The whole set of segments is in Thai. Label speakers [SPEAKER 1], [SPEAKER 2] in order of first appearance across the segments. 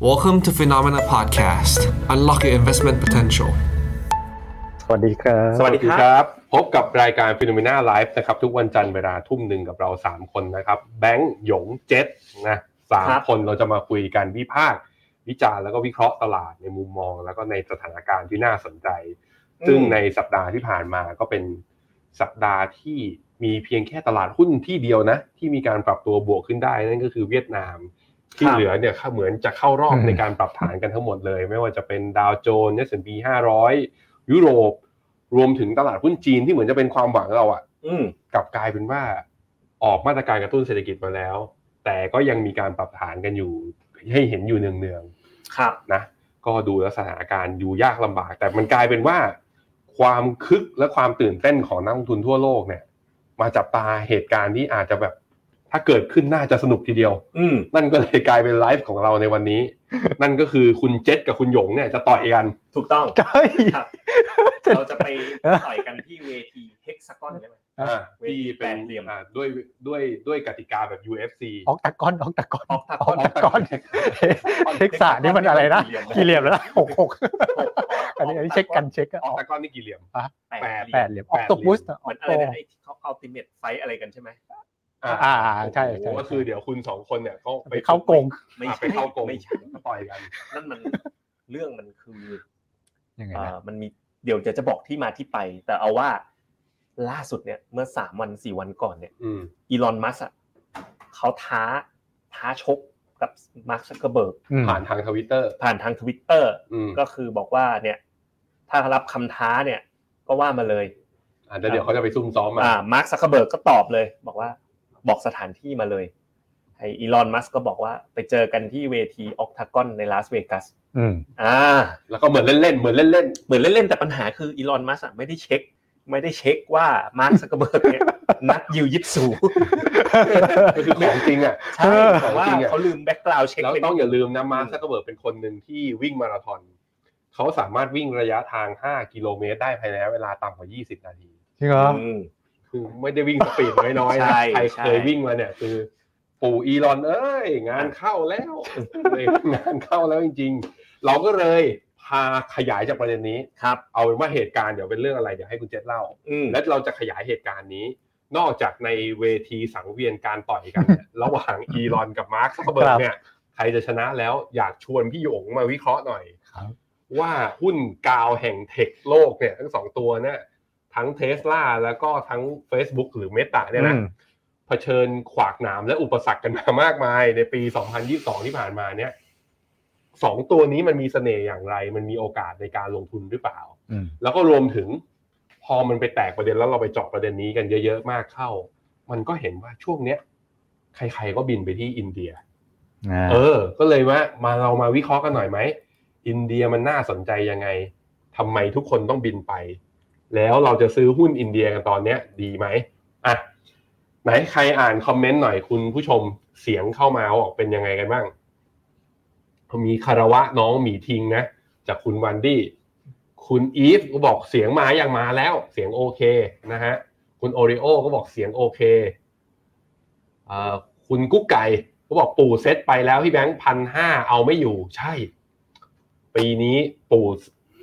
[SPEAKER 1] Welcome to Phenomena Podcast Unlock your investment potential
[SPEAKER 2] สวัสดีครับ
[SPEAKER 3] สวัสดีครับ พบกับรายการ p h e n o m e n a Live นะครับ ทุกวันจันทร์เวลาทุ่มหนึ่งกับเรา 3 คนนะครับ แบงค์หยงเจ็ดนะสาม
[SPEAKER 4] ครับ
[SPEAKER 3] คนเราจะมาคุยกันวิพากษ์วิจารณ์แล้วก็วิเคราะห์ตลาดในมุมมอง แล้วก็ในสถานการณ์ที่น่าสนใจ ซึ่งในสัปดาห์ที่ผ่านมาก็เป็นสัปดาห์ที่มีเพียงแค่ตลาดหุ้นที่เดียวนะ ที่มีการปรับตัวบวกขึ้นได้นั่นก็คือเวียดนาม ที่
[SPEAKER 4] ครับ
[SPEAKER 3] เหลือเนี่ยเข้าเหมือนจะเข้ารอบ
[SPEAKER 2] อืม
[SPEAKER 3] ในการปรับฐานกันทั้งหมดเลย ไม่ว่าจะเป็นดาวโจนส์เอสแอนด์พีห้าร้อยยุโรป รวมถึงตลาดหุ้นจีนที่เหมือนจะเป็นความหวังเราอะ
[SPEAKER 4] อืม
[SPEAKER 3] กลับกลายเป็นว่าออกมาตรการกระตุ้นเศรษฐกิจมาแล้ว แต่ก็ยังมีการปรับฐานกันอยู่ ให้เห็นอยู่เนืองๆ
[SPEAKER 4] ครับ
[SPEAKER 3] นะก็ดูแลวสถานการณ์อยู่ยากลำบาก แต่มันกลายเป็นว่า ความคึกและความตื่นเต้นของนักลงทุนทั่วโลกเนี่ย มาจับตาเหตุการณ์ที่อาจจะแบบ ถ้าเกิดขึ้นน่าจะสนุกทีเดียว
[SPEAKER 4] อืม
[SPEAKER 3] นั่นก็เลยกลายเป็นไลฟ์ของเราในวัน นี้ นั่นก็คือคุณเจษกับคุณหยงเนี่ยจะต่อยกัน
[SPEAKER 4] ถูกต้อง
[SPEAKER 2] เฮ้ย
[SPEAKER 4] ครับ เราจะไปต่อยกันที่เวทีเฮกซากอนใช่ไหม
[SPEAKER 2] อ่า
[SPEAKER 3] อ่า
[SPEAKER 4] เวทีแปดเหลี่ยม
[SPEAKER 3] อ่าด้วยด้วยด้วยกติกาแบบ UFC
[SPEAKER 2] ออกตะกอนออกตะกอน
[SPEAKER 4] ออกตะ
[SPEAKER 2] อก
[SPEAKER 4] อน
[SPEAKER 2] อกตะกอนเท็กซ่านี่มันอะไรนะกี่เหลี่ยมแล้วนะหกหกอันนี้อันนี้เช็คกันเช็คกัน
[SPEAKER 3] ออกตะกร้อนนี่กี่เหลี่ยม
[SPEAKER 4] แปด
[SPEAKER 2] แปดเหลี่ยมออกตกบุสออ
[SPEAKER 4] เหมื
[SPEAKER 2] ก
[SPEAKER 4] อนอะ
[SPEAKER 2] โต
[SPEAKER 4] ไรนะไอ้ที่เขาเอาติเมตไฟอะไรกันใช่ไหม
[SPEAKER 3] อ่า
[SPEAKER 2] อ่าใช่ใช่
[SPEAKER 3] โอ้โหก็คือเดี๋ยวคุณสองคนเนี่ยเขาไป
[SPEAKER 2] เข้าโกง
[SPEAKER 4] ไม่
[SPEAKER 3] อ่ะ
[SPEAKER 4] ใช่
[SPEAKER 3] ไปเข้ากรม
[SPEAKER 4] ไม่ใช่
[SPEAKER 3] ก็ต่อยกัน
[SPEAKER 4] นั่นมันเรื่องมันคือ
[SPEAKER 2] ยังไง
[SPEAKER 4] เอ่
[SPEAKER 2] นะ
[SPEAKER 4] อมันมีเดี๋ยวจะจะบอกที่มาที่ไป แต่เอาว่าล่าสุดเนี่ยเมื่อสามวันสี่วันก่อนเนี่ย
[SPEAKER 3] อืม
[SPEAKER 4] อีลอนมัสอ่ะเขาท้าท้าชกกับมาร์คซักเกอร์เบิร์ก
[SPEAKER 2] อืม
[SPEAKER 3] ผ่านทางทวิตเตอร์
[SPEAKER 4] ผ่านทางทวิตเตอร์
[SPEAKER 3] อืม
[SPEAKER 4] ก็คือบอกว่าเนี่ย ถ้ารับคำท้าเนี่ย ก็ว่ามาเลย
[SPEAKER 3] อาจจะเดี๋ยวเขาจะไปซุ่มซ้อมมา
[SPEAKER 4] อ่ามาร์คซักเคเบิร์กก็ตอบเลย บอกว่าบอกสถานที่มาเลยไออีลอนมัสก็บอกว่าไปเจอกันที่เวทีออกทากอนในลาสเวกัส
[SPEAKER 2] อืม
[SPEAKER 4] อ่า
[SPEAKER 3] แล้วก็เหมือนเล่นๆเหมือนเล่น
[SPEAKER 4] เหมือนเล่นๆแต่ปัญหาคืออีลอนมัสอะไม่ได้เช็ค ไม่ได้เช็คว่ามาร์คซักเคเบิร์ก เนี่ย นักยิวยิปสู
[SPEAKER 3] ๆก็คือของจริงอ่ะ
[SPEAKER 4] ใช่
[SPEAKER 2] เออ
[SPEAKER 4] แต่ว่า
[SPEAKER 3] จริงอะ
[SPEAKER 4] เขาลืมแบ็กกราวด์เช็ค
[SPEAKER 3] แล้ว
[SPEAKER 4] ไป
[SPEAKER 3] ต้องอย่าลืมนะมาร์คซักเกอร์เบิร์กเป็นคนหนึ่งที่วิ่งมาราธอนเขาสามารถวิ่งระยะทาง 5 กิโลเมตรได้ภายในเวลาต่ำกว่า 20 นาที
[SPEAKER 2] จริงเหรอ
[SPEAKER 4] อืม
[SPEAKER 3] คือไม่ได้วิ่งสปีดน้อยๆนะ
[SPEAKER 4] ใช่
[SPEAKER 3] ใคร
[SPEAKER 4] ใช่
[SPEAKER 3] เคยวิ่งมาเนี่ย คือปู่อีลอนเอ้ย งานเข้าแล้ว งานเข้าแล้วจริง ๆ เราก็เลยพาขยายจากประเด็นนี้
[SPEAKER 4] ครับ
[SPEAKER 3] เอาเป็นว่าเหตุการณ์เดี๋ยวเป็นเรื่องอะไรเดี๋ยวให้คุณเจษเล่า
[SPEAKER 4] อืม
[SPEAKER 3] และเราจะขยายเหตุการณ์นี้ นอกจากในเวทีสังเวียนการต่อยกัน เนี่ย ระหว่างอีลอนกับมาร์คซักเบิร์
[SPEAKER 2] ค
[SPEAKER 3] ก
[SPEAKER 2] รับ
[SPEAKER 3] เนี่ยใครจะชนะแล้วอยากชวนพี่หยงมาวิเคราะห์หน่อย
[SPEAKER 2] ครับ
[SPEAKER 3] ว่าหุ้นกาวแห่งเทคโลกเนี่ยทั้งสองตัวเนี่ยทั้งเทสลาแล้วก็ทั้ง Facebook หรือเมตาเนี่ยนะ
[SPEAKER 2] อืม
[SPEAKER 3] เผชิญขวากหนามและอุปสรรคกันมามากมาย ในปี 2022 ที่ผ่านมาเนี่ยสองตัวนี้มันมีเสน่ห์อย่างไร มันมีโอกาสในการลงทุนหรือเปล่า
[SPEAKER 2] อืม
[SPEAKER 3] แล้วก็รวมถึง พอมันไปแตกประเด็นแล้วเราไปเจาะประเด็นนี้กันเยอะๆมากเข้า มันก็เห็นว่าช่วงเนี้ย ใครๆก็บินไปที่อินเดีย
[SPEAKER 2] อ่า
[SPEAKER 3] เออ ก็เลยว่ามาเรามาวิเคราะห์กันหน่อยไหมอินเดียมันน่าสนใจยังไงทำไมทุกคนต้องบินไป แล้วเราจะซื้อหุ้นอินเดียกันตอนเนี้ย ดีไหมอ่ะไหนใครอ่านคอมเมนต์หน่อยคุณผู้ชมเสียงเข้ามาว่าออกเป็นยังไงกันบ้างมีคารวะน้องหมีทิงนะ จากคุณวันดี้คุณอีฟก็บอกเสียงมาอย่างมาแล้ว เสียงโอเคนะฮะ คุณโอริโอก็บอกเสียงโอเคเอ่อคุณกุ๊กไก่ก็บอกปู่เซตไปแล้วพี่แบงค์พันห้าเอาไม่อยู่ ใช่ ปีนี้ปู่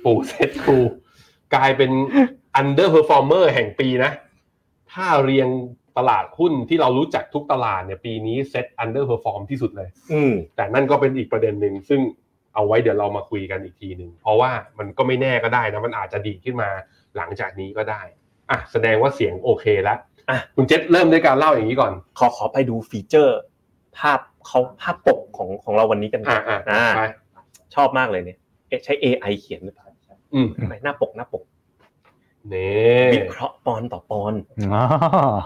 [SPEAKER 3] ปู่เซตครูกลายเป็นอันเดอร์เพอร์ฟอร์เมอร์แห่งปีนะ ถ้าเรียงตลาดหุ้นที่เรารู้จักทุกตลาดเนี่ยปีนี้เซตอันเดอร์เพอร์ฟอร์มที่สุดเลย
[SPEAKER 4] อืม
[SPEAKER 3] แต่นั่นก็เป็นอีกประเด็นหนึ่งซึ่งเอาไว้เดี๋ยวเรามาคุยกันอีกทีหนึ่งเพราะว่ามันก็ไม่แน่ก็ได้นะ มันอาจจะดีดขึ้นมาหลังจากนี้ก็ได้อ่ะแสดงว่าเสียงโอเคแล้วอ่ะคุณเจษเริ่มด้วยการเล่าอย่างนี้ก่อน
[SPEAKER 4] ขอขอไปดูฟีเจอร์ ภาพเขาภาพปกของของเราวันนี้กัน
[SPEAKER 3] อ่ะอ่ะ
[SPEAKER 4] อ่า
[SPEAKER 3] ไป
[SPEAKER 4] ชอบมากเลยเนี่ยเอ๊ะใช้ AI เขียนหรือเปล่า
[SPEAKER 3] อืม
[SPEAKER 4] ไม่หน้าปกหน้าปก
[SPEAKER 3] เน่
[SPEAKER 4] วิเคราะห์ปอนต่อปอน
[SPEAKER 2] อ๋อ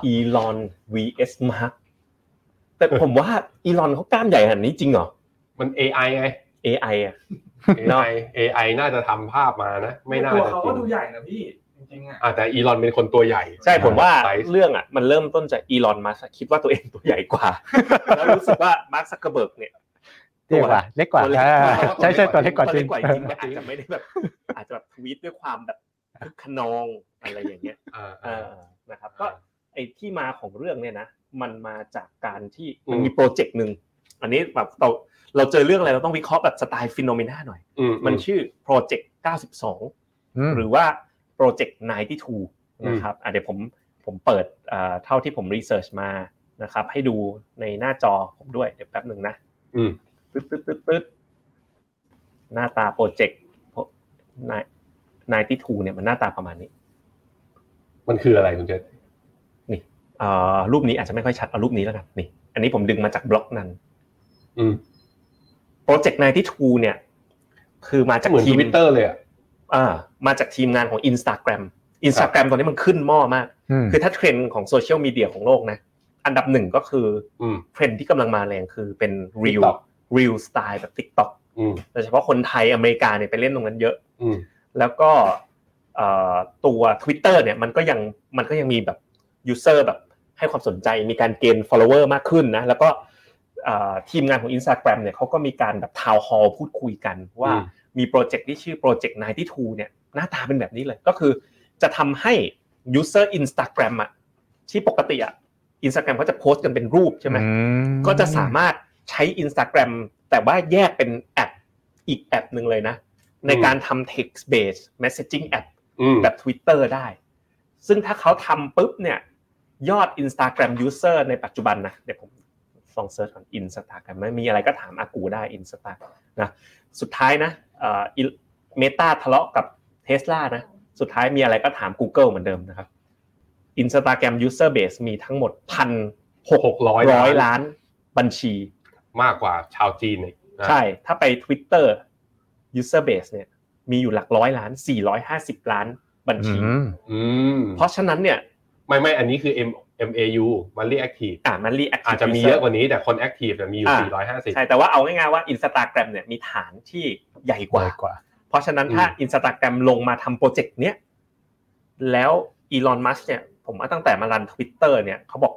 [SPEAKER 4] อีลอน vs มาร์กแต่ผมว่าอีลอนเขากล้ามใหญ่ขนาดนี้จริงเหรอ
[SPEAKER 3] มัน AI ไง
[SPEAKER 4] AI อ่ะ
[SPEAKER 3] AI AI น่าจะทำภาพมานะ ไม่น่า
[SPEAKER 5] ตัว
[SPEAKER 3] จะ
[SPEAKER 5] เขา
[SPEAKER 3] จริ
[SPEAKER 5] ก็
[SPEAKER 3] ง
[SPEAKER 5] ดูใหญ่นะพี่ จริงๆอ่ะ
[SPEAKER 3] อ่ะแต่อีลอนเป็นคนตัวใหญ่
[SPEAKER 4] ใช่ผมว่า
[SPEAKER 3] ไซส์
[SPEAKER 4] เรื่องอ่ะมันเริ่มต้นจากอีลอนมัสคิดว่าตัวเองตัวใหญ่กว่า แล้วรู้สึกว่ามาร์คซักเคอร์เบิร์กเนี่ย
[SPEAKER 2] เล็กกว่าเล็กกว่า
[SPEAKER 4] ตัวเล็ก
[SPEAKER 2] อ่าใช่ใช่ตัวเล็กกว่า
[SPEAKER 4] ตัว
[SPEAKER 2] จริ
[SPEAKER 4] เล็
[SPEAKER 2] ง
[SPEAKER 4] กกว่าจริงแต่อาจจะไม่ได้แบบ อาจจะแบบทวีตด้วยความแบบคึกขนองอะไรอย่างเงี้ย
[SPEAKER 3] อ่า
[SPEAKER 4] เอ
[SPEAKER 3] อ่า
[SPEAKER 4] อนะครับ ก็ไอ้ที่มาของเรื่องเนี่ยนะ มันมาจากการที่
[SPEAKER 3] อืม
[SPEAKER 4] มันมีโปรเจกต์หนึ่ง อันนี้แบบเราเราเจอเรื่องอะไรเราต้องวิเคราะห์แบบสไตล์ฟิโนเมนาหน่อย
[SPEAKER 3] อืม
[SPEAKER 4] มั
[SPEAKER 3] มัน น
[SPEAKER 4] ชื่อโปรเจกต์92 หรือว่าโปรเจกต์92 นะครับอ่ะเดี๋ยวผมผมเปิดอ่าเท่าที่ผมรีเสิร์ชมานะครับ ให้ดูในหน้าจอผมด้วยเดี๋ยวแป๊บหนึ่งนะ
[SPEAKER 3] อืม
[SPEAKER 4] ตึ๊ดตึ๊ดตึ๊ดตึ๊ดหน้าตาโปรเจกต์นายที่ทูเนี่ยมันหน้าตาประมาณนี้
[SPEAKER 3] มันคืออะไรคุณเจษ
[SPEAKER 4] อ่ารูปนี้อาจจะไม่ค่อยชัดเอารูปนี้แล้วกันนี่อันนี้ผมดึงมาจากบล็อกนั้น
[SPEAKER 3] อืม
[SPEAKER 4] โปรเจกต์นายที่ทูเนี่ย คือมาจาก
[SPEAKER 3] เหมือน
[SPEAKER 4] ที
[SPEAKER 3] ท
[SPEAKER 4] ม
[SPEAKER 3] วิตเตอร์เลยอ่ะ
[SPEAKER 4] อ่ามาจากทีมงานของ Instagram Instagram ตอนนี้มันขึ้นหม้อมาก คือถ้าเทรนด์ของโซเชียลมีเดียของโลกนะ อันดับหนึ่งก็คือ
[SPEAKER 3] อืม
[SPEAKER 4] เทรนด์ที่กำลังมาแรงคือเป็น real
[SPEAKER 3] TikTok
[SPEAKER 4] real สไตล์แบบ TikTok
[SPEAKER 3] อืม
[SPEAKER 4] โดยเฉพาะคนไทยอเมริกาเนี่ยไปเล่นตรงนั้นเยอะ
[SPEAKER 3] อืม
[SPEAKER 4] แล้วก็เอ่อตัว Twitter เนี่ยมันก็ยังมันก็ยังมีแบบ user แบบให้ความสนใจมีการเกณฑ์ follower มากขึ้นนะ แล้วก็เอ่อทีมงานของ Instagram เนี่ยเขาก็มีการแบบทาวน์ฮอลพูดคุยกันว่า
[SPEAKER 3] อืม
[SPEAKER 4] มีโปรเจกต์ที่ชื่อโปรเจกต์92เนี่ยหน้าตาเป็นแบบนี้เลยก็คือจะทำให้ user Instagram อะที่ปกติอะ Instagram เขาจะโพสต์กันเป็นรูปใช่ไหม ก็จะสามารถใช้ Instagram แต่ว่าแยกเป็นแอปอีกแอปหนึ่งเลยนะ ในการทำ text based messaging app
[SPEAKER 3] อืม
[SPEAKER 4] แบบ Twitter ได้ ซึ่งถ้าเขาทำปุ๊บเนี่ยยอด Instagram user ในปัจจุบันนะเดี๋ยวผมลองเซิร์ชก่อน Instagram มันมีอะไรก็ถามอากูได้ Instagram นะสุดท้ายนะเมตาทะเลาะกับ Tesla นะสุดท้ายมีอะไรก็ถาม Google เหมือนเดิมนะครับ Instagram user base มีทั้งหมดพันหก
[SPEAKER 3] หกร้อย
[SPEAKER 4] ร้อยล้านบัญชี
[SPEAKER 3] มากกว่าชาวจีนอีกนะ
[SPEAKER 4] ใช่ ถ้าไป Twitter user base เนี่ยมีอยู่หลักร้อยล้าน 450 ล้านบัญชี
[SPEAKER 3] อืม
[SPEAKER 4] เพราะฉะนั้นเนี่ย
[SPEAKER 3] ไม่ไม่อันนี้คือ M M A U มันเรียก active
[SPEAKER 4] อ่ามันรีแอค
[SPEAKER 3] อาจจะมีเยอะกว่านี้แต่คน active เนี่ยมีอยู่ 450
[SPEAKER 4] ใช่ แต่ว่าเอาง่ายๆว่า Instagram เนี่ยมีฐานที่ใหญ่กว่า
[SPEAKER 2] กว่า
[SPEAKER 4] เพราะฉะนั้นถ้า
[SPEAKER 3] อืม
[SPEAKER 4] Instagram ลงมาทำโปรเจกต์เนี้ยแล้วอีลอนมัสเนี่ย ผมว่าตั้งแต่มารัน Twitter เนี่ยเขาบอก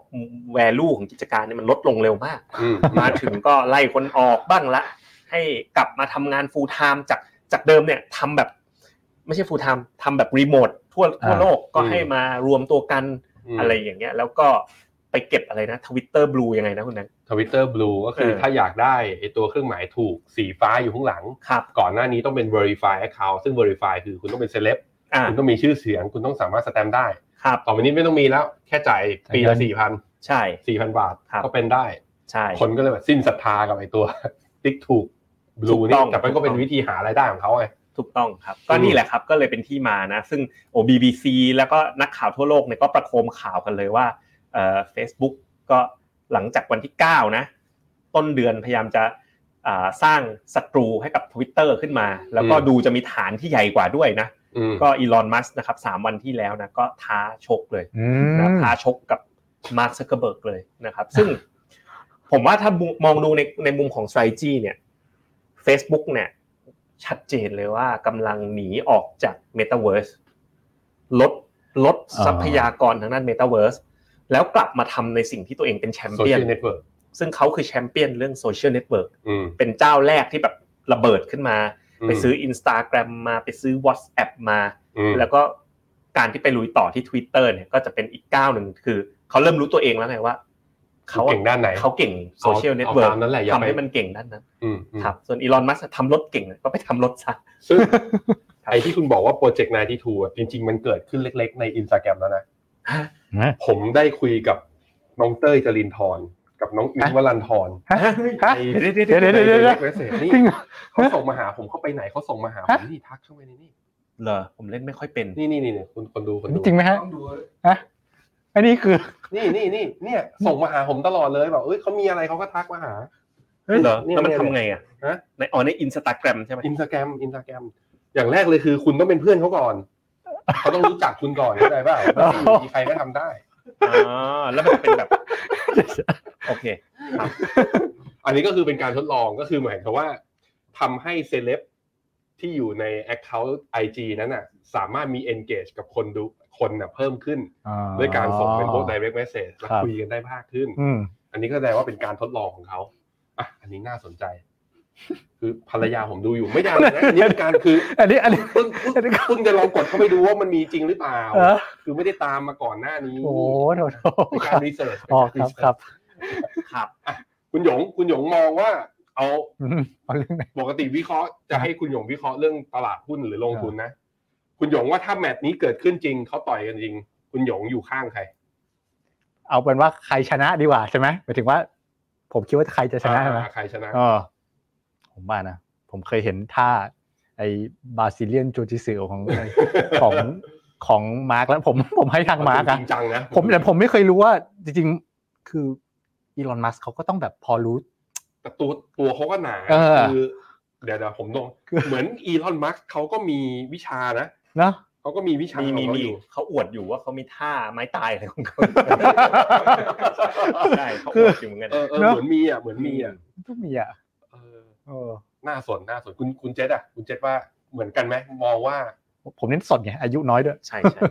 [SPEAKER 4] value ของกิจการเนี่ยมันลดลงเร็วมาก
[SPEAKER 3] อืม
[SPEAKER 4] มาถึงก็ไล่คนออกบ้างละ ให้กลับมาทำงาน full time จากจากเดิมเนี่ยทำแบบ ไม่ใช่ full time ทำแบบรีโมททั่วทั่ว
[SPEAKER 2] อ่า
[SPEAKER 4] โลกก็ให้มารวมตัวกัน
[SPEAKER 3] ม
[SPEAKER 4] อะไรอย่างเงี้ย แล้วก็ไปเก็บอะไรนะ Twitter Blue ยังไงนะคุณนัน
[SPEAKER 3] ทวิตเตอร์บลูก็คือ
[SPEAKER 4] เออ
[SPEAKER 3] ถ้าอยากได้ไอตัวเครื่องหมายถูกสีฟ้าอยู่ข้างหลัง
[SPEAKER 4] ครับ
[SPEAKER 3] ก่อนหน้านี้ต้องเป็น Verify Account ซึ่ง Verify คือคุณต้องเป็นเซเลบ
[SPEAKER 4] อ่า
[SPEAKER 3] คุณต้องมีชื่อเสียง คุณต้องสามารถสแตมป์ได้
[SPEAKER 4] ครับ
[SPEAKER 3] ต่อไปนี้ไม่ต้องมีแล้ว แค่จ่ายปีละ
[SPEAKER 2] เงิน
[SPEAKER 3] สี่พัน
[SPEAKER 4] ใช่
[SPEAKER 3] สี่พันบาท
[SPEAKER 4] ครับ
[SPEAKER 3] ก็เป็นได้
[SPEAKER 4] ใช่
[SPEAKER 3] คนก็เลยแบบสิ้นศรัทธากับไอตัว ติ๊กถูกบลู
[SPEAKER 4] ถูกต้
[SPEAKER 3] นี่
[SPEAKER 4] อง
[SPEAKER 3] แต่มัน
[SPEAKER 4] ถู
[SPEAKER 3] ก็
[SPEAKER 4] กต้อง
[SPEAKER 3] เป็นวิธีหารายได้ของเขาไง
[SPEAKER 4] ถูกต้องครับ ก็นี่แหละครับก็เลยเป็นที่มานะ ซึ่งโอ้ BBC แล้วก็นักข่าวทั่วโลกเนี่ยก็ประโคมข่าวกันเลยว่าเอ่อ Facebook ก็หลังจากวันที่ 9 นะ ต้นเดือนพยายามจะอ่าสร้างศัตรูให้กับ Twitter ขึ้นมา แล้วก็
[SPEAKER 3] อืม
[SPEAKER 4] ดูจะมีฐานที่ใหญ่กว่าด้วยนะ
[SPEAKER 3] อืม
[SPEAKER 4] ก็อีลอนมัสนะครับสามวันที่แล้วนะ ก็ท้าชกเลยนะท้าชกกับมาร์คซักเกอร์เบิร์กเลยนะครับ ซึ่งผมว่าถ้ามองดูในในมุมของ s t r a t e g y เนี่ย Facebook เนี่ย ชัดเจนเลยว่ากำลังหนีออกจาก Metaverse ลดลด
[SPEAKER 2] อ่า
[SPEAKER 4] ทรัพยากรทางด้าน Metaverse แล้วกลับมาทำในสิ่งที่ตัวเองเป็นแชมเปี้ยน
[SPEAKER 3] Social Network
[SPEAKER 4] ซึ่งเขาคือแชมเปี้ยนเรื่องโซเชียลเน็ตเวิร์ก
[SPEAKER 3] อืม
[SPEAKER 4] เป็นเจ้าแรกที่แบบระเบิดขึ้นมา ไปซื้อ
[SPEAKER 3] อ
[SPEAKER 4] Instagram มาไปซื้อ WhatsApp มา
[SPEAKER 3] ม
[SPEAKER 4] แล้วก็การที่ไปลุยต่อที่ Twitter เนี่ยก็จะเป็นอีกก้าวหนึ่งคือเขาเริ่มรู้ตัวเองแล้วไงว่า
[SPEAKER 3] เขา
[SPEAKER 4] เขาอะ
[SPEAKER 3] เก่งด้านไหน
[SPEAKER 4] เขาเก่งโซเชียล
[SPEAKER 3] เอา
[SPEAKER 4] เน็ตเวิร์ก
[SPEAKER 3] เอาตามนั้นแหละอย่าไป
[SPEAKER 4] ทำให้มันเก่งด้านนั้น
[SPEAKER 3] อืมอืม
[SPEAKER 4] ครับส่วนอีลอนมัสทำรถเก่งก็ไปทำรถซะ
[SPEAKER 3] ซึ่ง
[SPEAKER 4] ครับ
[SPEAKER 3] ไอที่คุณบอกว่าโปรเจกต์นายที่ทูจริง ๆ มันเกิดขึ้นเล็ก ๆ ในอินสตาแกรมแล้วนะ ผมได้คุยกับน้องเต้ยจรินทร์กับน้องอินวรันทร
[SPEAKER 2] เดี๋ยวเดี๋ยวเดี๋ยวเดี๋ยวเดี๋ยว
[SPEAKER 3] เมสเซจนี่
[SPEAKER 2] จริง
[SPEAKER 3] เขาส่งมาหาผมเขาไปไหนเขาส่งมาหาผมนี่ทักเข้าไปในนี่
[SPEAKER 4] เหรอผมเล่นไม่ค่อยเป็น
[SPEAKER 3] นี่นี่นี่คุณคนดูคน
[SPEAKER 2] นี่
[SPEAKER 3] ดู
[SPEAKER 2] จริงไหมฮะ
[SPEAKER 5] ต้องดู
[SPEAKER 2] ฮะอันนี้คือ
[SPEAKER 3] นี่นี่นี่เนี่ยส่งมาหาผมตลอดเลยแบบเอ้ยเขามีอะไรเขาก็ทักมาหา
[SPEAKER 4] เหรอ
[SPEAKER 3] เนี่ย
[SPEAKER 4] แล้วมัน
[SPEAKER 3] เนี่ย
[SPEAKER 4] ทำไงอ่ะ
[SPEAKER 3] ฮะ
[SPEAKER 4] ในอ๋อในอินสตาแกรมใช่ไหม
[SPEAKER 3] อินสตาแกรมอินสตาแกรมอย่างแรกเลยคือ คุณต้องเป็นเพื่อนเขาก่อนเขาต้องรู้จักคุณก่อนเข้าใจป่าวไม่ใช่อยู่ดีใครก็ทำได้
[SPEAKER 4] อ๋อแล้วมันเป็นแบบ โอเค
[SPEAKER 3] อันนี้ก็คือเป็นการทดลองก็คือหมายความว่าทำให้เซเลบที่อยู่ใน Account IG นั้นน่ะสามารถมี engage กับคนดูคนน่ะเพิ่มขึ้น ด้วยการส่งเป็นพวก direct message แล้ว
[SPEAKER 2] ครับ
[SPEAKER 3] คุยกันได้มากขึ้น
[SPEAKER 2] อืม
[SPEAKER 3] อันนี้ก็แสดงว่าเป็นการทดลองของเขาอ่ะอันนี้น่าสนใจ คือภรรยาผมดูอยู่ไม่ได้ นะอันนี้เป็นการคือ
[SPEAKER 2] อันนี้อันนี้
[SPEAKER 3] เพิ่งเพิ่งเพิ่งจะลองกดเข้าไปดูว่ามันมีจริงหรือเปล่า
[SPEAKER 2] เออ
[SPEAKER 3] คือไม่ได้ตามมาก่อนหน้านี้
[SPEAKER 2] โอ้โหโถโถ
[SPEAKER 3] เป็น
[SPEAKER 2] ค
[SPEAKER 3] การ
[SPEAKER 2] รับ
[SPEAKER 3] รีเสิร์ช
[SPEAKER 2] อ๋อครับครับ
[SPEAKER 4] ครับ
[SPEAKER 3] คุณหยงคุณหยงมองว่าเอา
[SPEAKER 2] อืมเอาเรื่องไหน
[SPEAKER 3] ปกติวิเคราะห์จะให้คุณหยงวิเคราะห์เรื่องตลาดหุ้นหรือลงทุนนะ คุณหยงว่าถ้าแมตช์นี้เกิดขึ้นจริงเขาต่อยกันจริง คุณหยงอยู่ข้างใคร
[SPEAKER 2] เอาเป็นว่าใครชนะดีกว่าใช่ไหมหมายถึงว่า ผมคิดว่าใครจะชนะใช่ไหม
[SPEAKER 3] อ่าใครชนะ
[SPEAKER 2] เออผมว่านะ ผมเคยเห็นท่า ไอ้บราซิเลียนจูจิสึของของของมาร์กแล้วผมผมให้ทางมาร์ก
[SPEAKER 3] จ
[SPEAKER 2] อะ
[SPEAKER 3] ริงจังนะ
[SPEAKER 2] ผมแต่ผมไม่เคยรู้ว่าจริงๆ คืออีลอนมัสเขาก็ต้องแบบพอรู้
[SPEAKER 3] แต่ตัวตัวเขาก็หนา
[SPEAKER 2] เออ
[SPEAKER 3] คือเดี๋ยวเดี๋ยวผมต้องเหมือนอีลอนมัสก์เขาก็มีวิชานะ
[SPEAKER 2] เนอะ
[SPEAKER 3] เขาก็มีวิชา
[SPEAKER 4] มีมี
[SPEAKER 3] ของ
[SPEAKER 4] มี
[SPEAKER 3] เขาอยู่
[SPEAKER 4] เขาอวดอยู่ว่าเขามีท่าไม้ตายอะไรของ เขา ใช่เขา
[SPEAKER 2] คื
[SPEAKER 4] อ
[SPEAKER 2] อ
[SPEAKER 4] วดอยู่เหมือนกัน
[SPEAKER 3] เออเออ
[SPEAKER 2] เนอะ
[SPEAKER 3] เหมือนมีอ่ะเหมือนมีอ่ะ
[SPEAKER 2] ต้องมีอ่ะ
[SPEAKER 3] เออ
[SPEAKER 2] เออ
[SPEAKER 3] น่าสนน่าสนคุณคุณเจษอ่ะคุณเจษว่าเหมือนกันไหมมองว่า
[SPEAKER 2] ผมเน้นสดไงอายุน้อยด้วย
[SPEAKER 4] ใช่ ใช่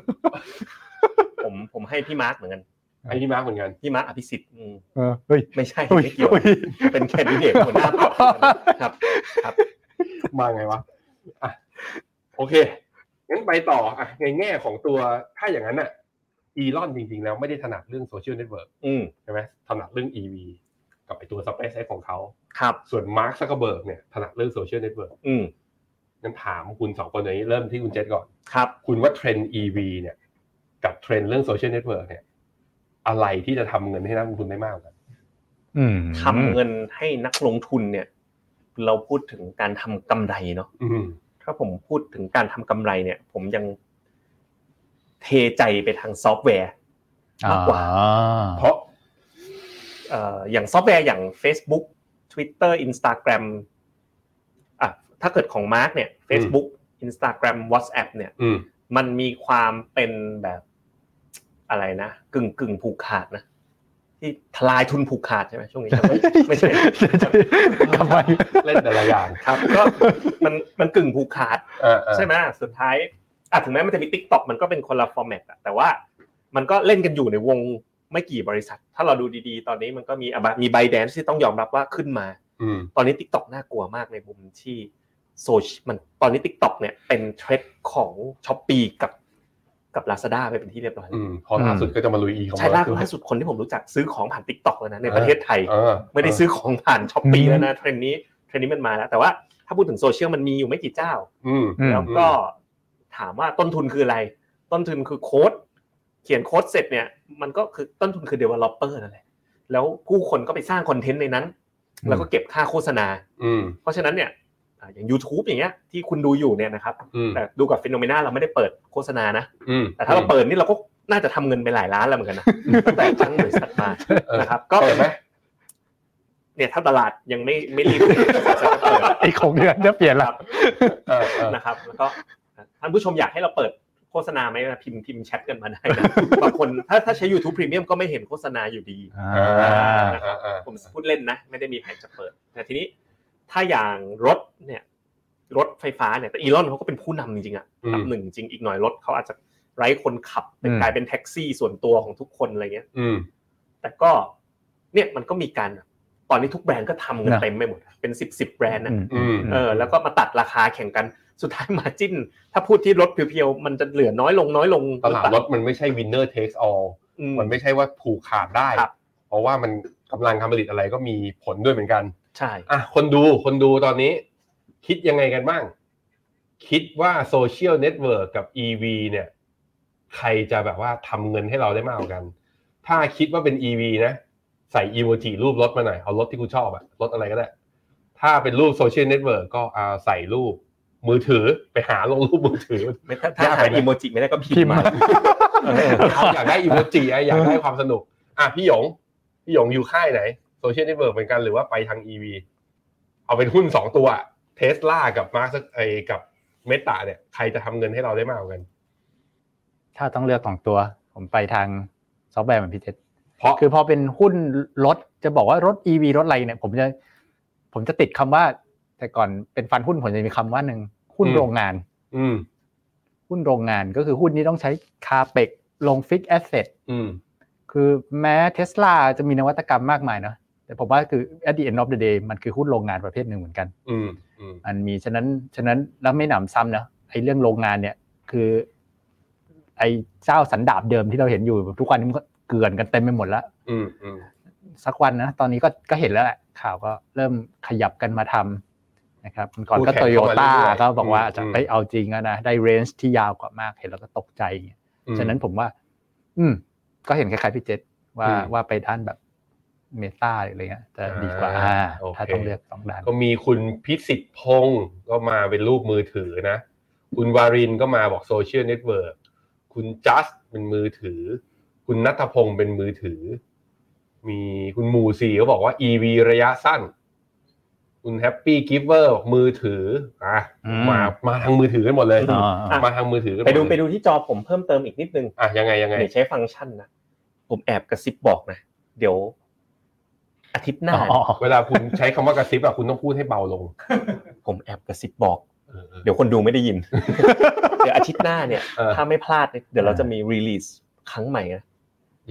[SPEAKER 4] ผมผมให้พี่มาร์กเหมือนกัน
[SPEAKER 3] ไอ้นี่มากเหมือนกัน
[SPEAKER 4] พี่มาร์กอภิสิทธิ์อืม
[SPEAKER 2] เออเฮ้ย
[SPEAKER 4] ไม่ใช่
[SPEAKER 2] ฮ้ย
[SPEAKER 4] ไม่เกี่ยว
[SPEAKER 2] ฮ้
[SPEAKER 4] เป็นแคนดิเดตหัวหน้าพรรคครับ
[SPEAKER 3] มาไงวะอ่ะโอเคงั้นไปต่ออ่ะในแง่ของตัวถ้าอย่างนั้นอ่ะอีลอนจริง ๆ แล้วไม่ได้ถนัดเรื่องโซเชียลเน็ตเวิร์ก
[SPEAKER 4] อืม
[SPEAKER 3] ใช่ไหมถนัดเรื่อง EV กับไอตัว SpaceX ของเขา
[SPEAKER 4] ครับ
[SPEAKER 3] ส่วนมาร์คซักเบิร์กเนี่ยถนัดเรื่องโซเชียลเน็ตเวิร์ก
[SPEAKER 4] อืม
[SPEAKER 3] งั้นถามคุณสองคนอย่างนี้เริ่มที่คุณเจษก่อน
[SPEAKER 4] ครับ
[SPEAKER 3] คุณว่าเทรนด์ EV เนี่ย กับเทรนด์เรื่องโซเชียลเน็ตเวิร์กเนี่ย อะไรที่จะทำเงินให้นักลงทุนได้มากกว่ากัน
[SPEAKER 2] อืม
[SPEAKER 4] ทำเงินให้นักลงทุนเนี่ย เราพูดถึงการทำกำไรเนาะ
[SPEAKER 3] อืม
[SPEAKER 4] ถ้าผมพูดถึงการทำกำไรเนี่ย ผมยังเทใจไปทางซอฟต์แวร์ มากกว่า
[SPEAKER 2] อ่
[SPEAKER 3] เพราะ
[SPEAKER 4] เอ่ออย่างซอฟต์แวร์อย่าง Facebook Twitter Instagram อ่ะถ้าเกิดของมาร์กเนี่ย Facebook Instagram WhatsApp เนี่ย
[SPEAKER 3] อืม
[SPEAKER 4] มันมีความเป็นแบบอะไรนะกึ่งกึ่งผูกขาดนะ ที่ทลายทุนผูกขาดใช่ไหมช่วง นี้ ไม่ใช่
[SPEAKER 2] กลับมาอีก
[SPEAKER 3] เล่นแต่ละอย่าง
[SPEAKER 4] ครับ ก็มันมันกึ่งผูกขาด
[SPEAKER 3] อ่าๆ
[SPEAKER 4] ใช่ไหมสุดท้ายอ่ะถึงแม้มันจะมี t ิ k t o k มันก็เป็นคนละฟอร์แมตอะแต่ว่ามันก็เล่นกันอยู่ในวงไม่กี่บริษัท ถ้าเราดูดีๆ ตอนนี้มันก็มีอ่ะมีไบแดนที่ต้องยอมรับว่าขึ้นมา
[SPEAKER 3] อืม
[SPEAKER 4] ตอนนี้ t ิ k t o k น่ากลัวมากในมุมที่โซเชียลมันตอนนี้ t ิ k t o k เนี่ยเป็นเทรดของช้อปปีกับกับ Lazada ไปเป็นที่เรียบร้อยแล้
[SPEAKER 3] อื
[SPEAKER 4] ว
[SPEAKER 3] มพอล่าสุดก็จะมาลุย e ของ
[SPEAKER 4] ใช่ล่า
[SPEAKER 3] ด้ว
[SPEAKER 4] ล่าย สุดคนที่ผมรู้จักซื้อของผ่าน t ิ k t o k แล้วนะใน
[SPEAKER 3] เออ
[SPEAKER 4] ประเทศไทย
[SPEAKER 3] เออ
[SPEAKER 4] ไม่ได้ซื้อของผ่านช้อปปีแล้วนะเทรนด์นี้เทรนด์นี้มันมาแล้ว แต่ว่าถ้าพูดถึงโซเชียลมันมีอยู่ไม่กี่เจ้า
[SPEAKER 3] อืม
[SPEAKER 2] อืม
[SPEAKER 4] แล้วก็ถามว่าต้นทุนคืออะไร ต้นทุนคือโค้ด เขียนโค้ดเสร็จเนี่ย มันก็คือต้นทุนคือ developer นั่นแหละ แล้วผู้คนก็ไปสร้างคอนเทนต์ในนั้น แล้วก็เก็บค่าโฆษณา
[SPEAKER 3] อืม
[SPEAKER 4] เพราะฉะนั้นเนี่ยอ่าอย่าง YouTube อย่างเงี้ยที่คุณดูอยู่เนี่ยนะครับ
[SPEAKER 3] อืม
[SPEAKER 4] แต่ดูกับฟิโนเมนาเราไม่ได้เปิดโฆษณานะ
[SPEAKER 3] อืม
[SPEAKER 4] แต่ถ้าเราเปิดนี่เราก็น่าจะทำเงินไปหลายล้านแล้วเหมือนกันนะตั้งแต่ตั้งบริษัทมานะครับ ก็
[SPEAKER 3] เปิดไหม
[SPEAKER 4] เนี่ยถ้าตลาดยังไม่ไม่รีบจะเปิด
[SPEAKER 2] ไอ้ของเดือนจะเปลี่ยนละ
[SPEAKER 3] เออเออ
[SPEAKER 4] นะครับแล้วก็ท่านผู้ชมอยากให้เราเปิดโฆษณาไหมนะพิมพ์พิมพ์แชทกันมาได้ นะ บางคนถ้าถ้าใช้ YouTube Premium ก็ไม่เห็นโฆษณาอยู่ดี
[SPEAKER 3] อ่า
[SPEAKER 4] นะครับ
[SPEAKER 3] อ่า
[SPEAKER 4] ผมพูดเล่นนะ ไม่ได้มีแผนจะเปิด แต่ทีนี้ถ้าอย่างรถเนี่ยรถไฟฟ้าเนี่ยแต่อีลอนเขาก็เป็นผู้นำจริงๆอะ
[SPEAKER 3] อื
[SPEAKER 4] อันดั
[SPEAKER 3] ม
[SPEAKER 4] บหนึ่งจริงอีกหน่อยรถเขาอาจจะไร้คนขับเป็น
[SPEAKER 2] อืม
[SPEAKER 4] กลายเป็นแท็กซี่ส่วนตัวของทุกคนอะไรเงี้ย
[SPEAKER 3] อืม
[SPEAKER 4] แต่ก็เนี่ยมันก็มีการตอนนี้ทุกแบรนด์ก็ทำกันเต็มไปหมดเป็นสิบสิบแบรนด์นะ
[SPEAKER 2] มม
[SPEAKER 3] อื
[SPEAKER 4] เออแล้วก็มาตัดราคาแข่งกันสุดท้ายมาจิ้น ถ้าพูดที่รถเพียวๆ มันจะเหลือน้อยลงน้อยลง
[SPEAKER 3] ตลาด
[SPEAKER 4] ห
[SPEAKER 3] ร
[SPEAKER 4] อ
[SPEAKER 3] ถ
[SPEAKER 4] เป
[SPEAKER 3] มันไม่ใช่ winner takes all
[SPEAKER 4] อืม
[SPEAKER 3] มันไม่ใช่ว่าผูกขาดได้
[SPEAKER 4] ครับ
[SPEAKER 3] เพราะว่ามันกำลังการผลิตอะไรก็มีผลด้วยเหมือนกัน
[SPEAKER 4] ใช่
[SPEAKER 3] อ่ะ คนดูคนดูตอนนี้ คิดยังไงกันบ้าง คิดว่าโซเชียลเน็ตเวิร์กกับ EV เนี่ย ใครจะแบบว่าทำเงินให้เราได้มากกว่ากัน ถ้าคิดว่าเป็น EV นะ ใส่อีโมจิรูปรถมาหน่อย เอารถที่คุณชอบอะรถอะไรก็ได้ ถ้าเป็นรูปโซเชียลเน็ตเวิร์กก็เอาใส่รูป มือถือไปหาลงรูปมือถือ
[SPEAKER 4] ไม่ถ้าถ้าหาอีโมจิไม่ได้ก็พิ
[SPEAKER 2] พิมพ์
[SPEAKER 4] มพ์มา
[SPEAKER 2] มา
[SPEAKER 3] ครับอยากได้อีโมจิอะอยากได้ความสนุก อ่ะพี่หยง พี่หยงอยู่ค่ายไหนโซเชียลเน็ตเวิร์กเหมือนกันหรือว่าไปทาง EV เอาเป็นหุ้นสองตัวเทสลากับมาร์คไอกับเมตาเนี่ย ใครจะทำเงินให้เราได้มากกว่ากัน
[SPEAKER 2] ถ้าต้องเลือกสองตัว ผมไปทางซอฟต์แวร์เหมือนพี่เจษ
[SPEAKER 3] เพราะ
[SPEAKER 2] คือพอเป็นหุ้นรถจะบอกว่ารถ E ีวีรถอะไรเนี่ยผมจะผมจะติดคำว่า แต่ก่อนเป็นฟันหุ้นผมจะมีคำว่าหนึ่งหุ้นโรงงาน
[SPEAKER 3] อืม
[SPEAKER 2] หุ้นโรงงานก็คือหุ้นนี้ต้องใช้คาเปกลงฟิกแอสเซท
[SPEAKER 3] อืม
[SPEAKER 2] คือแม้เทสลาจะมีนวัตกรรมมากมายเนาะแต่ผมว่าคือ at the end of the day มันคือหุ้นโรงงานประเภทหนึ่งเหมือนกัน
[SPEAKER 3] อืมอืม
[SPEAKER 2] มันมีฉะนั้นฉะนั้นแล้วไม่หนำซ้ำนะไอ้เรื่องโรงงานเนี่ยคือ ไอ้เจ้าสันดาบเดิมที่เราเห็นอยู่ทุกวันนี้มันก็เกลื่อนกันเต็มไปหมดแล้ว
[SPEAKER 3] อืมอืม
[SPEAKER 2] สักวันนะ ตอนนี้ก็ก็เห็นแล้วแหละข่าวก็เริ่มขยับกันมาทำนะครับมันก่อนก็โต
[SPEAKER 3] คู่แข่ง
[SPEAKER 2] โย
[SPEAKER 3] เข้ามาเรื่อยๆ
[SPEAKER 2] ต้าก็บอกว่า
[SPEAKER 3] อืม
[SPEAKER 2] จะ
[SPEAKER 3] อืม
[SPEAKER 2] ไปเอาจริงแล้วนะ ได้เรนจ์ที่ยาวกว่ามากเห็นแล้วก็ตกใจอย่างเงี้ย
[SPEAKER 3] อืม
[SPEAKER 2] ฉะนั้นผมว่า อืม ก็เห็นคล้ายๆพี่เจษว่า
[SPEAKER 3] อืม
[SPEAKER 2] ว่าไปด้านแบบเมตาอะไรเงี้ยจะดีกว่า
[SPEAKER 3] อ่า
[SPEAKER 2] อ่า
[SPEAKER 3] โอเค
[SPEAKER 2] ถ้าต้องเลือกสองด้าน
[SPEAKER 3] ก็มีคุณพิสิทธิ์พงศ์ก็มาเป็นรูปมือถือนะ คุณวารินก็มาบอกโซเชียลเน็ตเวิร์กคุณจัสเป็นมือถือ คุณนัทพงศ์เป็นมือถือ มีคุณหมูซีก็บอกว่า EV ระยะสั้น คุณแฮปปี้กิฟเวอร์บอกมือถืออ่ะ
[SPEAKER 2] อืม
[SPEAKER 3] มามาทางมือถือกันหมดเลย
[SPEAKER 2] อ๋ออ๋อ
[SPEAKER 3] มาทางมือถือกันหม
[SPEAKER 4] ไปดู
[SPEAKER 3] เลย
[SPEAKER 4] ไปดูที่จอผมเพิ่มเติมอีกนิดนึง
[SPEAKER 3] อ่ะยังไงยังไง
[SPEAKER 4] เดี๋ยวใช้ฟังก์ชันนะผมแอบกระซิบบอกนะ เดี๋ยว อาทิตย์หน้า
[SPEAKER 2] อ๋อ
[SPEAKER 3] เวลาคุณใช้คำว่ากระซิบอะคุณต้องพูดให้เบาลง
[SPEAKER 4] ผมแอบกระซิบบอก
[SPEAKER 3] เออ
[SPEAKER 4] เดี๋ยวคนดูไม่ได้ยิน เดี๋ยวอาทิตย์หน้าเนี่ย
[SPEAKER 3] เออ
[SPEAKER 4] ถ้าไม่พลาดเนี่ยเดี๋ยวเราจะมีรีลีสครั้งใหม่นะ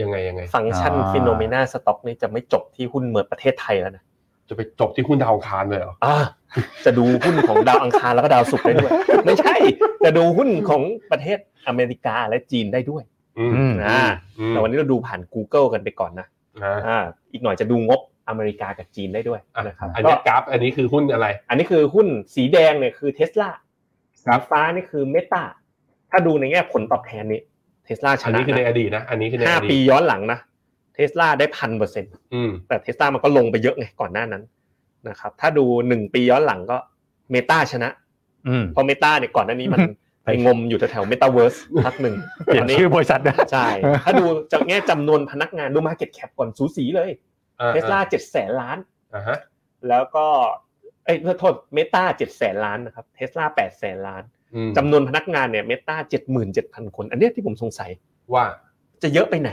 [SPEAKER 3] ยังไงยังไง
[SPEAKER 4] ฟังก์ชันฟิโนเมนาสต็อกนี่จะไม่จบที่หุ้นเหมือนประเทศไทยแล้วนะ
[SPEAKER 3] จะไปจบที่หุ้นดาวอังคารเลยเหรอ
[SPEAKER 4] อ่าจะดูหุ้นของดาวอังคารแล้วก็ดาวศุกร์ได้ ด้วย ไม่ใช่ จะดูหุ้นของประเทศอเมริกาและจีนได้ด้วย
[SPEAKER 3] อืม
[SPEAKER 2] อืม
[SPEAKER 4] อ่า
[SPEAKER 3] อืม
[SPEAKER 4] แต่วันนี้เราดูผ่าน Google กันไปก่อนนะ
[SPEAKER 3] นะ
[SPEAKER 4] อ่า อีกหน่อยจะดูงบอเมริกากับจีนได้ด้วย
[SPEAKER 3] อ่ะ
[SPEAKER 4] นะครับ
[SPEAKER 3] อัน
[SPEAKER 4] ก็
[SPEAKER 3] นี้กราฟ อันนี้คือหุ้นอะไร
[SPEAKER 4] อันนี้คือหุ้นสีแดงเนี่ยคือเทสลา
[SPEAKER 3] ครั
[SPEAKER 4] สี
[SPEAKER 3] บ
[SPEAKER 4] ฟ้านี่คือเมตาถ้าดูในแง่ผลตอบแทนนี่เทสลาช
[SPEAKER 3] อัน
[SPEAKER 4] นะ
[SPEAKER 3] นี้คือในอ
[SPEAKER 4] นะ
[SPEAKER 3] ดีตนะ อันนี้คือใน
[SPEAKER 4] ห้า
[SPEAKER 3] อดี
[SPEAKER 4] ปี
[SPEAKER 3] ต
[SPEAKER 4] ย้อนหลังนะเทสลาได้พันเปอร์เซ็นต์
[SPEAKER 3] อืม
[SPEAKER 4] แต่เทสลามันก็ลงไปเยอะไงก่อนหน้านั้นนะครับถ้าดูหนึ่งปีย้อนหลังก็เมตาชนะ
[SPEAKER 2] อืม
[SPEAKER 4] เพราะเมตาเนี่ยก่อนหน้านี้มัน ไปงมอยู่แถวๆเมตาเวิร์สพักหนึ่ง
[SPEAKER 2] เปลี่ยนชื่อบริษัทนะ
[SPEAKER 4] ใช่ ถ้าดูจากแง่จำนวนพนักงานดู Market Cap ก่อนสูสีเลย
[SPEAKER 3] อ่า
[SPEAKER 4] เทสลาเจ็ดแสนล้าน
[SPEAKER 3] อ่าฮะ
[SPEAKER 4] แล้วก็ เอ้ยโทษเมตาเจ็ดแสนล้านนะครับ เทสลาแปดแสนล้าน
[SPEAKER 3] อืม
[SPEAKER 4] จำนวนพนักงานเนี่ยเมตาเจ็ดหมื่นเจ็ดพันคน อันเนี้ยที่ผมสงสัย
[SPEAKER 3] ว่า
[SPEAKER 4] จะเยอะไปไหน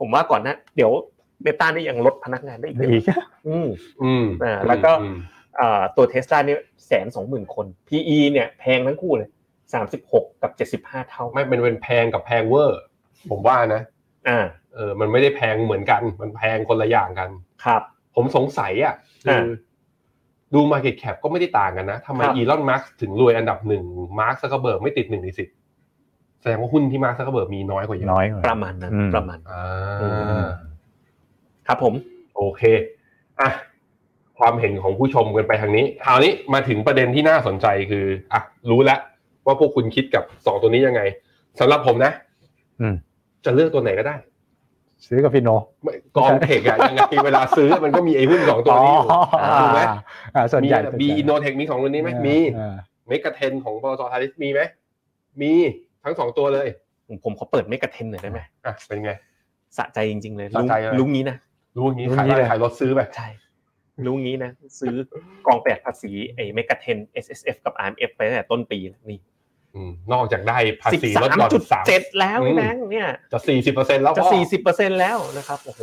[SPEAKER 4] ผมว่าก่อนนะ เดี๋ยวเมตานี่ยังลดพนักงานได้อีกเย
[SPEAKER 2] อี
[SPEAKER 4] อะ
[SPEAKER 2] ก
[SPEAKER 4] อืม
[SPEAKER 3] อืม
[SPEAKER 4] อ่าแล้วก็
[SPEAKER 3] อืม
[SPEAKER 4] อ่าตัวเทสลาเนี่ยแสนสองหมื่นคน PE เนี่ยแพงทั้งคู่เลยสามสิบหกกับเจ็ดสิบห้าเท่า
[SPEAKER 3] ไม่เป็นเป็นแพงกับแพงเวอร์ ผมว่านะ
[SPEAKER 4] อ่า
[SPEAKER 3] เออ มันไม่ได้แพงเหมือนกัน มันแพงคนละอย่างกัน
[SPEAKER 4] ครับ
[SPEAKER 3] ผมสงสัยอ่ะคืออา ดู Market Cap ก็ไม่ได้ต่างกันนะทำไม
[SPEAKER 4] ครับ
[SPEAKER 3] อีลอนมาร์กถึงรวยอันดับหนึ่งมาร์คซักเบิร์กไม่ติดหนึ่งในสิบแสดงว่าหุ้นที่มาร์คซักเบิร์กมีน้อยกว่าเยอะ
[SPEAKER 2] น้อยก
[SPEAKER 4] ป
[SPEAKER 2] ว่า
[SPEAKER 4] ระมาณนั้น
[SPEAKER 2] อืม
[SPEAKER 4] ประมาณนั้น
[SPEAKER 3] อ่
[SPEAKER 2] อื
[SPEAKER 3] า
[SPEAKER 2] ม
[SPEAKER 4] ครับผม
[SPEAKER 3] โอเค อ่ะ ความเห็นของผู้ชมกันไปทางนี้ คราวนี้มาถึงประเด็นที่น่าสนใจคือ อ่ะ รู้แล้วว่าพวกคุณคิดกับสองตัวนี้ยังไงสำหรับผมนะ
[SPEAKER 2] อืม
[SPEAKER 3] จะเลือกตัวไหนก็ได้
[SPEAKER 2] ซื้อกับฟิโน
[SPEAKER 3] ไม่กองเทคอะยังไงเวลาซื้อมันก็มีไอ้หุ้นสองตัวนี้อยู่
[SPEAKER 2] อ๋อ
[SPEAKER 3] ถูกไหม
[SPEAKER 2] อ่าส่วน
[SPEAKER 3] มี
[SPEAKER 2] ใหญ่
[SPEAKER 3] บีอินโนเทคมีสองตัวนี้ไหมมี
[SPEAKER 2] อ่า
[SPEAKER 3] เมกะเทนของบลจทาริสมีไหมมีทั้งสองตัวเลย
[SPEAKER 4] ผมขอเปิดเมกะเทนหน่อยได้ไหม
[SPEAKER 3] อ่ะ เป็นไง
[SPEAKER 4] สะใจจริง ๆ เลย
[SPEAKER 3] สะ
[SPEAKER 4] รู้
[SPEAKER 3] ใจเลย
[SPEAKER 4] รู้งี้นะ
[SPEAKER 3] รู้อย่างนี้
[SPEAKER 2] รู้
[SPEAKER 3] ขาย
[SPEAKER 2] งี้
[SPEAKER 3] ได้
[SPEAKER 2] เลย
[SPEAKER 3] ขายรถซื้อไป
[SPEAKER 4] ใช่รู้งี้นะ ซื้อกองแปดภาษีไอ้เมกะเทน S S F กับ R M F ไปตั้งแต่ต้นปีแล้วนี่
[SPEAKER 3] อืมนอกจากได้ภา
[SPEAKER 4] สิบ
[SPEAKER 3] ษีล
[SPEAKER 4] สา
[SPEAKER 3] ดห
[SPEAKER 4] ม
[SPEAKER 3] ย่อน
[SPEAKER 4] จุด
[SPEAKER 3] สาม
[SPEAKER 4] เจ็ดแล้วไอ้แบงค์เนี่ย
[SPEAKER 3] จะสี่สิบเปอร์เซ็นต์แล้ว
[SPEAKER 4] จะ
[SPEAKER 3] พ่อ
[SPEAKER 4] สี่สิบเปอร์เซ็นแล้วนะครับโอ้โห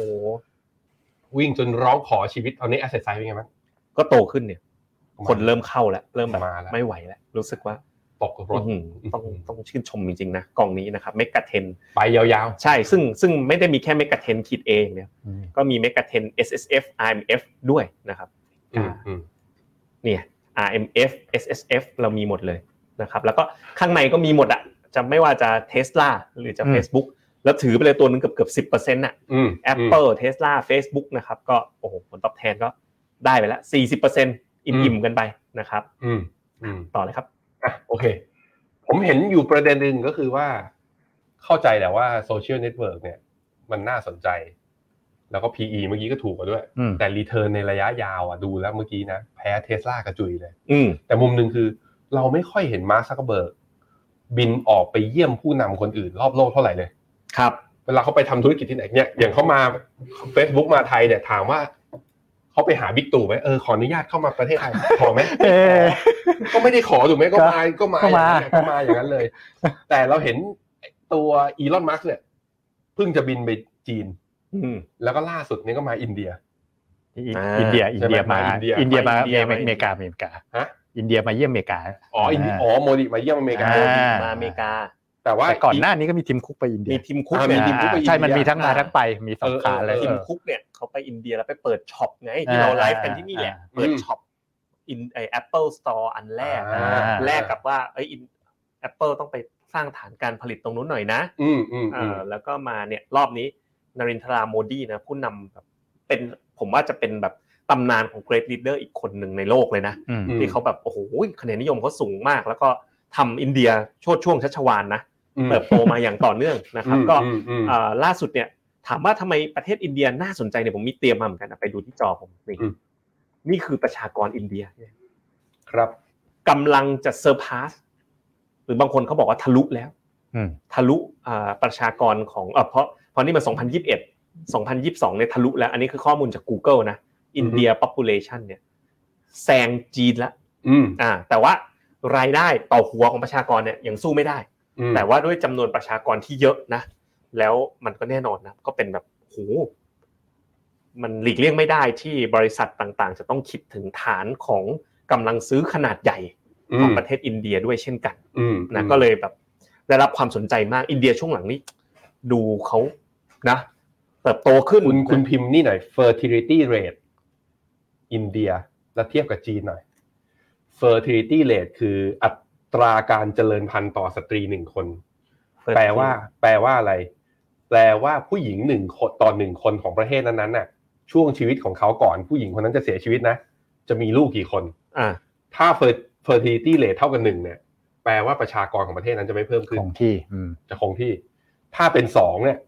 [SPEAKER 3] วิ่งจนร้องขอชีวิตตอนนี้ asset size เป็นไงบ้าง
[SPEAKER 4] ก็โตขึ้นเนี่ย คนเริ่มเข้าแล้วเริ่มแบบ
[SPEAKER 3] มาแล้ว
[SPEAKER 4] ไม่ไหวแล้ว รู้สึกว่า
[SPEAKER 3] ตกรถ
[SPEAKER 4] อื้อหือต้องต้องชื่นชมจริง ๆ นะกองนี้นะครับเมกะเทน
[SPEAKER 3] ไปยาว
[SPEAKER 4] ใช่ซึ่งซึ่งไม่ได้มีแค่เมกะเทนคิดเองเนี่ย
[SPEAKER 2] อืม
[SPEAKER 4] ก็มีเมกะเทน S S F R M F ด้วยนะครับ
[SPEAKER 3] ๆอืมอืม
[SPEAKER 4] เนี่ย RMF SSF เรามีหมดเลยนะครับ แล้วก็ข้างในก็มีหมดอะจะไม่ว่าจะ Tesla หรือจะ Facebook แล้วถือไปเลยตัวหนึงเกือบเกือบสิบเปอร์เซ็นต์อะ
[SPEAKER 3] อืม
[SPEAKER 4] Apple Tesla Facebook นะครับ ก็โอ้โหผลตอบแทนก็ได้ไปละสี่สิบเปอร์เซ็นต์อิ่มๆกันไปนะครับ
[SPEAKER 3] อืมอืม
[SPEAKER 4] ต่อเลยครับ
[SPEAKER 3] อ่ะโอเค ผมเห็นอยู่ประเด็นหนึ่งก็คือว่า เข้าใจแหละว่าโซเชียลเน็ตเวิร์กเนี่ย มันน่าสนใจ แล้วก็ PE เมื่อกี้ก็ถูกกว่าด้วย
[SPEAKER 2] อืม
[SPEAKER 3] แต่รีเทิร์นในระยะยาวอ่ะดูแล้วเมื่อกี้นะ แพ้เทสลากระจุยเลย
[SPEAKER 4] อืม
[SPEAKER 3] แต่มุมหนึ่งคือ เราไม่ค่อยเห็นมาร์คซักเบิร์กบินออกไปเยี่ยมผู้นำคนอื่นรอบโลกเท่าไหร่เลย
[SPEAKER 4] ครับ
[SPEAKER 3] เวลาเขาไปทำธุรกิจที่ไหนเนี่ยอย่างเขามา Facebook มาไทยเนี่ยถามว่าเขาไปหาบิ๊กตู่ไหมเออขออนุญาตเข้ามาประเทศ ไทย ขอไหม
[SPEAKER 2] เออ
[SPEAKER 3] ก็ไม่ได้ขอถูกไหมก็มาก็มา
[SPEAKER 2] ก็มา
[SPEAKER 3] ก็มาอย่างนั้นเลย แต่เราเห็นตัวอีลอนมัสเนี่ยเพิ่งจะบินไปจีน
[SPEAKER 4] อืม
[SPEAKER 3] แล้วก็ล่าสุดเนี่ยก็มาอินเดีย
[SPEAKER 4] อ่า
[SPEAKER 2] อินเดียอินเดียมา
[SPEAKER 3] ใช่ไหม
[SPEAKER 2] อินเดียมา
[SPEAKER 3] อินเดียมา
[SPEAKER 2] เมเมริกาเมริกา
[SPEAKER 3] ฮะ
[SPEAKER 2] อินเดียมาเยี่ยมอเมริกา
[SPEAKER 3] อ๋ออินเดียอ๋อโมดิมาเยี่ยมอเมริกา
[SPEAKER 2] อ่า
[SPEAKER 4] มาอเมริกา
[SPEAKER 3] แต่ว่า
[SPEAKER 2] แต่ก่อนหน้านี้ก็มีทีมคุกไปอินเดีย
[SPEAKER 4] มีทีมคุก
[SPEAKER 3] อ่า
[SPEAKER 4] เนี่ย
[SPEAKER 3] มีทีมคุกไปอินเดีย
[SPEAKER 2] ใช่มันมีทั้งมา
[SPEAKER 4] อ่า
[SPEAKER 2] ทั้งไปมีสองขาเลย
[SPEAKER 3] เออ
[SPEAKER 4] ทีมคุกเนี่ยเขาไปอินเดียแล้วไปเปิดช็อปไงที่เราไลฟ์กันที่นี่แหละ
[SPEAKER 2] อ่า
[SPEAKER 4] เปิดช็อปอินไอแอปเปิลสตอร์อันแรก
[SPEAKER 3] อ่า
[SPEAKER 4] แรกกับว่าไอยอินแอปเปิลต้องไปสร้างฐานการผลิตตรงนู้นหน่อยนะ
[SPEAKER 3] อืมอืมอืม
[SPEAKER 4] เอ่อแล้วก็มาเนี่ยรอบนี้นรินทราโมดีนะผู้นำแบบเป็นผ ผมว่าจะเป็นแบบตำนานของ great leader อีกคนหนึ่งในโลกเลยนะ
[SPEAKER 2] อืม
[SPEAKER 3] อืม
[SPEAKER 4] ที่เขาแบบโอ้โหคะแนนนิยมเขาสูงมาก แล้วก็ทำอินเดียโชดช่วงชัชวานนะ
[SPEAKER 3] อืม
[SPEAKER 4] เติบโตมาอย่างต่อเนื่องนะครับก็
[SPEAKER 3] อืมอืม
[SPEAKER 4] อ่าล่าสุดเนี่ยถามว่าทำไมประเทศอินเดียน่าสนใจเนี่ยผมมีเตรียมมาเหมือนกันนะไปดูที่จอผมนี่
[SPEAKER 3] อืม
[SPEAKER 4] นี่คือประชากรอินเดียเนี่ย
[SPEAKER 3] ครับ
[SPEAKER 4] กำลังจะเซอร์พาสหรือบางคนเขาบอกว่าทะลุแล้ว
[SPEAKER 2] อืม
[SPEAKER 4] ทะลุอ่าประชากรของเอ่อเพราะเพราะนี่มัน2021 2022เนี่ยทะลุแล้ว อันนี้คือข้อมูลจาก Google นะอินเดีย population เนี่ยแซงจีนละ
[SPEAKER 3] อืม
[SPEAKER 4] อ่าแต่ว่ารายได้ต่อหัวของประชากรเนี่ยยังสู้ไม่ได้
[SPEAKER 3] อืม
[SPEAKER 4] แต่ว่าด้วยจำนวนประชากรที่เยอะนะ แล้วมันก็แน่นอนนะ ก็เป็นแบบโหมันหลีกเลี่ยงไม่ได้ที่บริษัทต่างๆ จะต้องคิดถึงฐานของกำลังซื้อขนาดใหญ่ของประเทศอินเดียด้วยเช่นกัน
[SPEAKER 3] อืม
[SPEAKER 4] นะก็เลยแบบได้รับความสนใจมากอินเดียช่วงหลังนี้ ดูเขานะ เติบโตขึ้น
[SPEAKER 3] คุณคุณพิมพ์นี่หน่อย fertility rate อินเดียแล้วเทียบกับจีนหน่อย fertility rate คืออัตราการเจริญพันธุ์ต่อสตรีหนึ่งคน แปลว่า แปลว่าอะไร แปลว่าผู้หญิงหนึ่งคนต่อหนึ่งคนของประเทศนั้นๆน่ะ ช่วงชีวิตของเขาก่อนผู้หญิงคนนั้นจะเสียชีวิตนะ จะมีลูกกี่คน
[SPEAKER 4] อ่า
[SPEAKER 3] ถ้า fertility rate เท่ากันหนึ่งเนี่ย แปลว่าประชากรของประเทศนั้นจะไม่เพิ่มขึ้น
[SPEAKER 2] ของที่อืม
[SPEAKER 3] จะคงที่ ถ้าเป็นสองเนี่ย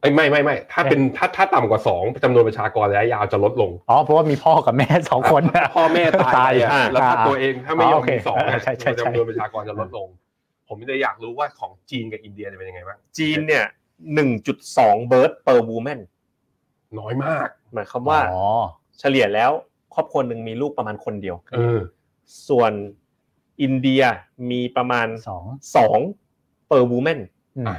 [SPEAKER 3] เอ้ยไม่ไม่ไม่ ถ้าเป็นถ้าถ้าต่ำกว่าสองจำนวนประชากรระยะยาวจะลดลง
[SPEAKER 2] อ๋อเพราะว่ามีพ่อกับแม่สองคนนะ
[SPEAKER 3] พ่อแม่ตายไปอะ
[SPEAKER 4] ตายอ่ะ
[SPEAKER 3] แล้วถ้าตัวเองถ้าไม่ยอม
[SPEAKER 2] โอเค
[SPEAKER 3] มีสองอะ
[SPEAKER 2] ใช่ใช่ใช่
[SPEAKER 3] จำนวนประชากรจะลดลง ผมเลยอยากรู้ว่าของจีนกับอินเดียเนี่ยเป็นยังไงบ้าง
[SPEAKER 4] จีนเนี่ยหนึ่งจุดสองเบิร์ด per woman
[SPEAKER 3] น้อยมาก
[SPEAKER 4] หมายความว่า
[SPEAKER 2] อ๋อ
[SPEAKER 4] เฉลี่ยแล้วครอบครัวหนึ่งมีลูกประมาณคนเดียว
[SPEAKER 3] เออ
[SPEAKER 4] ส่วนอินเดียมีประมาณ
[SPEAKER 2] สอง
[SPEAKER 4] สอง per woman
[SPEAKER 2] อืม
[SPEAKER 3] อ่ะ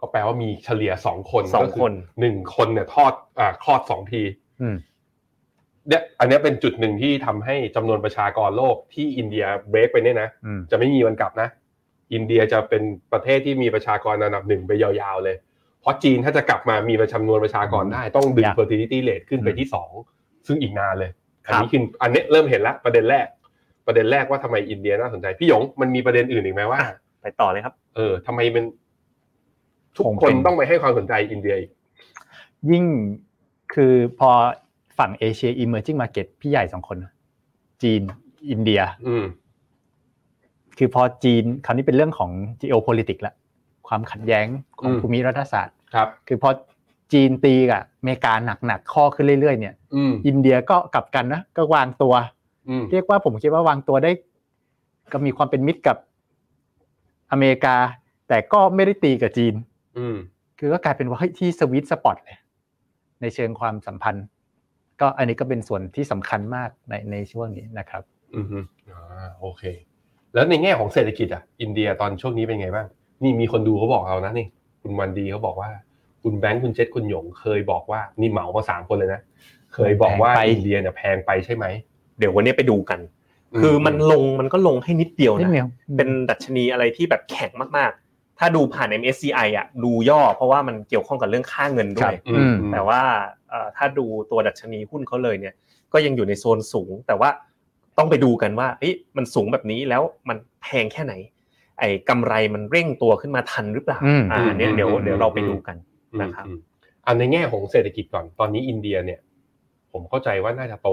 [SPEAKER 3] ก็แปลว่ามีเฉลี่ยสองคน
[SPEAKER 4] สอง
[SPEAKER 3] ก็
[SPEAKER 4] คน
[SPEAKER 3] หนึ่งคนเนี่ยทอดอ่าคลอดสองที
[SPEAKER 2] อืม
[SPEAKER 3] เนี่ยอันเนี้ยเป็นจุดหนึ่งที่ทำให้จำนวนประชากรโลกที่อินเดียเบรกไปเนี่ยนะ
[SPEAKER 2] อืม
[SPEAKER 3] จะไม่มีวันกลับนะ อินเดียจะเป็นประเทศที่มีประชากรอันดับหนึ่งไปยาวๆเลย เพราะจีนถ้าจะกลับมามีประจำนวนประชากรได้ต้องดึง
[SPEAKER 2] ยาก
[SPEAKER 3] fertility rate ขึ้นไป
[SPEAKER 2] อืม
[SPEAKER 3] ที่สองซึ่งอีกนานเลย
[SPEAKER 4] ค
[SPEAKER 3] อั
[SPEAKER 4] รั
[SPEAKER 3] น
[SPEAKER 4] บ
[SPEAKER 3] นี้คืออันเนี้ยเริ่มเห็นละประเด็นแรก ประเด็นแรกว่าทำไมอินเดียน่าสนใจพี่หยงมันมีประเด็นอื่นอีกไหมว่า
[SPEAKER 4] ไปต่อเลยครับ
[SPEAKER 3] เออทำไมมันทุก
[SPEAKER 2] คง
[SPEAKER 3] ค
[SPEAKER 2] เป็น น
[SPEAKER 3] ต้องไปให้ความสนใจอินเดียอีก
[SPEAKER 2] ยิ่งคือพอฝั่งเอเชีย emerging market พี่ใหญ่สองคนนะจีนอินเดีย
[SPEAKER 3] อืม
[SPEAKER 2] คือพอจีนคราวนี้เป็นเรื่องของ geopolitics ละความขัดแย้งของ
[SPEAKER 3] อืม
[SPEAKER 2] ภูมิรัฐศาสตร์
[SPEAKER 3] ครับ
[SPEAKER 2] คือพอจีนตีกับอเมริกาหนักๆข้อขึ้นเรื่อยๆเนี่ย
[SPEAKER 3] อืม
[SPEAKER 2] อินเดียก็กลับกันนะก็วางตัว
[SPEAKER 3] อืม
[SPEAKER 2] เรียกว่าผมคิดว่าวางตัวได้ ก็มีความเป็นมิตรกับอเมริกา แต่ก็ไม่ได้ตีกับจีน
[SPEAKER 3] อืม
[SPEAKER 2] คือก็กลายเป็นว่าเฮ้ยที่สวิตสปอตเลย ในเชิงความสัมพันธ์ ก็อันนี้ก็เป็นส่วนที่สำคัญมากในในช่วงนี้นะครับ
[SPEAKER 3] อืมฮึอ่าโอเค แล้วในแง่ของเศรษฐกิจอ่ะ อินเดียตอนช่วงนี้เป็นไงบ้าง นี่มีคนดูเขาบอกเรานะนี่ คุณวันดีเขาบอกว่า คุณแบงค์คุณเจษคุณหยงเคยบอกว่า นี่เหมามาสามคนเลยนะ เคยบอกว่า
[SPEAKER 2] แพงไป
[SPEAKER 3] อินเดียเนี่ยแพงไปใช่ไหม
[SPEAKER 4] เดี๋ยววันนี้ไปดูกัน คือมันลงมันก็ลงให้นิดเดียว
[SPEAKER 2] นิด
[SPEAKER 4] นะ
[SPEAKER 2] เดียว
[SPEAKER 4] เป็นดัชนีอะไรที่แบบแข็งมากๆ ถ้าดูผ่าน MSCI อ่ะดูย่อเพราะว่ามันเกี่ยวข้องกับเรื่องค่าเงินด้วย
[SPEAKER 3] อืม
[SPEAKER 4] แต่ว่าเอ่อถ้าดูตัวดัชนีหุ้นเขาเลยเนี่ย ก็ยังอยู่ในโซนสูง แต่ว่าต้องไปดูกันว่าเอ้ยมันสูงแบบนี้แล้วมันแพงแค่ไหน ไอ้กำไรมันเร่งตัวขึ้นมาทันหรือเปล่า
[SPEAKER 2] อืม
[SPEAKER 4] อ่าเนี่ยเดี๋ยวเดี๋ยวเราไปดูกัน นะครับ
[SPEAKER 3] อืมอันในแง่ของเศรษฐกิจก่อน ตอนนี้อินเดียเนี่ย ผมเข้าใจว่าน่าจะโต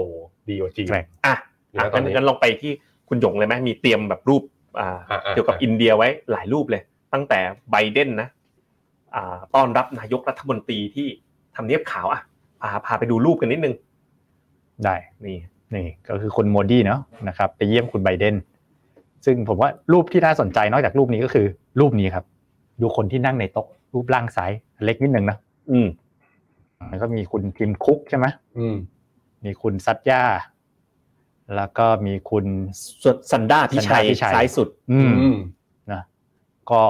[SPEAKER 3] ดีกว่าจีน
[SPEAKER 2] แรง
[SPEAKER 4] อ่ะ
[SPEAKER 3] อยู่
[SPEAKER 4] อ่ะ
[SPEAKER 3] นะตอ
[SPEAKER 4] งั้
[SPEAKER 3] น
[SPEAKER 4] น
[SPEAKER 3] นี้
[SPEAKER 4] งั้นลองไปที่คุณหยงเลยไหมมีเตรียมแบบรูปอ่า
[SPEAKER 3] อ่าอ่า
[SPEAKER 4] เกี่ยวกับอินเดียไว้หลายรูปเลย ตั้งแต่ไบเดนนะอ่าต้อนรับนายกรัฐมนตรีที่ทำเนียบขาวอ่ะพาพาไปดูรูปกันนิดนึง
[SPEAKER 2] ได้
[SPEAKER 4] นี่
[SPEAKER 2] นี่ก็คือคุณโมดีเนาะนะครับ ไปเยี่ยมคุณไบเดน ซึ่งผมว่ารูปที่น่าสนใจนอกจากรูปนี้ก็คือรูปนี้ครับ ดูคนที่นั่งในโต๊ะรูปร่างซ้ายเล็กนิดนึงนะ
[SPEAKER 4] อืม
[SPEAKER 2] แล้วก็มีคุณทิมคุกใช่ไหม
[SPEAKER 3] อืม
[SPEAKER 2] มีคุณซัตยาแล้วก็มีคุณ
[SPEAKER 4] ส่วนสันดาพิชั
[SPEAKER 2] สันดา
[SPEAKER 4] ย
[SPEAKER 2] พิชัย
[SPEAKER 4] ซ้ายสุด
[SPEAKER 2] อืม
[SPEAKER 3] อืม
[SPEAKER 2] นะก็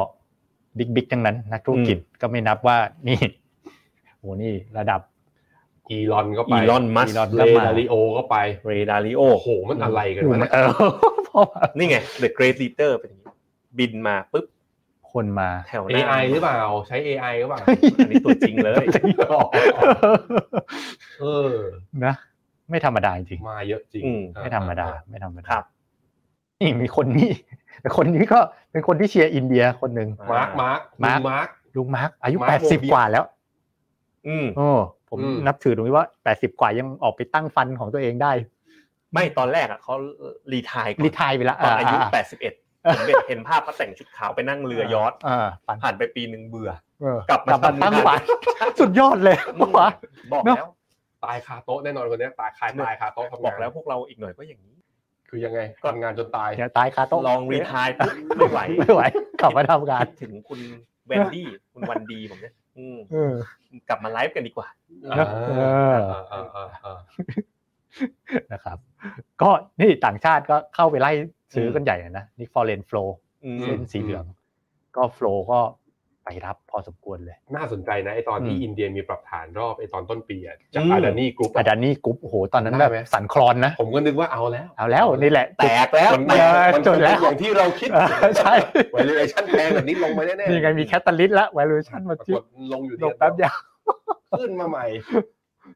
[SPEAKER 2] บิ๊กบิ๊กทั้งนั้นนักธุรกิจก็ไม่นับว่านี่ โอ้นี่ระดับ
[SPEAKER 3] อีลอนก็ไป
[SPEAKER 4] Elon Musk
[SPEAKER 3] เล
[SPEAKER 2] ก็มา
[SPEAKER 3] ดาริโอก็ไป
[SPEAKER 4] เรดาริโอ
[SPEAKER 3] โอ้โห มันอะไรกันวะเนี่ย
[SPEAKER 2] เอ อเพราะว่า
[SPEAKER 4] นี่ไง The Great Leader เป็นอย่างนี้บินมาปุ๊บ
[SPEAKER 2] คนมา
[SPEAKER 4] แถวหน้า
[SPEAKER 3] AI หรือเปล่า ใช้ AI หรือเปล่า
[SPEAKER 4] อันนี้ตัวจริงเลย
[SPEAKER 3] เออ
[SPEAKER 2] นะ ไม่ธรรมดาจริง
[SPEAKER 3] มาเยอะจริง
[SPEAKER 4] อืม
[SPEAKER 3] อ่
[SPEAKER 2] ไม่ธรรมดา ไม่ธรรม
[SPEAKER 4] ค
[SPEAKER 2] ดา
[SPEAKER 4] รับ
[SPEAKER 2] นี่มีคนนี้ แต่คนนี้ก็เป็นคนที่เชียร์อินเดียคนหนึ่ง
[SPEAKER 3] มาร์ค มาร์ค
[SPEAKER 2] มาร์ค
[SPEAKER 3] มาร์ค
[SPEAKER 2] ลุงมาร์กอายุ
[SPEAKER 3] มาร์คโมเบีย
[SPEAKER 2] 80 กว่าแล้ว
[SPEAKER 4] อืม
[SPEAKER 2] โอ้ ผม
[SPEAKER 3] อืม
[SPEAKER 2] นับถือตรงนี้ว่า 80 กว่ายังออกไปตั้งฟันของตัวเองได้
[SPEAKER 4] ไม่ตอนแรกอ่ะเขารีไทายก่อน
[SPEAKER 2] รีไทายไปละ
[SPEAKER 4] ตอนอายุ
[SPEAKER 2] แปด
[SPEAKER 4] 81ผมเห็นภาพเขาแต่งชุดขาวไปนั่งเรือยอท
[SPEAKER 2] ฟัน
[SPEAKER 4] ผ่านไปปีหนึ่งเบื่อ
[SPEAKER 2] เออก
[SPEAKER 4] ลับมาก
[SPEAKER 2] ลับมาตั้ง
[SPEAKER 4] ทำงาน
[SPEAKER 2] ฟัน สุดยอดเลยบอกว่า
[SPEAKER 4] บอก
[SPEAKER 2] เนอะ
[SPEAKER 4] แล้ว
[SPEAKER 3] ตายคาโต๊ะแน่นอนคนเนี้ยตายคาตายคาโต๊ะทำงาน
[SPEAKER 4] บอกแล้วพวกเราอีกหน่อยก็อย่างนี้
[SPEAKER 3] คือยังไงทำงานจนตาย
[SPEAKER 2] เดี๋ยวตายคาโต๊ะ
[SPEAKER 4] ลองรีไทายปุ๊บไม่ไหว
[SPEAKER 2] ไม่ไหวกลับมาทำงาน
[SPEAKER 4] คิดถึงคุณแวนดี้คุณวันดีผมเนี่ยอืม
[SPEAKER 2] เออก
[SPEAKER 4] ลับมาไลฟ์กันดีกว่า
[SPEAKER 2] เนอะเออ
[SPEAKER 3] อ่าอ่าอ่าอ่า
[SPEAKER 2] นะครับ ก็นี่ต่างชาติก็เข้าไปไล่ซื้อกันใหญ่เลยนะนี่ฟอร์เรนโฟล
[SPEAKER 4] อืม
[SPEAKER 2] เส้นสีเหลือง ก็โฟลก็ไปรับพอสมควรเลย
[SPEAKER 3] น่าสนใจนะไอตอนที่
[SPEAKER 2] อืม
[SPEAKER 3] อินเดียมีปรับฐานรอบไอตอนต้นปีอะจาก
[SPEAKER 4] อืม
[SPEAKER 3] อาดานี่กรุ๊ป
[SPEAKER 2] อาดานี่กรุ๊ปโอ้โหตอนนั้น
[SPEAKER 3] ได้
[SPEAKER 2] แบบ
[SPEAKER 3] ไหม
[SPEAKER 2] สั่นคลอนนะ
[SPEAKER 3] ผมก็นึกว่าเอาแล้ว
[SPEAKER 2] เอาแล้วนี่แหละ
[SPEAKER 4] แตกแล้ว
[SPEAKER 3] มันไม
[SPEAKER 4] แต
[SPEAKER 3] ่
[SPEAKER 4] ก
[SPEAKER 3] มัน
[SPEAKER 2] จ
[SPEAKER 3] จ
[SPEAKER 2] น
[SPEAKER 3] น
[SPEAKER 2] แล้
[SPEAKER 3] แล้ว วอย่างที่เราคิด
[SPEAKER 2] ใช่
[SPEAKER 3] valuation แพงแบบนี้ลงมาแน่ๆ
[SPEAKER 2] นี่ไงมีแคตตาลิสต์ละ valuation มาร
[SPEAKER 3] ปาก
[SPEAKER 2] จิ้ม
[SPEAKER 3] ฏลงอยู่
[SPEAKER 2] ล
[SPEAKER 3] เดี
[SPEAKER 2] งแป๊บ
[SPEAKER 3] ยว
[SPEAKER 2] เดียว
[SPEAKER 3] ขึ้นมาใหม่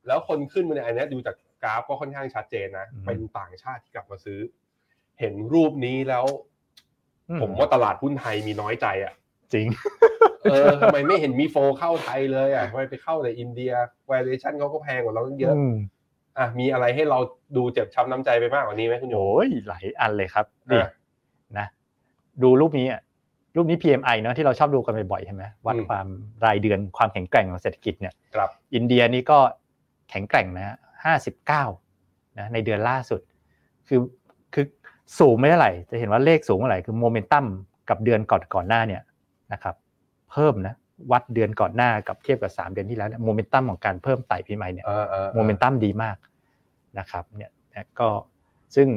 [SPEAKER 3] แล้วคนขึ้นมาเนี่ยอันเนี้ยดูจากกราฟก็ค่อนข้างชัดเจนนะ เป็นต่างชาติที่กลับมาซื้อ เห็นรูปนี้แล้ว ผมว่าตลาดหุ้นไทยมีน้อยใจอ่ะ
[SPEAKER 2] จริง
[SPEAKER 3] เออทำไมไม่เห็นมีโฟเข้าไทยเลยอ่ะทำไมไปเข้าแต่อินเดีย valuation เขาก็แพงกว่าเราตั้งเยอะ
[SPEAKER 2] อืม
[SPEAKER 3] อ่ะมีอะไรให้เราดูเจ็บช้ำน้ำใจไปมากกว่านี้ไหมคุณโย
[SPEAKER 2] โอ้ยหลายอันเลยครับนี่
[SPEAKER 3] อ่ะ
[SPEAKER 2] นะ ดูรูปนี้อ่ะรูปนี้ PMI เนอะที่เราชอบดูกันบ่อยๆใช่ไหมวัด
[SPEAKER 3] อืม
[SPEAKER 2] ความรายเดือนความแข็งแกร่งของเศรษฐกิจเนี่ย
[SPEAKER 3] ครับ
[SPEAKER 2] อินเดียนี่ก็แข็งแกร่งนะห้าสิบเก้านะในเดือนล่าสุด คือคือสูงไม่เท่าไหร่จะเห็นว่าเลขสูงเท่าไหร่คือโมเมนตัมกับเดือนก่อนก่อนหน้าเนี่ยนะครับ เพิ่มนะวัดเดือนก่อนหน้ากับเทียบกับสามเดือนที่แล้วเนี่ยโมเมนตัมของการเพิ่มไต่ PMI เนี่ย
[SPEAKER 3] เออออออ
[SPEAKER 2] โมเมนตัมดีมากนะครับเนี่ยนะก็ซึ่ง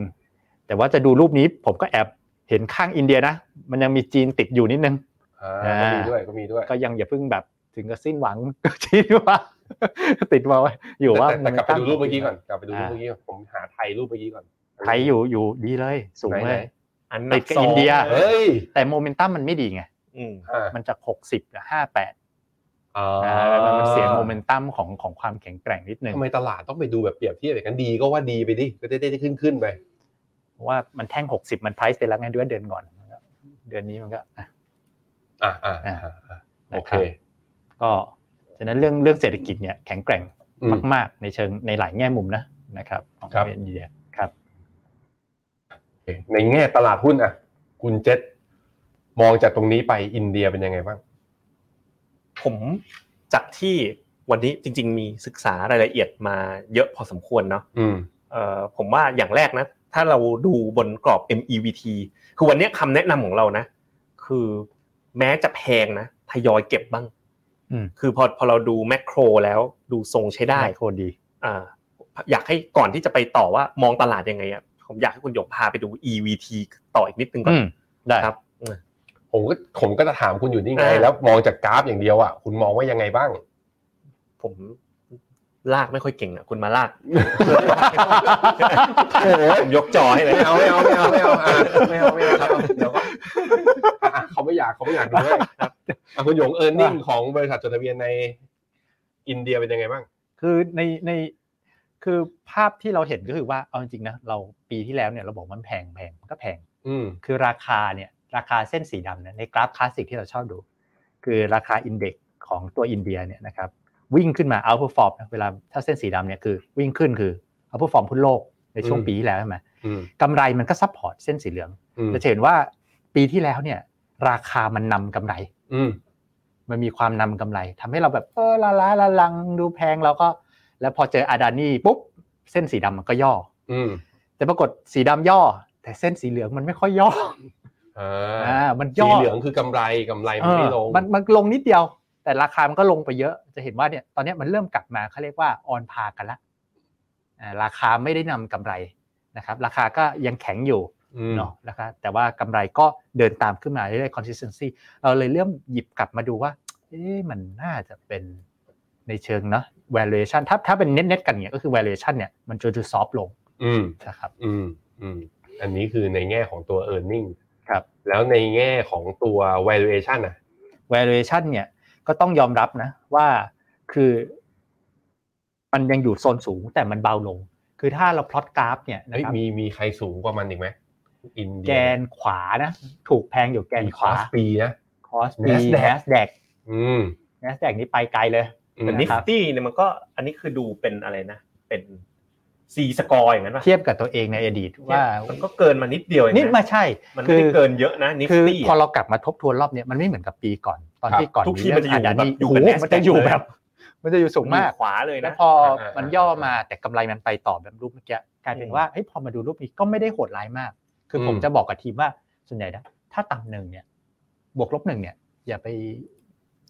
[SPEAKER 2] แต่ว่าจะดูรูปนี้ผมก็แอบเห็นข้างอินเดียนะ มันยังมีจีนติดอยู่นิดนึง
[SPEAKER 3] อ่าก็มีด้วยก็มีด้วย
[SPEAKER 2] ก็ยังอย่าเพิ่งแบบถึงกับสิ้นหวัง จีนว่า ติดมาไว้อยู่ว่า
[SPEAKER 3] แต่แต่แต่กลับไปดูรูปเมื่อกี้ก่อนกลับไปดูรูป
[SPEAKER 2] า
[SPEAKER 3] เมื่อกี้ก่อนผมหาไทยรูปเมื่อกี้ก่อน
[SPEAKER 2] ไทยอยู่อยู่ดีเลย สูง
[SPEAKER 3] ไหน
[SPEAKER 2] เลย
[SPEAKER 4] อัน
[SPEAKER 2] ติด
[SPEAKER 4] ดับ
[SPEAKER 2] กับ
[SPEAKER 4] สอง
[SPEAKER 2] อินเดีย
[SPEAKER 3] เฮ้ย
[SPEAKER 2] แต่โมเมนตัมมันไม่ดีไง
[SPEAKER 4] อืม
[SPEAKER 3] อ่า
[SPEAKER 2] มันจาก 60หรือ58
[SPEAKER 3] อ่า
[SPEAKER 2] นะมันเสียโมเมนตัมของของความแข็งแกร่งนิดนึง
[SPEAKER 3] ทำไมตลาดต้องไปดูแบบเปรียบเทียบอย่างนั้นดีก็ว่าดีไปดิก็ได้ได้ขึ้นขึ้นไป
[SPEAKER 2] เพราะว่ามันแท่ง 60 มัน price ไปแล้วไงเดือนเดือนก่อน เดือนนี้มันก็อ่ะ
[SPEAKER 3] อ่าอ่าอ่าอ่าโอ
[SPEAKER 2] นะค
[SPEAKER 3] เครับ
[SPEAKER 2] ก็ฉะนั้นเรื่องเรื่องเศรษฐกิจเนี่ยแข็งแกร่ง
[SPEAKER 3] อืม
[SPEAKER 2] มากๆในเชิงในหลายแง่มุมนะนะครับของ
[SPEAKER 3] ครับ
[SPEAKER 2] อินเดียครับ
[SPEAKER 3] ในแง่ตลาดหุ้นอ่ะคุณเจษมองจากตรงนี้ไปอินเดียเป็นยังไงบ้าง
[SPEAKER 4] ผมจากที่วันนี้จริง ๆ มีศึกษารายละเอียดมาเยอะพอสมควรเนาะ
[SPEAKER 3] อืม
[SPEAKER 4] เอ่อผมว่าอย่างแรกนะ ถ้าเราดูบนกรอบ MEVT คือวันนี้คำแนะนำของเรานะ คือแม้จะแพงนะทยอยเก็บบ้าง
[SPEAKER 2] อืม
[SPEAKER 4] คือพอพอเราดูแมกโครแล้วดูทรงใช้ได้
[SPEAKER 2] โคตรดี
[SPEAKER 4] อ่าอยากให้ก่อนที่จะไปต่อว่ามองตลาดยังไงอ่ะผมอยากให้คุณหยกพาไปดู EVT ต่ออีกนิดนึงก่อ
[SPEAKER 2] อื
[SPEAKER 4] น
[SPEAKER 2] มได้
[SPEAKER 4] ครับ
[SPEAKER 3] ผมก็ผมก็จะถามคุณอยู่นี่ไง
[SPEAKER 4] อ่า
[SPEAKER 3] แล้วมองจากกราฟอย่างเดียวอ่ะคุณมองว่ายังไงบ้าง
[SPEAKER 4] ผมลากไม่ค่อยเก่งอ่ะคุณมาลาก
[SPEAKER 3] โอ้โห
[SPEAKER 4] ผมยกจอให้เลย
[SPEAKER 3] ไม่เอาไม่เอาไม่เอาไม่เอาอ่ะไม่เอาไม่เอาครับเดี๋ยวก็อ่ะเขาไม่อยากเขาไม่อยากดูด้วยครับอ่ะคุณหยงเออร์เน็งของบริษัทจดทะเบียนในอินเดียเป็นยังไงบ้าง
[SPEAKER 2] คือในในคือภาพที่เราเห็นก็คือว่าเอาจริงๆนะเราปีที่แล้วเนี่ยเราบอกมันแพงแพงมันก็แพง
[SPEAKER 3] อืม
[SPEAKER 2] คือราคาเนี่ยราคาเส้นสีดำเนี่ยในกราฟคลาสสิกที่เราชอบดู คือราคาอินเด็กของตัวอินเดียเนี่ยนะครับวิ่งขึ้นมาเอาพ r ฟอร์มเวลาถ้าเส้นสีดำเนี่ยคือวิ่งขึ้นคือเอาพ r ฟอร์มพุ่นโลกในช่วง
[SPEAKER 3] อืม
[SPEAKER 2] ปีที่แล้วใช่ไหม
[SPEAKER 3] อืม
[SPEAKER 2] กำไรมันก็ซัพพอร์ตเส้นสีเหลือง
[SPEAKER 3] อืม
[SPEAKER 2] จะเห็นว่าปีที่แล้วเนี่ยราคามันนำกำไร
[SPEAKER 3] อืม
[SPEAKER 2] มันมีความนำกำไรทำให้เราแบบเออละล้าละลังดูแพงแล้วก็ แล้วพอเจออาดานี่ปุ๊บเส้นสีดำมันก็ย่อ
[SPEAKER 3] อืม
[SPEAKER 2] แต่ปรากฏสีดำย่อ แต่เส้นสีเหลืองมันไม่ค่อยย่อ
[SPEAKER 3] อ่
[SPEAKER 2] อ่า
[SPEAKER 3] า
[SPEAKER 2] มัน
[SPEAKER 3] สี
[SPEAKER 2] ย่อ
[SPEAKER 3] เหลืองคือกำไรกำไรมันไม่ลง
[SPEAKER 2] เออมันมันลงนิดเดียว แต่ราคามันก็ลงไปเยอะ จะเห็นว่าเนี่ยตอนเนี้ยมันเริ่มกลับมาเขาเรียกว่าออนพากันละอ่าราคาไม่ได้นำกำไรนะครับ ราคาก็ยังแข็งอยู่
[SPEAKER 3] อืม
[SPEAKER 2] เนาะนะครับแต่ว่ากำไรก็เดินตามขึ้นมาเรื่อยๆ consistency เราเลยเริ่มหยิบกลับมาดูว่าเอ๊ะมันน่าจะเป็นในเชิงเนาะ valuation ถ้าถ้าเป็นเน็ตๆกันเนี่ยก็คือ valuation เนี่ยมันจะดูซอฟลง
[SPEAKER 3] อืม
[SPEAKER 2] นะครับ
[SPEAKER 3] อืมอืมอันนี้คือในแง่ของตัว e a r n i n g
[SPEAKER 2] ครับ
[SPEAKER 3] แล้วในแง่ของตัว valuation อ่ะ
[SPEAKER 2] valuation เนี่ยก็ต้องยอมรับนะว่าคือ มันยังอยู่โซนสูงแต่มันเบาลง คือถ้าเราพลอตกราฟเนี่ยนะ
[SPEAKER 3] เฮ้ย
[SPEAKER 2] ครับ
[SPEAKER 3] มีมีใครสูงกว่ามันอีกไหมอินเดี
[SPEAKER 2] แกนขวานะถูกแพงอยู่แกน
[SPEAKER 3] มีคว
[SPEAKER 2] ขา
[SPEAKER 3] สปีนะ
[SPEAKER 2] cost
[SPEAKER 3] Nasdaq
[SPEAKER 2] nasdaq
[SPEAKER 3] อืม
[SPEAKER 2] nasdaq นี่ไปไกลเลย
[SPEAKER 3] อืม
[SPEAKER 4] แต่นิฟ
[SPEAKER 2] ครับ
[SPEAKER 4] ตี้เนี่ยมันก็อันนี้คือดูเป็นอะไรนะ เป็นซีสกอร์อย่างนั้นป่ะ
[SPEAKER 2] เทียบกับตัวเองในอดีตว่า
[SPEAKER 4] มันก็เกินมานิดเดียวเองะ
[SPEAKER 2] นี่ไมาใช่
[SPEAKER 4] มัน
[SPEAKER 2] คื
[SPEAKER 4] ไม่
[SPEAKER 2] อ
[SPEAKER 4] ได้เกินเยอะนะนิฟ
[SPEAKER 2] คือ
[SPEAKER 4] ตี้
[SPEAKER 2] พอเรากลับมาทบทวนรอบเนี้ยมันไม่เหมือนกับปีก่อนตอน
[SPEAKER 3] ครับ
[SPEAKER 2] ที่ก่อน
[SPEAKER 4] ทุกทีมันจะอยู่แบบอยู่
[SPEAKER 2] โอ้
[SPEAKER 4] กับ
[SPEAKER 2] โห
[SPEAKER 4] Nasdaq
[SPEAKER 2] มันจะอยู่
[SPEAKER 4] เลย
[SPEAKER 2] แบบ มันจะอยู่สูงมาก
[SPEAKER 4] ขวาเลย
[SPEAKER 2] แล้
[SPEAKER 4] นะ
[SPEAKER 2] วพอ
[SPEAKER 3] อ่ามั
[SPEAKER 2] มัน
[SPEAKER 3] อ่า
[SPEAKER 2] ย่อ
[SPEAKER 3] อ่าม
[SPEAKER 2] มาแต่กำไรมันไปต่อแบบรูปเมื่อกี้กลายเป็นว่าเฮ้ยพอมาดูรูปนี้ก็ไม่ได้โหดร้ายมาก คือผม
[SPEAKER 3] อืม
[SPEAKER 2] จะบอกกับทีมว่าส่วนใหญ่นะถ้าต่ำหนึ่งเนี่ยบวกลบหนึ่งเนี่ย อย่าไป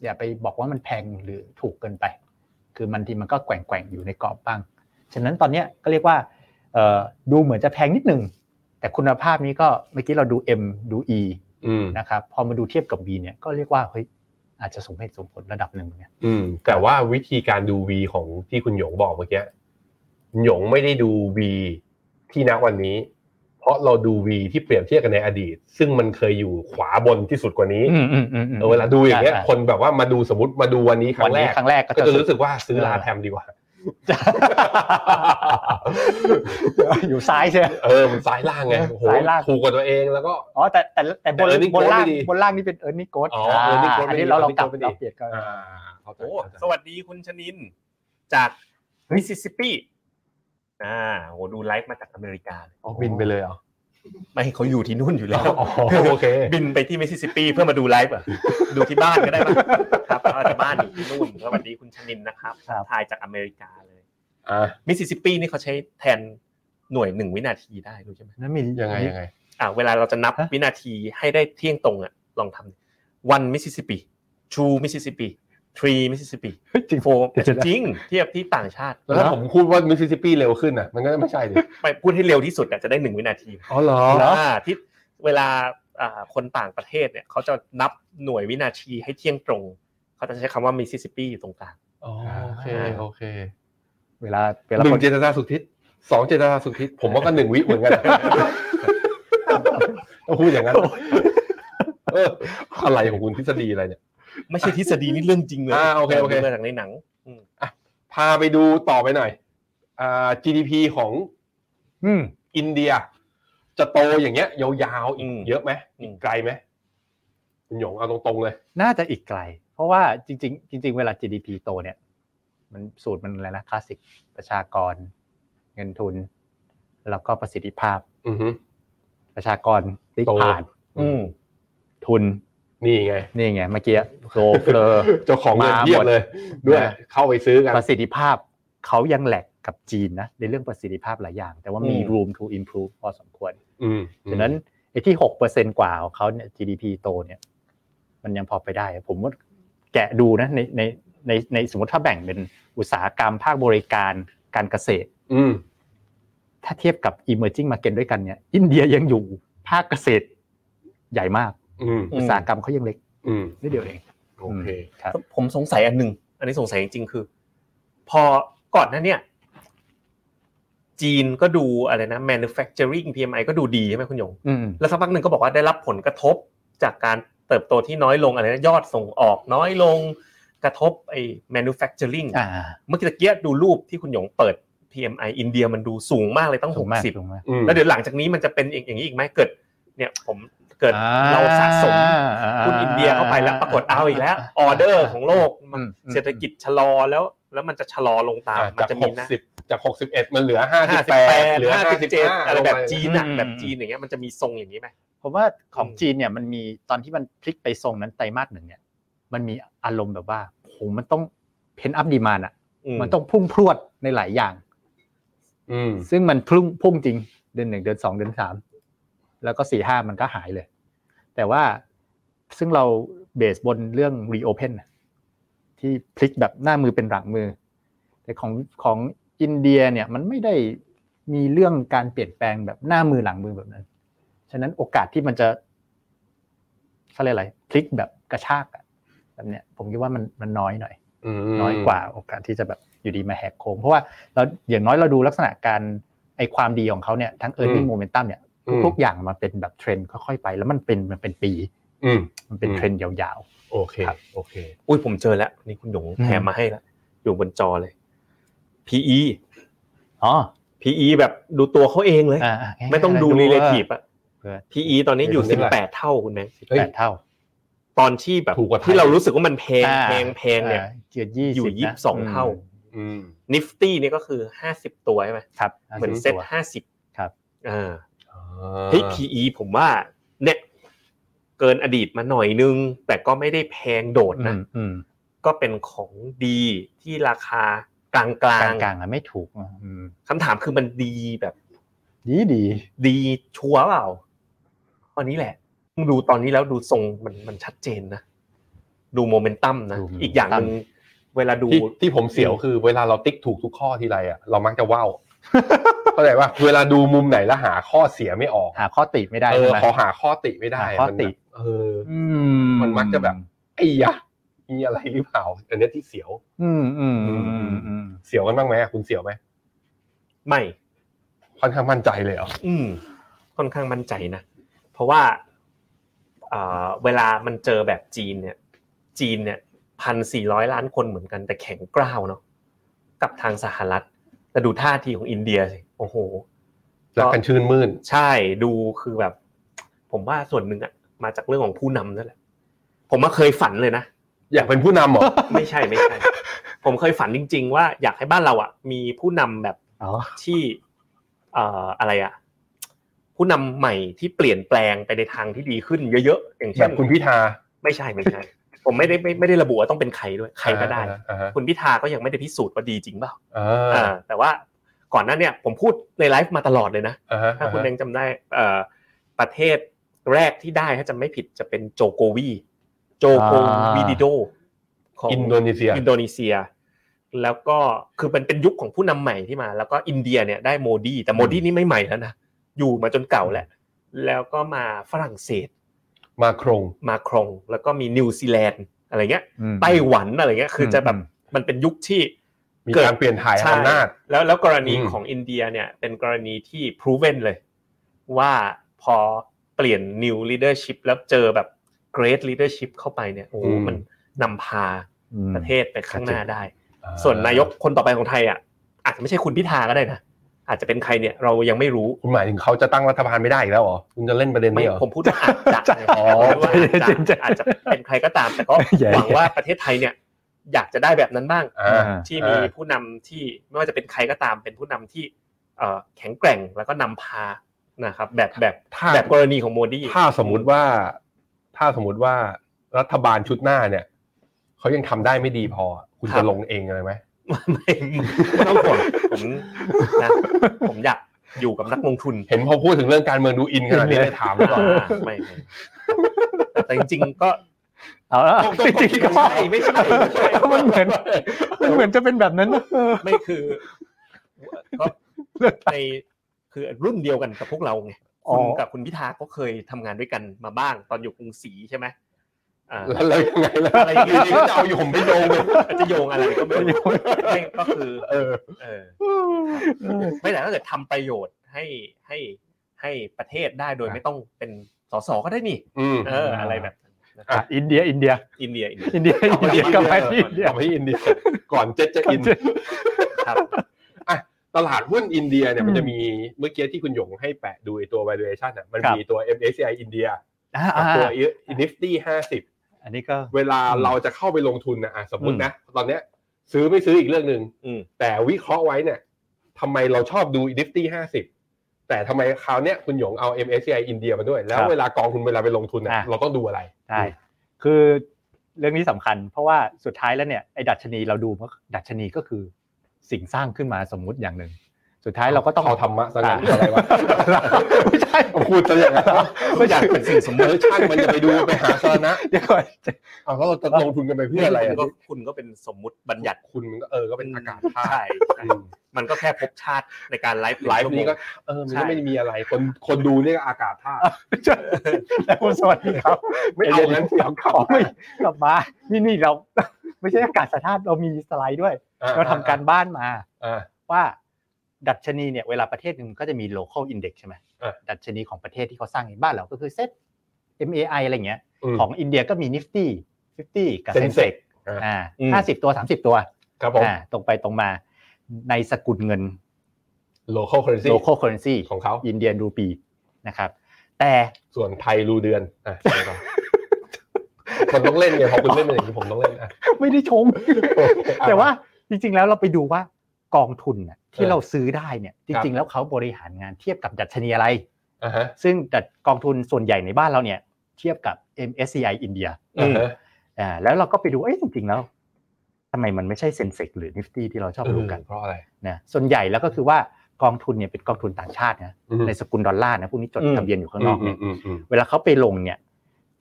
[SPEAKER 2] อย่าไปบอกว่ามันแพงหรือถูกเกินไป คือมันทีมันก็แกว่งแกว่งๆอยู่ในกรอบบ้าง ฉะนั้นตอนเนี้ยก็เรียกว่าเอ่อดูเหมือนจะแพงนิดหนึ่งแต่คุณภาพนี้ก็เมื่อกี้เราดู M ดู E
[SPEAKER 3] อืม
[SPEAKER 2] นะครับพอมาดูเทียบกับ B เนี่ยก็เรียกว่าเฮ้ยอาจจะสมเหตุสมผลระดับหนึ่งเหมือนกัน
[SPEAKER 3] อืมแต่ว่าวิธีการดู V ของที่คุณหยงบอกเมื่อกี้หยงไม่ได้ดู V ที่ณวันนี้ เพราะเราดู V ที่เปรียบเทียบกันในอดีต ซึ่งมันเคยอยู่ขวาบนที่สุดกว่านี้
[SPEAKER 2] อืมอืมอืมม
[SPEAKER 3] เออเวลาดูอย่างเงี้ย
[SPEAKER 2] ใช่
[SPEAKER 3] คนแบบว่ามาดูสมมติมาดูวันนี้ค
[SPEAKER 2] วั
[SPEAKER 3] รั้
[SPEAKER 2] น
[SPEAKER 3] งแร
[SPEAKER 2] นี้
[SPEAKER 3] ก
[SPEAKER 2] ครั้งแรกก็
[SPEAKER 3] ก็
[SPEAKER 2] จะ
[SPEAKER 3] จะ
[SPEAKER 2] รู้
[SPEAKER 3] รู้
[SPEAKER 2] สึก
[SPEAKER 3] สึกว่าซื้อ
[SPEAKER 2] เออ
[SPEAKER 3] ลาแทมดีกว่า
[SPEAKER 2] อยู่ซ้ายใช่ไหม
[SPEAKER 3] เออมันซ้ายล่างไงโอ้โห
[SPEAKER 2] ซ้ายล่าง
[SPEAKER 3] ถูกกว่าตัวเองแล้วก็
[SPEAKER 2] อ๋อแต่แต่แต่บน
[SPEAKER 3] แต่ earning
[SPEAKER 2] บน
[SPEAKER 3] growth
[SPEAKER 2] ล่าง
[SPEAKER 3] ไม่ดี
[SPEAKER 2] บนล่างนี่เป็นเอิร์นนี่โกด
[SPEAKER 3] อ๋อ earning growth
[SPEAKER 2] นนี้
[SPEAKER 3] ไม่ดี
[SPEAKER 2] เราเรา
[SPEAKER 3] earning
[SPEAKER 2] กลับ
[SPEAKER 3] growth ไม่ดี
[SPEAKER 2] เราเปลี่ยนกัน
[SPEAKER 3] อ่าเข้าใจ
[SPEAKER 4] โอ้
[SPEAKER 3] เข้าใจ
[SPEAKER 4] สวัสดีคุณชนิน จากมิสซิสซิปปีอ่าโหดูไลฟ์มาจากอเมริกาเลย
[SPEAKER 3] อ๋อบินไปเลยเหรอ
[SPEAKER 4] ไม่เขาอยู่ที่นู่นอยู่แล้ว
[SPEAKER 3] อ๋อโอเค
[SPEAKER 4] บินไปที่มิสซิสซิปปีเพื่อมาดูไลฟ์เหรอดูที่บ้านก็ได้ปะครับเอาแต่บ้านอยู่ที่นู่นสวัสดีคุณชนินนะครับทายจากอเมริกาเลย
[SPEAKER 3] อ่ะ
[SPEAKER 4] มิสซิสซิปปีนี่เขาใช้แทนหน่วยหนึ่งวินาทีได้รู้ใช่ไหม
[SPEAKER 2] นั่นมี
[SPEAKER 3] ยังไงยังไง
[SPEAKER 4] อ่าเวลาเราจะนับ
[SPEAKER 2] ฮะ
[SPEAKER 4] วินาทีให้ได้เที่ยงตรงอ่ะลองทำ one Mississippi two Mississippi three Mississippi
[SPEAKER 2] จริง
[SPEAKER 4] four
[SPEAKER 2] เดี๋ยวจะได้
[SPEAKER 4] จริงเทียบที่ต่างชาติ
[SPEAKER 3] แล้วถ้าผมพูดว่ามิสซิสซิปปีเร็วขึ้นอ่ะ มันก็ไม่ใช่ดิ
[SPEAKER 4] ไปพูดให้เร็วที่สุดอะจะได้หนึ่งวินาที
[SPEAKER 3] อ๋อเหรอ
[SPEAKER 4] อ่าที่เวลาอ่าคนต่างประเทศเนี่ยเขาจะนับหน่วยวินาทีให้เที่ยงตรง เขาจะใช้คำว่ามิสซิสซิปปีอยู่ตรงกลาง
[SPEAKER 3] โอเค โอเค
[SPEAKER 2] เวลาเวลา
[SPEAKER 3] หนึ่
[SPEAKER 2] ค
[SPEAKER 3] ง
[SPEAKER 2] น
[SPEAKER 3] เจตนาสุทิศสองเจตนาสุทิศผมว่าก็หนึ่งวิเหมือนกัน ต้องพูดอย่างนั้นเอออะไรของคุณทฤษฎีอะไรเนี่ย
[SPEAKER 4] ไม่ใช่ทฤษฎีนี่เรื่องจริงเลย
[SPEAKER 3] อ่าโอเคโอเค
[SPEAKER 4] มาจากในหนังอืม
[SPEAKER 3] พาไปดูต่อไปหน่อยอ่า GDP ของ
[SPEAKER 2] อืม
[SPEAKER 3] อินเดีย จะโตอย่างเงี้ย ยาวๆอีกเยอะไหมอีกไกลไหมคุณหยงเอาตรงๆเลย
[SPEAKER 2] น่าจะอีกไกล เพราะว่าจริง ๆ จริง ๆ เวลา GDP โตเนี่ย มันสูตรมันอะไรนะคลาสสิกประชากร เงินทุน แล้วก็ประสิทธิภาพ
[SPEAKER 3] อือฮึ
[SPEAKER 2] ประชากรที่
[SPEAKER 3] โต
[SPEAKER 2] ผ่าน
[SPEAKER 4] อืม
[SPEAKER 2] ทุน
[SPEAKER 3] นี่ไง
[SPEAKER 2] นี่ไงเมื่อกี้โซเฟอร์
[SPEAKER 3] เจ้าของเงิน
[SPEAKER 2] มาหมด
[SPEAKER 3] เทียบเลย ด้วย
[SPEAKER 2] นะ
[SPEAKER 3] เข้าไปซื้อกัน
[SPEAKER 2] ประสิทธิภาพเขายังแหลกกับจีนนะในเรื่องประสิทธิภาพหลายอย่าง แต่ว่ามี
[SPEAKER 3] อืม
[SPEAKER 2] room to improve พอสมควร
[SPEAKER 3] อืม
[SPEAKER 2] ฉะนั้นไอ้ที่หกเปอร์เซนกว่าของเขาเนี่ย GDP โตเนี่ย มันยังพอไปได้ ผมว่าแกะดูนะในในในในสมมติถ้าแบ่งเป็นอุตสาหกรรมภาคบริการการเกษตร
[SPEAKER 3] อืม
[SPEAKER 2] ถ้าเทียบกับ emerging market ด้วยกันเนี่ย อินเดียยังอยู่ภาคเกษตรใหญ่มาก
[SPEAKER 3] อืม
[SPEAKER 2] อุตสาหกรรมเขายังเล็ก
[SPEAKER 3] อืม
[SPEAKER 2] นิดเดียวเอง
[SPEAKER 3] โอเค
[SPEAKER 2] ครับ
[SPEAKER 4] ผมสงสัยอันหนึ่งอันนี้สงสัยจริงๆคือ พอก่อนหนั้นเนี่ย จีนก็ดูอะไรนะ manufacturing PMI ก็ดูดีใช่ไหมคุณหยง
[SPEAKER 2] อืม
[SPEAKER 4] แล้วสักพักหนึ่งก็บอกว่าได้รับผลกระทบจากการเติบโตที่น้อยลงอะไรนะยอดส่งออกน้อยลงกระทบไอ้ manufacturing
[SPEAKER 2] อ่า
[SPEAKER 4] เมื่อกี้ตะเกียดูรูปที่คุณหยงเปิด PMI อินเดียมันดูสูงมากเลยต้อง
[SPEAKER 2] ถู
[SPEAKER 4] ห
[SPEAKER 2] ก
[SPEAKER 4] ก
[SPEAKER 2] มาก
[SPEAKER 4] สิบ
[SPEAKER 2] ถูกมาก
[SPEAKER 3] อืม
[SPEAKER 4] แล้วเดี๋ยวหลังจากนี้มันจะเป็นอย่างอย่างนี้อีกไหมเกิด เนี่ยผมเกิดเราสะสม
[SPEAKER 2] อ่า
[SPEAKER 4] คุณอินเดียเข้าไปแล้วปรากฏเอาอีกแล้วออเดอร์ของโลกมัน
[SPEAKER 2] อืมอืม
[SPEAKER 4] เศรษฐกิจชะลอแล้ว แล้วมันจะชะลอลงตาม
[SPEAKER 3] อ่ะ
[SPEAKER 4] มัน
[SPEAKER 3] จาก
[SPEAKER 4] จะ
[SPEAKER 3] ห
[SPEAKER 4] มี
[SPEAKER 3] ก
[SPEAKER 4] นะ
[SPEAKER 3] สิบจากหกสิบเอ็ดมันเหลือห้าสิ
[SPEAKER 4] ห้า
[SPEAKER 3] บ
[SPEAKER 4] สิบ
[SPEAKER 3] แป
[SPEAKER 4] แป
[SPEAKER 3] ด
[SPEAKER 4] ด
[SPEAKER 3] เหลือ
[SPEAKER 4] ห้า
[SPEAKER 3] ห้าสิ
[SPEAKER 4] สิ
[SPEAKER 3] บบ
[SPEAKER 4] เจ็ด
[SPEAKER 3] ห้า
[SPEAKER 4] อะไรแบบจีนอะ
[SPEAKER 2] อืม
[SPEAKER 4] แบบจีนอย่างเงี้ยมันจะมีทรงอย่างนี้ไหม
[SPEAKER 2] ผมว่าของ
[SPEAKER 4] อืม
[SPEAKER 2] จีนเนี่ยมันมีตอนที่มันพลิกไปทรงนั้นไตรมาสหนึ่งเนี่ย มันมีอารมณ์แบบว่าโหมันต้องเพนอัพดีมานอ่ะ มันต้องพุ่งพรวดในหลายอย่าง
[SPEAKER 3] อืม
[SPEAKER 2] ซึ่งมันพุ่งพุ่งจริงเดือนหนึ่งเดือนสองเดือนสามแล้วก็สี่ห้ามันก็หายเลย แต่ว่าซึ่งเราเบสบนเรื่องรีโอเพนะที่พลิกแบบหน้ามือเป็นหลังมือ แต่ของของอินเดียเนี่ยมันไม่ได้มีเรื่องการเปลี่ยนแปลงแบบหน้ามือหลังมือแบบนั้น ฉะนั้นโอกาสที่มันจะเขาเรียกอะไรพลิกแบบกระชากอะแบบเนี้ยผมคิดว่ามันมันน้อยหน่อย
[SPEAKER 3] อืม
[SPEAKER 2] น้อยกว่าโอกาสที่จะแบบอยู่ดีมาแหกโค้งเพราะว่าเราอย่างน้อยเราดูลักษณะการไอความดีของเขาเนี่ยทั้ง e a r n i n g momentum เนี่ย
[SPEAKER 3] อืม
[SPEAKER 2] ทุกอย่างมาเป็นแบบเทรนด์ค่อยๆไป แล้วมันเป็นมันเป็นปี
[SPEAKER 3] อืม
[SPEAKER 2] มันเป็น
[SPEAKER 3] อืม
[SPEAKER 2] เทรนด์ยาว
[SPEAKER 3] โอเค
[SPEAKER 2] ครับ
[SPEAKER 3] โอเค
[SPEAKER 4] อุ้ยผมเจอแล้วนี่คุณหยง
[SPEAKER 2] อืม
[SPEAKER 4] แถมมาให้แล้วอยู่บนจอเลย PE
[SPEAKER 2] ๆอ๋อ
[SPEAKER 4] PE แบบดูตัวเขาเองเลย
[SPEAKER 2] อ่าๆ
[SPEAKER 4] ไม่ต้องดู
[SPEAKER 2] ว่า
[SPEAKER 4] relative อะ
[SPEAKER 2] เพื่อ
[SPEAKER 4] PE ตอนนี้อยู่
[SPEAKER 3] เออ
[SPEAKER 4] สิบแปดเท่าคุณแม่
[SPEAKER 3] เฮ้ย
[SPEAKER 2] แปดเท่า
[SPEAKER 4] ตอนที่แบบ
[SPEAKER 3] ถูกกว่าไทย
[SPEAKER 4] ที่เรารู้สึกว่ามันแพงแพงแพงเนี่ย
[SPEAKER 2] อ่าเกือบยี่
[SPEAKER 4] อยู่
[SPEAKER 2] สิบนะ
[SPEAKER 4] ยี่สิบสองเท่า
[SPEAKER 3] อืม
[SPEAKER 4] นิฟตี้นี่ก็คือห้าสิบตัวใช่ไหม
[SPEAKER 2] ครับ
[SPEAKER 4] เหมือน
[SPEAKER 2] 50
[SPEAKER 4] เซ็ต
[SPEAKER 2] ตัว
[SPEAKER 4] ห้าสิบ
[SPEAKER 2] ครับ
[SPEAKER 4] อ่า เฮ้ย PE ผมว่าเนี่ยเกินอดีตมาหน่อยนึง แต่ก็ไม่ได้แพงโดด
[SPEAKER 2] อื
[SPEAKER 4] นะ
[SPEAKER 2] มอืม
[SPEAKER 4] ก็เป็นของดีที่ราคากลางๆ
[SPEAKER 2] กลางกลางๆอ่ะไม่ถูกอ่ะอืม
[SPEAKER 4] คำถามคือมันดีแบบ
[SPEAKER 2] ดีดี
[SPEAKER 4] ดีชัวร์เปล่าข้อนี้แหละดูตอนนี้แล้วดูทรงมันมันชัดเจนนะ ดูโมเมนตัมนะ
[SPEAKER 2] ดูโมเมนตัม
[SPEAKER 4] อีกอย่างหนึ่งเวลาดู
[SPEAKER 3] ที่ที่ผมเสียวคือเวลาเราติ๊กถูกทุกข้อทีไรอ่ะเรามักจะ ว้าว เข้าใจป่ะเวลาดูมุมไหนแล้วหาข้อเสียไม่ออก
[SPEAKER 2] หาข้อติไม่ได้
[SPEAKER 3] เออ
[SPEAKER 2] ใช่ไหม
[SPEAKER 3] ขอหาข้อติไม่ได้
[SPEAKER 2] หาข้อ
[SPEAKER 3] มัน
[SPEAKER 2] ติ
[SPEAKER 3] แบบเออ
[SPEAKER 2] อื
[SPEAKER 3] มันมักจะแบบ ไอ้ยะมีอะไรหรือเปล่าอันเนี้ยที่เสียว
[SPEAKER 2] อืมอืมอืมอืมอืม
[SPEAKER 3] เสียวกันบ้างไหมอะคุณเสียวไหม
[SPEAKER 4] ไม่
[SPEAKER 3] ค่อนข้างมั่นใจเลยเหรอ
[SPEAKER 4] อืมค่อนข้างมั่นใจนะ เพราะว่าอ่าเวลามันเจอแบบจีนเนี่ย จีนเนี่ยพันสี่ร้อยล้านคนเหมือนกันแต่แข็งกร้าวเนาะกับทางสหรัฐแต่ดูท่าทีของอินเดียสิโอ้โห
[SPEAKER 3] รักกันชื่นมื่น
[SPEAKER 4] ใช่ดูคือแบบ ผมว่าส่วนหนึ่งอะมาจากเรื่องของผู้นำนั่นแหละ ผมมาเคยฝันเลยนะ
[SPEAKER 3] อยากเป็นผู้นำเหรอ
[SPEAKER 4] ไม่ใช่ไม่ใช่ ผมเคยฝันจริง ๆ ว่าอยากให้บ้านเราอะมีผู้นำแบบ
[SPEAKER 2] อ๋อ
[SPEAKER 4] ที่เอ่ออะไรอะผู้นำใหม่ที่เปลี่ยนแปลงไปในทางที่ดีขึ้นเยอะๆอย่าง
[SPEAKER 3] แบ
[SPEAKER 4] เช่น
[SPEAKER 3] บคุณพิธา
[SPEAKER 4] ไม่ใช่ไม่ใช่ ผมไม่ได้ไม่ไม่ได้ระบุว่าต้องเป็นใครด้วยใครก็ได้
[SPEAKER 3] อ่าฮะ
[SPEAKER 4] คุณพิธาก็ยังไม่ได้พิสูจน์ว่าดีจริงเปล่า
[SPEAKER 3] อ่
[SPEAKER 4] อ่า
[SPEAKER 3] า
[SPEAKER 4] แต่ว่าก่อนหน้าเนี่ยผมพูดในไลฟ์มาตลอดเลยนะ
[SPEAKER 3] อ่าฮะ
[SPEAKER 4] ถ้าคุณยังจำได้เอ่อประเทศแรกที่ได้ถ้าจำไม่ผิดจะเป็นโจโกวีโจโกวีดิโดของ
[SPEAKER 3] อินโดนีเซีย
[SPEAKER 4] อินโดนีเซีย แล้วก็คือมันเป็นยุคของผู้นำใหม่ที่มา แล้วก็อินเดียเนี่ยได้โมดีแต่โมดีนี่ไม่ใหม่แล้วนะอยู่มาจนเก่าแหละ แล้วก็มาฝรั่งเศส
[SPEAKER 3] มาโครง
[SPEAKER 4] มาครองแล้วก็มีนิวซีแลนด์อะไรเงี้ย
[SPEAKER 2] อืม
[SPEAKER 4] ไต้หวันอะไรเงี้ยคือจะแบบ
[SPEAKER 2] อืม
[SPEAKER 4] มันเป็นยุคที่
[SPEAKER 3] มีการเปลี่ยนถ่าย
[SPEAKER 4] ใช่
[SPEAKER 3] อำนาจ
[SPEAKER 4] แล้วแล้วกรณี
[SPEAKER 3] อืม
[SPEAKER 4] ของอินเดียเนี่ยเป็นกรณีที่ proven เลย ว่าพอเปลี่ยน new leadership แล้วเจอแบบ great leadership เข้าไปเนี่ยโอ้โหมันนำพา
[SPEAKER 2] อืม
[SPEAKER 4] ประเทศไปข้างหน้าได้ ส่วนนายกคนต่อไปของไทยอ่ะอาจจะไม่ใช่คุณพิธาก็ได้นะอาจจะเป็นใครเนี่ยเรายังไม่รู้
[SPEAKER 3] คุณหมายถึงเขาจะตั้งรัฐบาลไม่ได้อีกแล้วเหรอ คุณจะเล่นประเด็น
[SPEAKER 4] ไม่
[SPEAKER 3] นี้เหรอ
[SPEAKER 4] ผมพูดว่าอาจจะไง
[SPEAKER 3] อ๋อ
[SPEAKER 4] ผมพูดว่า
[SPEAKER 2] ใจ
[SPEAKER 4] อาจจะ
[SPEAKER 2] เย็นๆ
[SPEAKER 4] อาจจะเป็นใครก็ตาม แต่ก็
[SPEAKER 2] อย่า
[SPEAKER 4] หวัง
[SPEAKER 2] อย่า
[SPEAKER 4] ว่าประเทศไทยเนี่ยอยากจะได้แบบนั้นบ้าง
[SPEAKER 3] อ่า
[SPEAKER 4] ที่
[SPEAKER 3] เอ
[SPEAKER 4] มี
[SPEAKER 3] อ
[SPEAKER 4] ผู้นำที่ไม่ว่าจะเป็นใครก็ตาม เป็นผู้นำที่เอ่อแข็งแกร่งแล้วก็นำพานะครับ แบบแบบ
[SPEAKER 3] ถ้า
[SPEAKER 4] แบบกรณีของโมดี
[SPEAKER 3] ถ้าสมมุติว่า ถ้าสมมุติว่ารัฐบาลชุดหน้าเนี่ยเขายังทำได้ไม่ดีพอ คุณจะลงเองเลยไหม
[SPEAKER 4] ไม่ไม่ต้องห่วงผมนะผมอยากอยู่กับนักลงทุน
[SPEAKER 3] เห็นพอพูดถึงเรื่องการเมืองดูอินขนาดนี้เลยถามไว้ก่อน
[SPEAKER 4] อ่าไม่ไม่แต่จริงๆก็
[SPEAKER 2] เอาละ
[SPEAKER 3] ผมก็
[SPEAKER 2] จริงๆก็
[SPEAKER 3] ไม่ใช่ไม่ใช่
[SPEAKER 2] มันเหมือนมันเหมือนจะเป็นแบบนั้นนะเออ
[SPEAKER 4] ไม่คือก็ในคือรุ่นเดียวกันกับพวกเราไง
[SPEAKER 2] อ๋อ
[SPEAKER 4] คุณกับคุณพิธาก็เคยทำงานด้วยกันมาบ้างตอนอยู่กรุงศรีใช่ไหมอ่า
[SPEAKER 3] แล้วแล้วยังไงล่ะ
[SPEAKER 4] อะไรอย่างงี้
[SPEAKER 3] ยู่ดีก็จะเอาอยู่ผมไปโยงเลย
[SPEAKER 4] อาจจะโยงอะไรก็ไม่รู้ไม่ก็คือ
[SPEAKER 3] เออ
[SPEAKER 4] เออไม่แต่ถ้าเกิดทำประโยชน์ให้ให้ให้ประเทศได้โดยไม่ต้องเป็นสสก็ได้นี่
[SPEAKER 3] อืม
[SPEAKER 4] เออ อะไรแบบนั้นนะ
[SPEAKER 2] อ่ะอินเดียอินเดีย
[SPEAKER 4] อินเดียอินเดีย
[SPEAKER 2] อินเดียอินเดียกลับไปที่อินเดีย
[SPEAKER 3] กลับไปที่อินเดียก่อนเจ็ดจะอิน
[SPEAKER 4] ครับ
[SPEAKER 3] อ่ะตลาดหุ้นอินเดียเนี่ย
[SPEAKER 2] อืม
[SPEAKER 3] มันจะมีเมื่อกี้ที่คุณหยงให้แปะดูไอ้ตัว valuation อ่ะมัน
[SPEAKER 2] ครับ
[SPEAKER 3] มีตัว MSCI อินเดีย
[SPEAKER 2] อ่า
[SPEAKER 3] กับตัว
[SPEAKER 2] ๆ
[SPEAKER 3] Nifty 50
[SPEAKER 2] อันนี้ก็
[SPEAKER 3] เวลา
[SPEAKER 2] อืม
[SPEAKER 3] เราจะเข้าไปลงทุนนะอ่ะสมม
[SPEAKER 2] อื
[SPEAKER 3] ติ
[SPEAKER 2] ม
[SPEAKER 3] นะ ตอนเนี้ยซื้อไม่ซื้ออีกเรื่องหนึ่ง
[SPEAKER 4] อืม
[SPEAKER 3] แต่วิเคราะห์ไว้เนี่ยทำไมเราชอบดู Nifty 50 แต่ทำไมคราวเนี้ยคุณหยงเอา MSCI อินเดียมาด้วย แล้วเวลากองทุนเวลาไปลงทุนเนี่ย
[SPEAKER 2] อ่ะ
[SPEAKER 3] เราต้องดูอะไร
[SPEAKER 2] ใช่คือเรื่องนี้สำคัญ เพราะว่าสุดท้ายแล้วเนี่ยไอ้ดัชนีเราดูว่าดัชนีก็คือสิ่งสร้างขึ้นมาสมมุติอย่างหนึ่ง สุดท้ายเราก็ต้อง
[SPEAKER 3] เอาธรรมะสังหาร
[SPEAKER 2] อ่ะ
[SPEAKER 3] อะไร วะ
[SPEAKER 2] ไม่ใช่
[SPEAKER 3] พูดซะอย่างนั้น
[SPEAKER 2] ไม่ใช่
[SPEAKER 3] อยากเป็นสิ่งสมมติช่างมันจะไปดูไปหาสา ระ
[SPEAKER 2] เดี๋ยวก่อน
[SPEAKER 3] เอาแล้วเราจะลงทุนกันไปเพื่ออะไร
[SPEAKER 4] คุณ
[SPEAKER 3] อ่ะ
[SPEAKER 4] ก็คุณก็เป็นสมมุติบัญญัติ
[SPEAKER 3] คุณมันก็เออก็เป็นอากาศธา
[SPEAKER 4] ใช่
[SPEAKER 3] ตุ
[SPEAKER 4] ใช่ มันก็แค่พบชาติในการไลฟ์
[SPEAKER 3] ไลฟ์
[SPEAKER 4] ชั่วโม
[SPEAKER 3] นี้
[SPEAKER 4] ง
[SPEAKER 3] ก็เออมัน
[SPEAKER 4] ใช่
[SPEAKER 3] ก็ไม่ได้มีอะไร คนคนดูเนี่ยก็อากาศธาตุ
[SPEAKER 2] ไม่ใช่แล้วคุณสวัสดีครับ
[SPEAKER 3] ไม่เอางั้นเสียง
[SPEAKER 2] ข
[SPEAKER 3] เขา
[SPEAKER 2] อไม่ กลับมานี่นี่เรา ไม่ใช่อากาศธาตุเรามีสไลด์ด้วย เราทำการบ้านมา
[SPEAKER 3] อ่า
[SPEAKER 2] ว่าดัชนีเนี่ยเวลาประเทศหนึ่งมันก็จะมี local index ใช่ไหม
[SPEAKER 3] อ่ะ
[SPEAKER 2] ดัชนีของประเทศที่เขาสร้างในบ้านเราก็คือเซต MAI อะไรเงี้ย
[SPEAKER 3] ม
[SPEAKER 2] ของอินเดียก็มี Nifty 50 กับ
[SPEAKER 3] Sensex
[SPEAKER 2] Sensex
[SPEAKER 3] อ่ะ
[SPEAKER 2] อ่า
[SPEAKER 4] อืม
[SPEAKER 2] ห้าสิบตัว 30 ตัว
[SPEAKER 3] ครับผม
[SPEAKER 2] อ่าตรงไปตรงมาในสกุลเงิน
[SPEAKER 3] local currency
[SPEAKER 2] local currency
[SPEAKER 3] ของเขา
[SPEAKER 2] อินเดียนรูปีนะครับ แต่
[SPEAKER 3] ส่วนไทยรูเดือนอ่ะไปต่อ มันต้องเล่นไงพอคุณเล่นเป็นอย่างนี้ผมต้องเล่นอ่ะ
[SPEAKER 2] ไม่ได้ชม แต่ว่าจริงๆแล้วเราไปดูว่ากองทุนน่ะที่เราซื้อได้เนี่ยจริง ๆ แล้วเขาบริหารงานเทียบกับดัชนีอะไร
[SPEAKER 3] อ่ะฮะ
[SPEAKER 2] ซึ่งดัชกองทุนส่วนใหญ่ในบ้านเราเนี่ยเทียบกับ MSCI อินเดีย
[SPEAKER 3] อ่ะฮะ
[SPEAKER 2] อ่าแล้วเราก็ไปดูเอ้ยจริงๆแล้วทำไมมันไม่ใช่เซ็นเซกหรือนิฟตี้ที่เราชอบดูกัน
[SPEAKER 3] เพราะอะไร
[SPEAKER 2] นะส่วนใหญ่แล้วก็คือว่ากองทุนเนี่ยเป็นกองทุนต่างชาตินะในสกุลดอลลาร์นะพวกนี้จด
[SPEAKER 4] อืม
[SPEAKER 2] ทะเบียนอยู่ข้างนอกเนี่ย
[SPEAKER 3] อืมอืม
[SPEAKER 2] เวลาเขาไปลงเนี่ย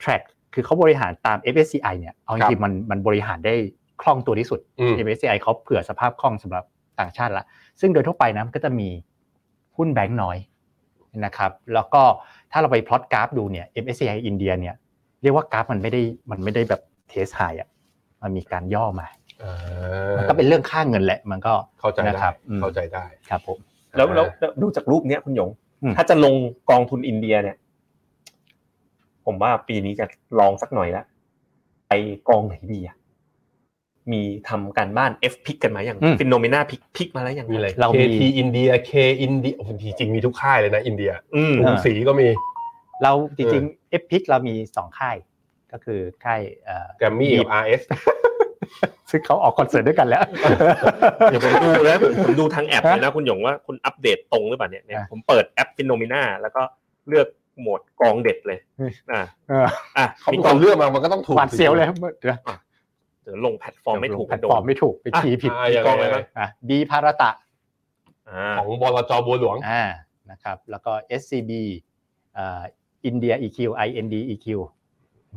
[SPEAKER 2] track คือเขาบริหารตาม MSCI เนี่ย เอาจ
[SPEAKER 3] ครับ
[SPEAKER 2] ริงๆมันมันบริหารได้คล่องตัวที่สุด
[SPEAKER 3] อืม
[SPEAKER 2] MSCI เขาเผื่อสภาพคล่องสำหรับต่างชาติละ ซึ่งโดยทั่วไปนะมันก็จะมีหุ้นแบงก์น้อยนะครับ แล้วก็ถ้าเราไปพลอตกราฟดูเนี่ย MSCI อินเดียเนี่ยเรียกว่ากราฟมันไม่ได้มันไม่ได้แบบเทสไฮอ่ะ มันมีการย่อมา
[SPEAKER 3] อ่า
[SPEAKER 2] มันก็เป็นเรื่องค่าเงินแหละ มันก็
[SPEAKER 3] เข้าใจได้
[SPEAKER 2] นะครับอืม
[SPEAKER 3] เข้าใจได้
[SPEAKER 2] ครับผม
[SPEAKER 4] แล้วแล้วแล้วดูจากรูปเนี้ยคุณหยง
[SPEAKER 2] อืม
[SPEAKER 4] ถ้าจะลงกองทุนอินเดียเนี่ย ผมว่าปีนี้จะลองสักหน่อยละไปกองไหนดีอะมีทำการบ้าน F พิกกันมาอย่าง
[SPEAKER 2] อืม
[SPEAKER 4] ฟินโนเมนาพิกพิกมาแล้วยัง
[SPEAKER 3] มีอะไร
[SPEAKER 2] เรามี
[SPEAKER 3] KT อินเดีย K อินเดียโอ้โหจริงๆมีทุกค่ายเลยนะ อินเดีย
[SPEAKER 4] อืม
[SPEAKER 3] กรุงศรีก็มี
[SPEAKER 2] เราจริงๆ f p i c เรามีสองค่าย ก็คือค่ายเอ่อ
[SPEAKER 3] แกรมมี่กับ RS
[SPEAKER 2] ซึ่งเขาออกคอนเสิร์ตด้วยกันแล้ว
[SPEAKER 4] เดี๋ยวผมดูแล้ว ผมดูทางแอปเลยนะคุณหยงว่าคุณอัปเดตตรงหรือเปล่าเนี่ยเนี่ย
[SPEAKER 2] อ่ะ
[SPEAKER 4] ผมเปิดแอปฟินโนเมนาแล้วก็เลือกโหมดกองเด็ดเลยอ่า
[SPEAKER 2] เออ
[SPEAKER 4] อ่ะ
[SPEAKER 3] เขา
[SPEAKER 4] มี
[SPEAKER 3] เป็น
[SPEAKER 4] ก
[SPEAKER 3] ค
[SPEAKER 4] อง
[SPEAKER 3] นเลือกมามันก็ต้องถูก
[SPEAKER 2] หวาดเสียวเลยครับเดี๋ยว
[SPEAKER 4] เดี๋ยวลงแพลตฟอร์มไม่ถูก
[SPEAKER 2] แพลต
[SPEAKER 4] โด
[SPEAKER 2] ฟอร์
[SPEAKER 4] น
[SPEAKER 2] มไม่ถูกไป
[SPEAKER 4] อ่ะ
[SPEAKER 2] คีย์ผิ
[SPEAKER 3] ผิด
[SPEAKER 2] ด
[SPEAKER 3] กองเลยนะ
[SPEAKER 2] อ่ะดีพาราตะ
[SPEAKER 4] อ่า
[SPEAKER 3] ของบลจบัวหลวง
[SPEAKER 2] อ่านะครับแล้วก็ SCB อ่าอินเดีย EQ IND EQ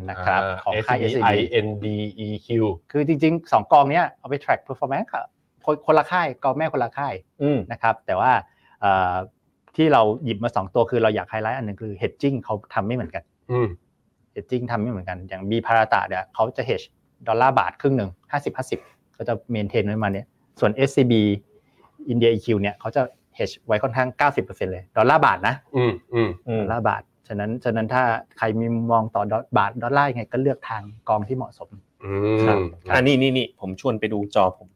[SPEAKER 2] นะครับของค่าย SCB
[SPEAKER 3] I N D E Q
[SPEAKER 2] คือจริงๆ 2 กองเนี้ยเอาไป track performance ค่ะคนคนละค่ายกองแม่คนละค่าย
[SPEAKER 4] อืม
[SPEAKER 2] นะครับแต่ว่าเอ่อที่เราหยิบมา 2 ตัวคือเราอยากไฮไลท์อันหนึงคือ hedging เขาทำไม่เหมือนกัน
[SPEAKER 3] อืม
[SPEAKER 2] เฮดจิ้งทำไม่เหมือนกัน อย่างบีพาราตะเนี่ยเขาจะเฮ e ดอลลาร์บาทครึ่งหนึ่งห้าสิบห้าสิบก็จะเมนเทนไว้มาเนี่ยส่วน SCB อินเดีย EQ เนี่ยเขาจะเฮ e ไว้ค่อนข้าง 90%เลย ดอลลาร์บาทนะ
[SPEAKER 3] อืมอืม
[SPEAKER 4] อื
[SPEAKER 2] ด
[SPEAKER 4] ม
[SPEAKER 2] อลลาร์บาท ฉะนั้นฉะนั้นถ้าใครมีมุมมองต่อดอลบาท ดอลลาร์ยังไงก็เลือกทางกองที่เหมาะสม
[SPEAKER 3] อื
[SPEAKER 2] ครับ
[SPEAKER 3] ม
[SPEAKER 4] อ่านี่นี่นี่ผมชวนไปดูจอผม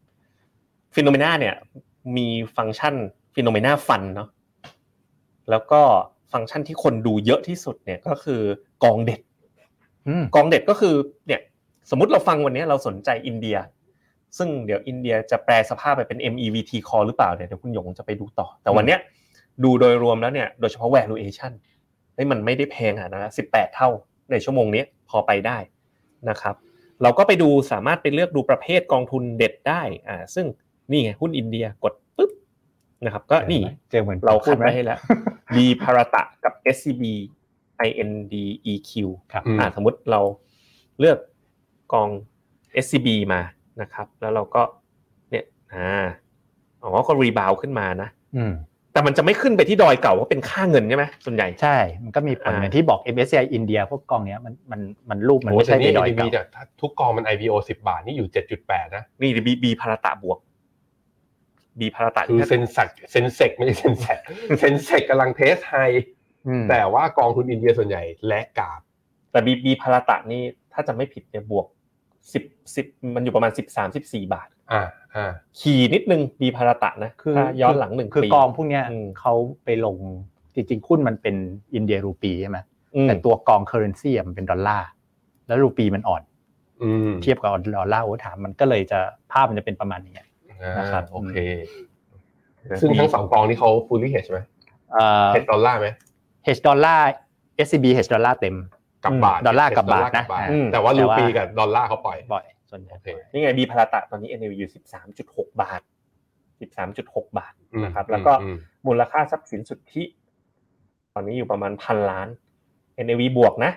[SPEAKER 4] ฟิโนเมนาเนี่ย มีฟังก์ชันฟิโนเมนาฟันเนาะแล้วก็ฟังก์ชันที่คนดูเยอะที่สุดเนี่ยก็คือกองเด็ด
[SPEAKER 2] อืม
[SPEAKER 4] กองเด็ดก็คือเนี่ยสมมติเราฟังวันนี้เราสนใจอินเดีย ซึ่งเดี๋ยวอินเดียจะแปลสภาพไปเป็น MEVT call หรือเปล่าเนี่ยเดี๋ยวคุณหยงจะไปดูต่อ แต่วันเนี้ยดูโดยรวมแล้วเนี่ยโดยเฉพาะ valuation เฮ้ยมันไม่ได้แพงอ่ะนะสิบแปดเท่าในชั่วโมงนี้พอไปได้นะครับ เราก็ไปดูสามารถไปเลือกดูประเภทกองทุนเด็ดได้อ่าซึ่งนี่ไงหุ้นอินเดียกดปุ๊บนะครับ ก็นี่
[SPEAKER 2] เจอเหมือน
[SPEAKER 4] เราพูด
[SPEAKER 2] ไหม
[SPEAKER 4] ไว้ให้แล้ว D พาร a ตะกับ SCB INDEQ
[SPEAKER 2] ครับ
[SPEAKER 4] อ่าสมมติเราเลือกกอง SCB มานะครับ แล้วเราก็เนี่ยอ่าอ๋อก็รีบาวขึ้นมานะ
[SPEAKER 2] อืม
[SPEAKER 4] แต่มันจะไม่ขึ้นไปที่ดอยเก่าว่าเป็นค่าเงินใช่ไหมส่วนใหญ่
[SPEAKER 2] ใช่ มันก็มีผล
[SPEAKER 4] อ่า
[SPEAKER 2] เหมือนที่บอก MSCI อินเดียพวกกองเนี้ยมันมันมันรูปมัน
[SPEAKER 3] โอ้
[SPEAKER 2] ไม่
[SPEAKER 3] แต่
[SPEAKER 2] ใช่
[SPEAKER 3] นี่
[SPEAKER 2] ในดอย
[SPEAKER 3] มี
[SPEAKER 2] เก่า
[SPEAKER 3] จากทุกกองมัน I P O สิบบาท นี่อยู่เจ็ดจุดแปดนะ
[SPEAKER 4] นี่บีบีพาร a ตะบวก B พาร a ตะ
[SPEAKER 3] คือเซนสักเซนเซกไม่ใช่เซนแซก เซนเซกกำลังเทสไฮ
[SPEAKER 2] อืม
[SPEAKER 3] แต่ว่ากองทุนอินเดียส่วนใหญ่แลกกราบ
[SPEAKER 4] แต่บีบีพาร a ตะนี่ถ้าจะไม่ผิดเนี่ยบวกสิบสิบมันอยู่ประมาณสิบสามสิบสี่บาท
[SPEAKER 3] อ่าอ่า
[SPEAKER 4] ขี่นิดนึงบีพารตะนะ
[SPEAKER 2] คือ
[SPEAKER 4] ถ้าย้อนหลังหนึ่ง
[SPEAKER 2] คือกองพวกเนี้ย
[SPEAKER 4] อืม
[SPEAKER 2] เขาไปลงจริงๆหุ้นมันเป็นอินเดียรูปีใช่ไหม
[SPEAKER 4] อืม
[SPEAKER 2] แต่ตัวกองเคอร์เรนซีมันเป็นดอลลาร์ แล้วรูปีมันอ่อน
[SPEAKER 3] อืม
[SPEAKER 2] เทียบกับดอลลาร์โอ้ถามมันก็เลยจะภาพมันจะเป็นประมาณนี้ย
[SPEAKER 3] นะ
[SPEAKER 2] นะ
[SPEAKER 3] ค
[SPEAKER 2] ครั
[SPEAKER 3] รับบ โอเค ซึ่งทั้งสองกองนี้เขาฟูล l ี h เฮดไหม
[SPEAKER 2] เอ่อ
[SPEAKER 3] เฮดดอลลาร์ไหม
[SPEAKER 2] เฮดดอลลาร์ SCB เฮดดอลลาร์เต็ม
[SPEAKER 3] กับบาท
[SPEAKER 2] ดอลลาร์กับบาทนะ
[SPEAKER 3] ดอลลร์กั
[SPEAKER 2] อืม
[SPEAKER 3] แต่ว่า
[SPEAKER 2] แต่
[SPEAKER 3] รู
[SPEAKER 2] ว่า
[SPEAKER 3] ปีกับดอลลาร์เขาปล่อย
[SPEAKER 2] บ่อยส่วนใหญ่
[SPEAKER 3] โอเค
[SPEAKER 4] นี่ไงบีพารตะตอนนี้ NAV อยู่สิบสามจุดหกบาทสิบสามจุดหกบาท
[SPEAKER 3] อืม
[SPEAKER 4] นะครับแล้วก็
[SPEAKER 3] อืม
[SPEAKER 4] มูลค่าทรัพย์สินสุทธิ ตอนนี้อยู่ประมาณพันล้าน NAV บวกนะ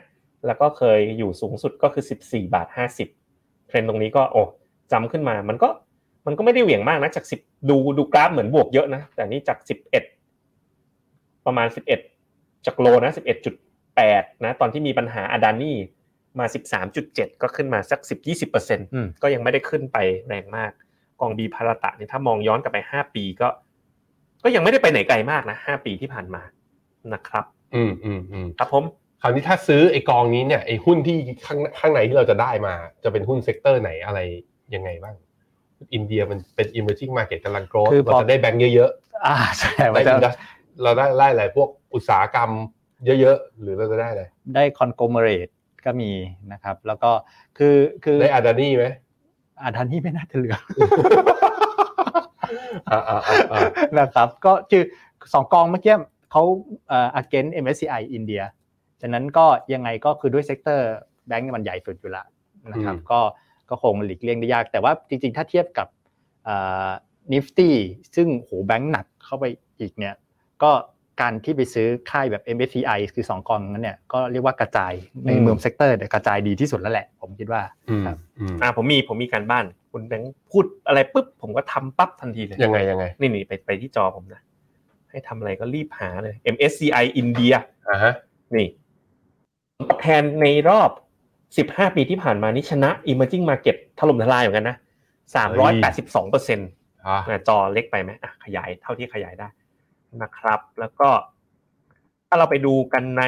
[SPEAKER 4] แล้วก็เคยอยู่สูงสุดก็คือสิบสี่บาทห้าสิบเทรนด์ตรงนี้ก็โอ้จำขึ้นมามันก็มันก็ไม่ได้เหวี่ยงมากนะจากสิบดูดูกราฟเหมือนบวกเยอะนะ แต่นี่จากสิบเอ็ดประมาณสิบเอ็ดจากโลนะสิบเอ็ดจุดแปดนะ ตอนที่มีปัญหาอาดานี่มาสิบสามจุดเจ็ดก็ขึ้นมาสักสิบยี่สิบเปอร์เซ็นต์
[SPEAKER 2] อืม
[SPEAKER 4] ก็ยังไม่ได้ขึ้นไปแรงมาก กองบีพารตะเนี่ยถ้ามองย้อนกลับไปห้าปีก็ ก็ยังไม่ได้ไปไหนไกลมากนะห้าปีที่ผ่านมานะครับ
[SPEAKER 3] อืมอืมอืม
[SPEAKER 4] ครับผม
[SPEAKER 3] คราวนี้ถ้าซื้อไอ้กองนี้เนี่ยไอ้หุ้นที่ข้างข้างในที่เราจะได้มา จะเป็นหุ้นเซกเตอร์ไหนอะไรยังไงบ้าง อินเดียมันเป็น emerging market กำลังโกรธ
[SPEAKER 2] คือพอ
[SPEAKER 3] เราจะได้แบงค์เยอะ
[SPEAKER 2] อ่าใช่
[SPEAKER 3] ๆ
[SPEAKER 2] มันจะ
[SPEAKER 3] ได้อินดัสเราได้ไล่อะไรพวกอุตสาหกรรมเยอะๆหรือเราจะได้อะไร
[SPEAKER 2] ได้คอนโกลเมเรต ก็มีนะครับ แล้วก็คือคือ
[SPEAKER 3] ได้อาดานี่ไหม
[SPEAKER 2] อาทันที่ไม่น่าจะเหลื อ
[SPEAKER 3] อ่าอ่าอ่าอ่า
[SPEAKER 2] นะครับก็คือสองกองเมื่อกี้เขาเอ่อ against MSCI อินเดียฉะนั้นก็ยังไงก็คือด้วยเซกเตอร์แบงก์มันใหญ่สุดอยู่ละนะครับ
[SPEAKER 3] อืม
[SPEAKER 2] ก็ก็คงหลีกเลี่ยงได้ยาก แต่ว่าจริงๆ ถ้าเทียบกับนิฟตี้ซึ่งโหแบงก์หนักเข้าไปอีกเนี่ยก็การที่ไปซื้อค่ายแบบ MSCI คือ 2 กองนั้นเนี่ยก็เรียกว่ากระจายในเมืองเซกเตอร์เนี่ยกระจายดีที่สุดแล้วแหละ ผมคิดว่า
[SPEAKER 3] อืม
[SPEAKER 2] ครับ
[SPEAKER 3] อืม
[SPEAKER 4] อ่าผมมีผมมีการบ้าน คุณแบงค์พูดอะไรปุ๊บผมก็ทำปั๊บทันทีเลย
[SPEAKER 3] ยังไงยังไง
[SPEAKER 4] นี่นี่ไปไปที่จอผมนะ ให้ทำอะไรก็รีบหาเลย MSCI อินเดีย
[SPEAKER 3] อ่าฮะ
[SPEAKER 4] นี่ผลตอบแทนในรอบ 15 ปีที่ผ่านมานี่ชนะ Emerging Market ถล่มทลายเหมือนกันนะ 382เปอร์เซ็นต์
[SPEAKER 3] อ่า
[SPEAKER 4] จอเล็กไปไหมอ่ะขยายเท่าที่ขยายได้นะครับ แล้วก็ถ้าเราไปดูกันใน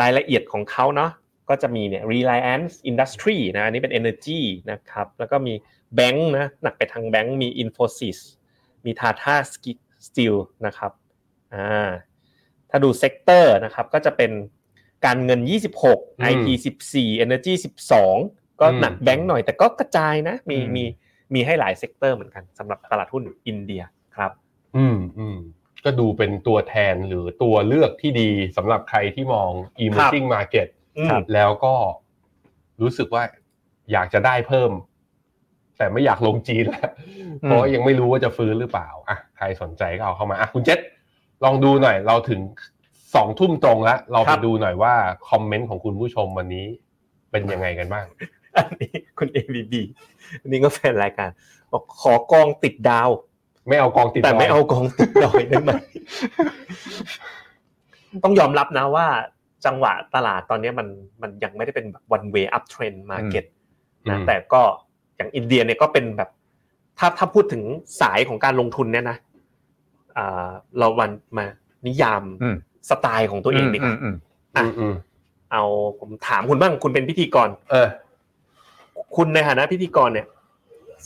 [SPEAKER 4] รายละเอียดของเขาเนาะก็จะมีเนี่ย Reliance Industry นะอันนี้เป็น Energy นะครับ แล้วก็มีแบงค์นะหนักไปทางแบงค์มี Infosys มี Tata Steel นะครับอ่าถ้าดูเซกเตอร์นะครับก็จะเป็นการเงิน
[SPEAKER 3] ม
[SPEAKER 4] 26 IT 14 Energy 12 ก็หนัก
[SPEAKER 3] อืม
[SPEAKER 4] แบงค์หน่อยแต่ก็กระจายนะมี
[SPEAKER 2] อืม
[SPEAKER 4] มีมีให้หลายเซกเตอร์เหมือนกันสำหรับตลาดหุ้นอินเดียครับ
[SPEAKER 3] อืมอืมก็ดูเป็นตัวแทนหรือตัวเลือกที่ดีสำหรับใครที่มอง emerging market
[SPEAKER 2] ครับ
[SPEAKER 3] แล้วก็รู้สึกว่าอยากจะได้เพิ่ม แต่ไม่อยากลงจีนแล้ว
[SPEAKER 2] อืม
[SPEAKER 3] เพราะยังไม่รู้ว่าจะฟื้นหรือเปล่าอ่ะใครสนใจก็เอาเข้ามาอ่ะคุณเจษลองดูหน่อย เราถึงสองทุ่มตรงแล้ว เรา
[SPEAKER 4] ค
[SPEAKER 3] ไป
[SPEAKER 4] รับ
[SPEAKER 3] ดูหน่อยว่า คอมเมนต์ของคุณผู้ชมวันนี้เป็นยังไงกันบ้าง
[SPEAKER 4] อันนี้คุณ ABB อันนี้ก็แฟนรายการบอกขอกองติดดาว
[SPEAKER 3] ไม่เอากองติด
[SPEAKER 4] แต่ไม่
[SPEAKER 3] ดย
[SPEAKER 4] เอากองติดดอยได้ไหม ต้องยอมรับนะว่าจังหวะตลาดตอนนี้มันมันยังไม่ได้เป็นแบบ one way up trend market นะ
[SPEAKER 3] อืม
[SPEAKER 4] แต่ก็อย่างอินเดียเนี่ยก็เป็นแบบ ถ้าถ้าพูดถึงสายของการลงทุนเนี่ยนะอ่าเราวันมานิยาม
[SPEAKER 2] อืม
[SPEAKER 4] สไตล์ของตัวเองดีกว่า
[SPEAKER 2] อืม
[SPEAKER 4] อ่ะ
[SPEAKER 3] อืมอืม
[SPEAKER 4] เอาผมถามคุณบ้างคุณเป็นพิธีกร
[SPEAKER 3] เออ
[SPEAKER 4] คุณในฐานะพิธีกรเนี่ย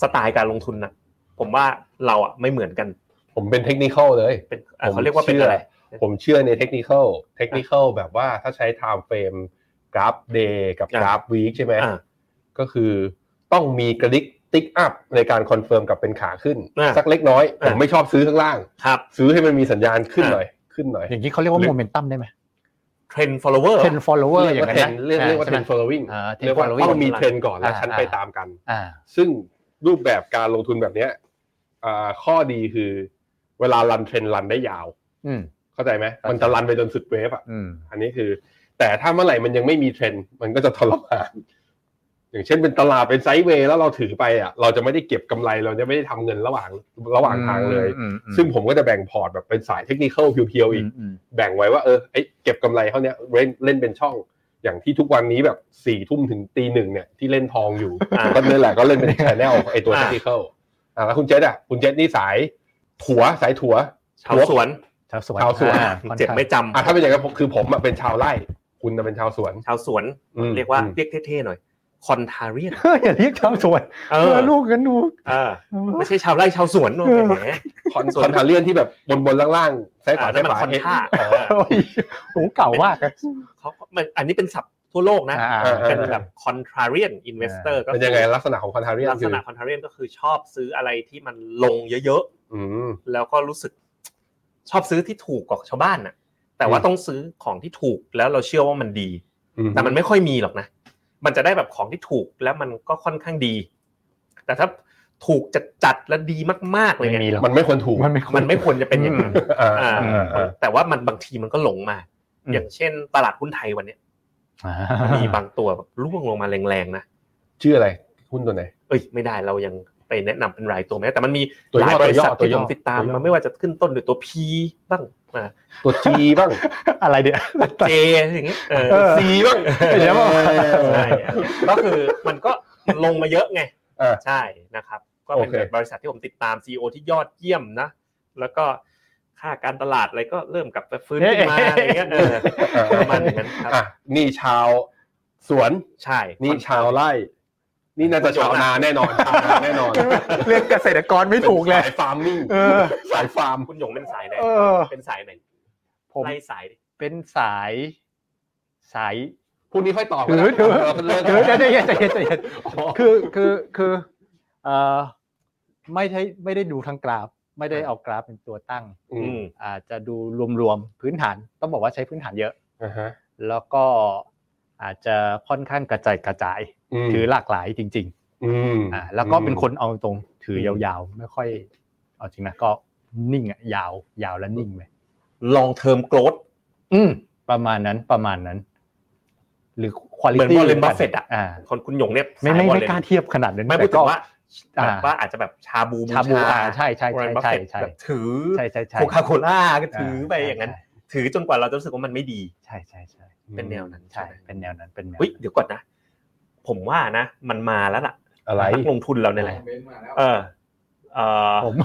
[SPEAKER 4] สไตล์การลงทุนนะผมว่าเราอ่ะไม่เหมือนกัน
[SPEAKER 3] ผมเป็นเทคนิคอลเลย
[SPEAKER 4] เป็นอ่ะ
[SPEAKER 3] ผม
[SPEAKER 4] เขาเรียกว่าเป็น
[SPEAKER 3] เชื่อ
[SPEAKER 4] อะ
[SPEAKER 3] อ
[SPEAKER 4] ไร
[SPEAKER 3] ผมเชื่อในเทคนิคอลเทคนิคอลแบบว่าถ้าใช้ไทม์เฟรมกราฟเดย์กับ
[SPEAKER 4] อ่ะ
[SPEAKER 3] กราฟวีคใช่ไหม
[SPEAKER 4] อ่ะ
[SPEAKER 3] ก็คือต้องมีกระดิกติ๊กอัพในการคอนเฟิร์มกับเป็นขาขึ้น
[SPEAKER 4] อ่ะ
[SPEAKER 3] สักเล็กน้อย ผม
[SPEAKER 4] อ่ะ
[SPEAKER 3] ไม่ชอบซื้อข้างล่าง
[SPEAKER 4] ครับ
[SPEAKER 3] ซื้อให้มันมีสัญญาณขึ้นหน่อยขึ้นหน่อย
[SPEAKER 2] อย่างนี้เขาเรียกว่า
[SPEAKER 3] หรือ
[SPEAKER 2] โมเมนตัมได้ไหม
[SPEAKER 4] trend follower
[SPEAKER 2] เทรน follower อ
[SPEAKER 3] เรี
[SPEAKER 2] ย่ายง
[SPEAKER 3] กว่า
[SPEAKER 2] นั้
[SPEAKER 3] เท
[SPEAKER 2] น
[SPEAKER 3] รน
[SPEAKER 2] นะ
[SPEAKER 3] เรียกเรียกว่าเทรน
[SPEAKER 2] ใช่ไหม
[SPEAKER 3] following
[SPEAKER 2] อ่า trend
[SPEAKER 3] เรียกว่า
[SPEAKER 2] following
[SPEAKER 3] ต้องมีเทรนก่อนแล้ว
[SPEAKER 2] อ่า
[SPEAKER 3] ฉันไป
[SPEAKER 2] อ่า
[SPEAKER 3] ตามกัน
[SPEAKER 2] อ่า
[SPEAKER 3] ซึ่งรูปแบบการลงทุนแบบเนี้ยอ่าข้อดีคือ เวลารันเทรนรันได้ยาว
[SPEAKER 2] อืม
[SPEAKER 3] เข้าใจไหม
[SPEAKER 2] เข้าใจ
[SPEAKER 3] มันจะรันไปจนสุดเวฟอ่ะ
[SPEAKER 2] อืม
[SPEAKER 3] อันนี้คือ แต่ถ้าเมื่อไหร่มันยังไม่มีเทรนด์มันก็จะทรมาน อย่างเช่นเป็นตลาดเป็นไซด์เวย์แล้วเราถือไปอ่ะเราจะไม่ได้เก็บกำไรเราจะไม่ได้ทำเงินระหว่างระหว่างทางเลย
[SPEAKER 2] อืมอืม
[SPEAKER 3] ซึ่งผมก็จะแบ่งพอร์ตแบบเป็นสายเทคนิคอลเพียวๆอีก
[SPEAKER 2] มม
[SPEAKER 3] แบ่งไว้ว่าเออเอ้ยเก็บกำไรเท่าเนี้ยเล่นเล่นเป็นช่อง อย่างที่ทุกวันนี้แบบสี่ทุ่มถึงตีหนึ่งเนี่ยที่เล่นทองอยู่
[SPEAKER 4] อ่า
[SPEAKER 3] ก็นั่นแหละก็เล่นเป็น ชแนลไอตัวเท
[SPEAKER 4] อ่า
[SPEAKER 3] คนิคอลอ่ะแล้วคุณเจษอ่ะคุณเจษนี่สายถั่วสายถั่ว
[SPEAKER 4] ชาวสวน
[SPEAKER 2] ชาวสวน
[SPEAKER 3] ชาวสวน
[SPEAKER 2] อ่
[SPEAKER 4] เจ็บไม่จำ
[SPEAKER 3] อ่ะถ้าเป็นอย่างนั้นผมคือผมอ่ะเป็นชาวไร่ คุณน่ะเป็นชาวสวน
[SPEAKER 4] ชาวสวน
[SPEAKER 3] อืม
[SPEAKER 4] เรียกว่า
[SPEAKER 3] อืม
[SPEAKER 4] เรียกเท่ๆหน่อยคอนทาเรียน
[SPEAKER 2] เฮ้ยอย่าเรียกชาวสวน
[SPEAKER 4] เอ
[SPEAKER 2] เอ
[SPEAKER 4] อ
[SPEAKER 2] อลูกกันดู
[SPEAKER 4] เออไม่ใช่ชาวไร่ชาวสวนหน่อยแหม
[SPEAKER 3] คอนคอนทาเลียนที่แบบบนบนล่างล่างๆซ้ายขวา
[SPEAKER 4] อ่านั่
[SPEAKER 3] ซ้าย
[SPEAKER 4] น
[SPEAKER 3] ข
[SPEAKER 4] มั
[SPEAKER 3] วา
[SPEAKER 4] นคอนท่า
[SPEAKER 3] เอ๊ะ
[SPEAKER 2] โอ้ยโหเก่ามากอะ
[SPEAKER 4] เขาก็มันอันนี้เป็นศัพท์ทั่วโลกนะ
[SPEAKER 2] อ่า
[SPEAKER 4] เป็นแบบ contrarian investor ก็
[SPEAKER 3] เป็นยังไงลักษณะของคอนทาเลียน
[SPEAKER 4] ลัก
[SPEAKER 3] คื
[SPEAKER 4] ษ
[SPEAKER 3] อ
[SPEAKER 4] ณะ contrarian ก็คือชอบซื้ออะไรที่มันลงเยอะๆ
[SPEAKER 3] อืม
[SPEAKER 4] แล้วก็รู้สึกชอบซื้อที่ถูกกว่าชาวบ้านน่ะ แต่ว่า
[SPEAKER 3] อืม
[SPEAKER 4] ต้องซื้อของที่ถูกแล้วเราเชื่อว่ามันดี
[SPEAKER 3] อื
[SPEAKER 4] แต่มันไม่ค่อยมีหรอกนะ มันจะได้แบบของที่ถูกแล้วมันก็ค่อนข้างดี แต่ถ้าถูกจัดจัดๆและดีมากๆเลย
[SPEAKER 2] ไม่มี
[SPEAKER 4] เนี่ย
[SPEAKER 2] หรอก
[SPEAKER 3] มันไม่ควรถูก
[SPEAKER 2] มันไม่ควร
[SPEAKER 4] มันไม่ควรจะเป็นอย่างนั้น
[SPEAKER 3] อ่า
[SPEAKER 4] อ่า
[SPEAKER 2] อืม
[SPEAKER 3] อ่า
[SPEAKER 4] แต่ว่ามันบางทีมันก็หลงมา
[SPEAKER 2] อืม
[SPEAKER 4] อย่างเช่น ตลาดหุ้นไทยวันเนี้ย
[SPEAKER 2] อ่า
[SPEAKER 4] มีบางตัวแบบร่วงลงมาแรงๆนะ
[SPEAKER 3] ชื่ออะไรหุ้นตัวไหน
[SPEAKER 4] เอ้ยไม่ได้เรายังไปแนะนำเป็นรายตัวไหมแต่มันมี
[SPEAKER 3] ตัว
[SPEAKER 4] ห
[SPEAKER 3] ย่อ
[SPEAKER 4] ลายบริษัท
[SPEAKER 3] ตัว
[SPEAKER 4] ที่
[SPEAKER 3] ย่
[SPEAKER 4] ผ
[SPEAKER 3] อ
[SPEAKER 4] มติดตาม
[SPEAKER 3] ตัวย่อ
[SPEAKER 4] มาไม่ว่าจะขึ้นต้นด้วยตัว P บ้างอ่า
[SPEAKER 3] ตัวจีบ้าง
[SPEAKER 2] อะไรเดี๋ยว
[SPEAKER 4] เจอย่างเงี้ยเออ
[SPEAKER 2] เออ
[SPEAKER 3] ซีบ้าง
[SPEAKER 2] เดี๋ยวบอก
[SPEAKER 4] ใช่อะก็คือมันก็ลงมาเยอะไง
[SPEAKER 3] เออ
[SPEAKER 4] ใช่นะครับ ก็เป็น
[SPEAKER 3] โอเค
[SPEAKER 4] แบบบริษัทที่ผมติดตามซีอที่ยอดเยี่ยมนะ แล้วก็ค่าการตลาดอะไรก็เริ่มกลับไปฟื้นขึ้นมาอะไรเงี้ยเออประมาณอย่างนั้นครับ
[SPEAKER 3] อ่ะนี่ชาวสวน
[SPEAKER 4] ใช่
[SPEAKER 3] นี่ชาวไร่ นี่น่าจะชาวนาแน่นอนชาวนาแน่นอน
[SPEAKER 2] เรียกเกษตรกรไม่ถูกเลย
[SPEAKER 3] สายฟาร์มมิ่ง
[SPEAKER 2] เออ
[SPEAKER 3] สายฟาร์ม
[SPEAKER 4] คุณหยงเป็นสายไหน
[SPEAKER 2] เออ
[SPEAKER 4] เป็นสายไหน
[SPEAKER 2] ผม
[SPEAKER 4] ไล่สายดิ
[SPEAKER 2] เป็นสายสาย
[SPEAKER 3] พรุ่งนี้ค่อยตอบ
[SPEAKER 2] ถือถือ
[SPEAKER 3] มันเลิก
[SPEAKER 2] ถือใจเย็นใจเย็นใจเย็น
[SPEAKER 3] อ
[SPEAKER 2] คือคือคือเอ่อไม่ใช่ไม่ได้ดูทั้งกราฟ ไม่ได้เอากราฟเป็นตัวตั้ง
[SPEAKER 3] อืม
[SPEAKER 2] อาจจะดูรวมๆพื้นฐานต้องบอกว่าใช้พื้นฐานเยอะ
[SPEAKER 3] อ่าฮะ
[SPEAKER 2] แล้วก็อาจจะค่อนข้างกระจายกระจาย
[SPEAKER 3] ม
[SPEAKER 2] ถือหลากหลายจริง
[SPEAKER 3] อืม
[SPEAKER 2] ๆอ่าแล้วก็เป็นคนเอาตรงถือยาวๆ ไม่ค่อยเอาจริงนะก็นิ่งอะยาวยาวและนิ่งเลย
[SPEAKER 4] long term growth
[SPEAKER 2] อืมประมาณนั้นประมาณนั้น หรือคุณ
[SPEAKER 4] เหมือน Warren Buffett อะ
[SPEAKER 2] อ่า
[SPEAKER 4] คนคุณหยงเนี่ย
[SPEAKER 2] ไม่
[SPEAKER 4] สาย
[SPEAKER 2] ไม่
[SPEAKER 4] วอล
[SPEAKER 2] ไม่
[SPEAKER 4] เลย
[SPEAKER 2] กล้าเทียบขนาดนั้น
[SPEAKER 4] ไม่พูด
[SPEAKER 2] แต่
[SPEAKER 4] ถึ
[SPEAKER 2] ก็
[SPEAKER 4] งว่า
[SPEAKER 2] อ่า
[SPEAKER 4] แบบว่าอาจจะแบบชาบู
[SPEAKER 2] ชาบูอ่าใช่ใช่
[SPEAKER 4] วอร์เร
[SPEAKER 2] ใช่
[SPEAKER 4] นบัฟ
[SPEAKER 2] ใช่
[SPEAKER 4] เฟต
[SPEAKER 2] ใช่
[SPEAKER 4] แบบถือ
[SPEAKER 2] ใช่ใช่ใช่
[SPEAKER 4] โคคาโคล่าก็
[SPEAKER 2] า
[SPEAKER 4] ถือไปอย่างนั้น
[SPEAKER 2] ใช่
[SPEAKER 4] ถือจนกว่าเราจะรู้สึกว่ามันไม่ดี
[SPEAKER 2] ใช่ใช่ใช่
[SPEAKER 4] เป็นแนวนั้น
[SPEAKER 2] ใช่
[SPEAKER 4] ไหม
[SPEAKER 2] เป็นแนวนั้นเป็นแนว
[SPEAKER 4] เฮ้ยเดี๋ยวก่อนนะ ผมว่านะ มันมาแล้วล่ะ
[SPEAKER 3] อะไร
[SPEAKER 4] นักลงทุนเราเนี่ยแหละ
[SPEAKER 5] เบนซ์มาแล้ว
[SPEAKER 4] เออเออ
[SPEAKER 2] ผม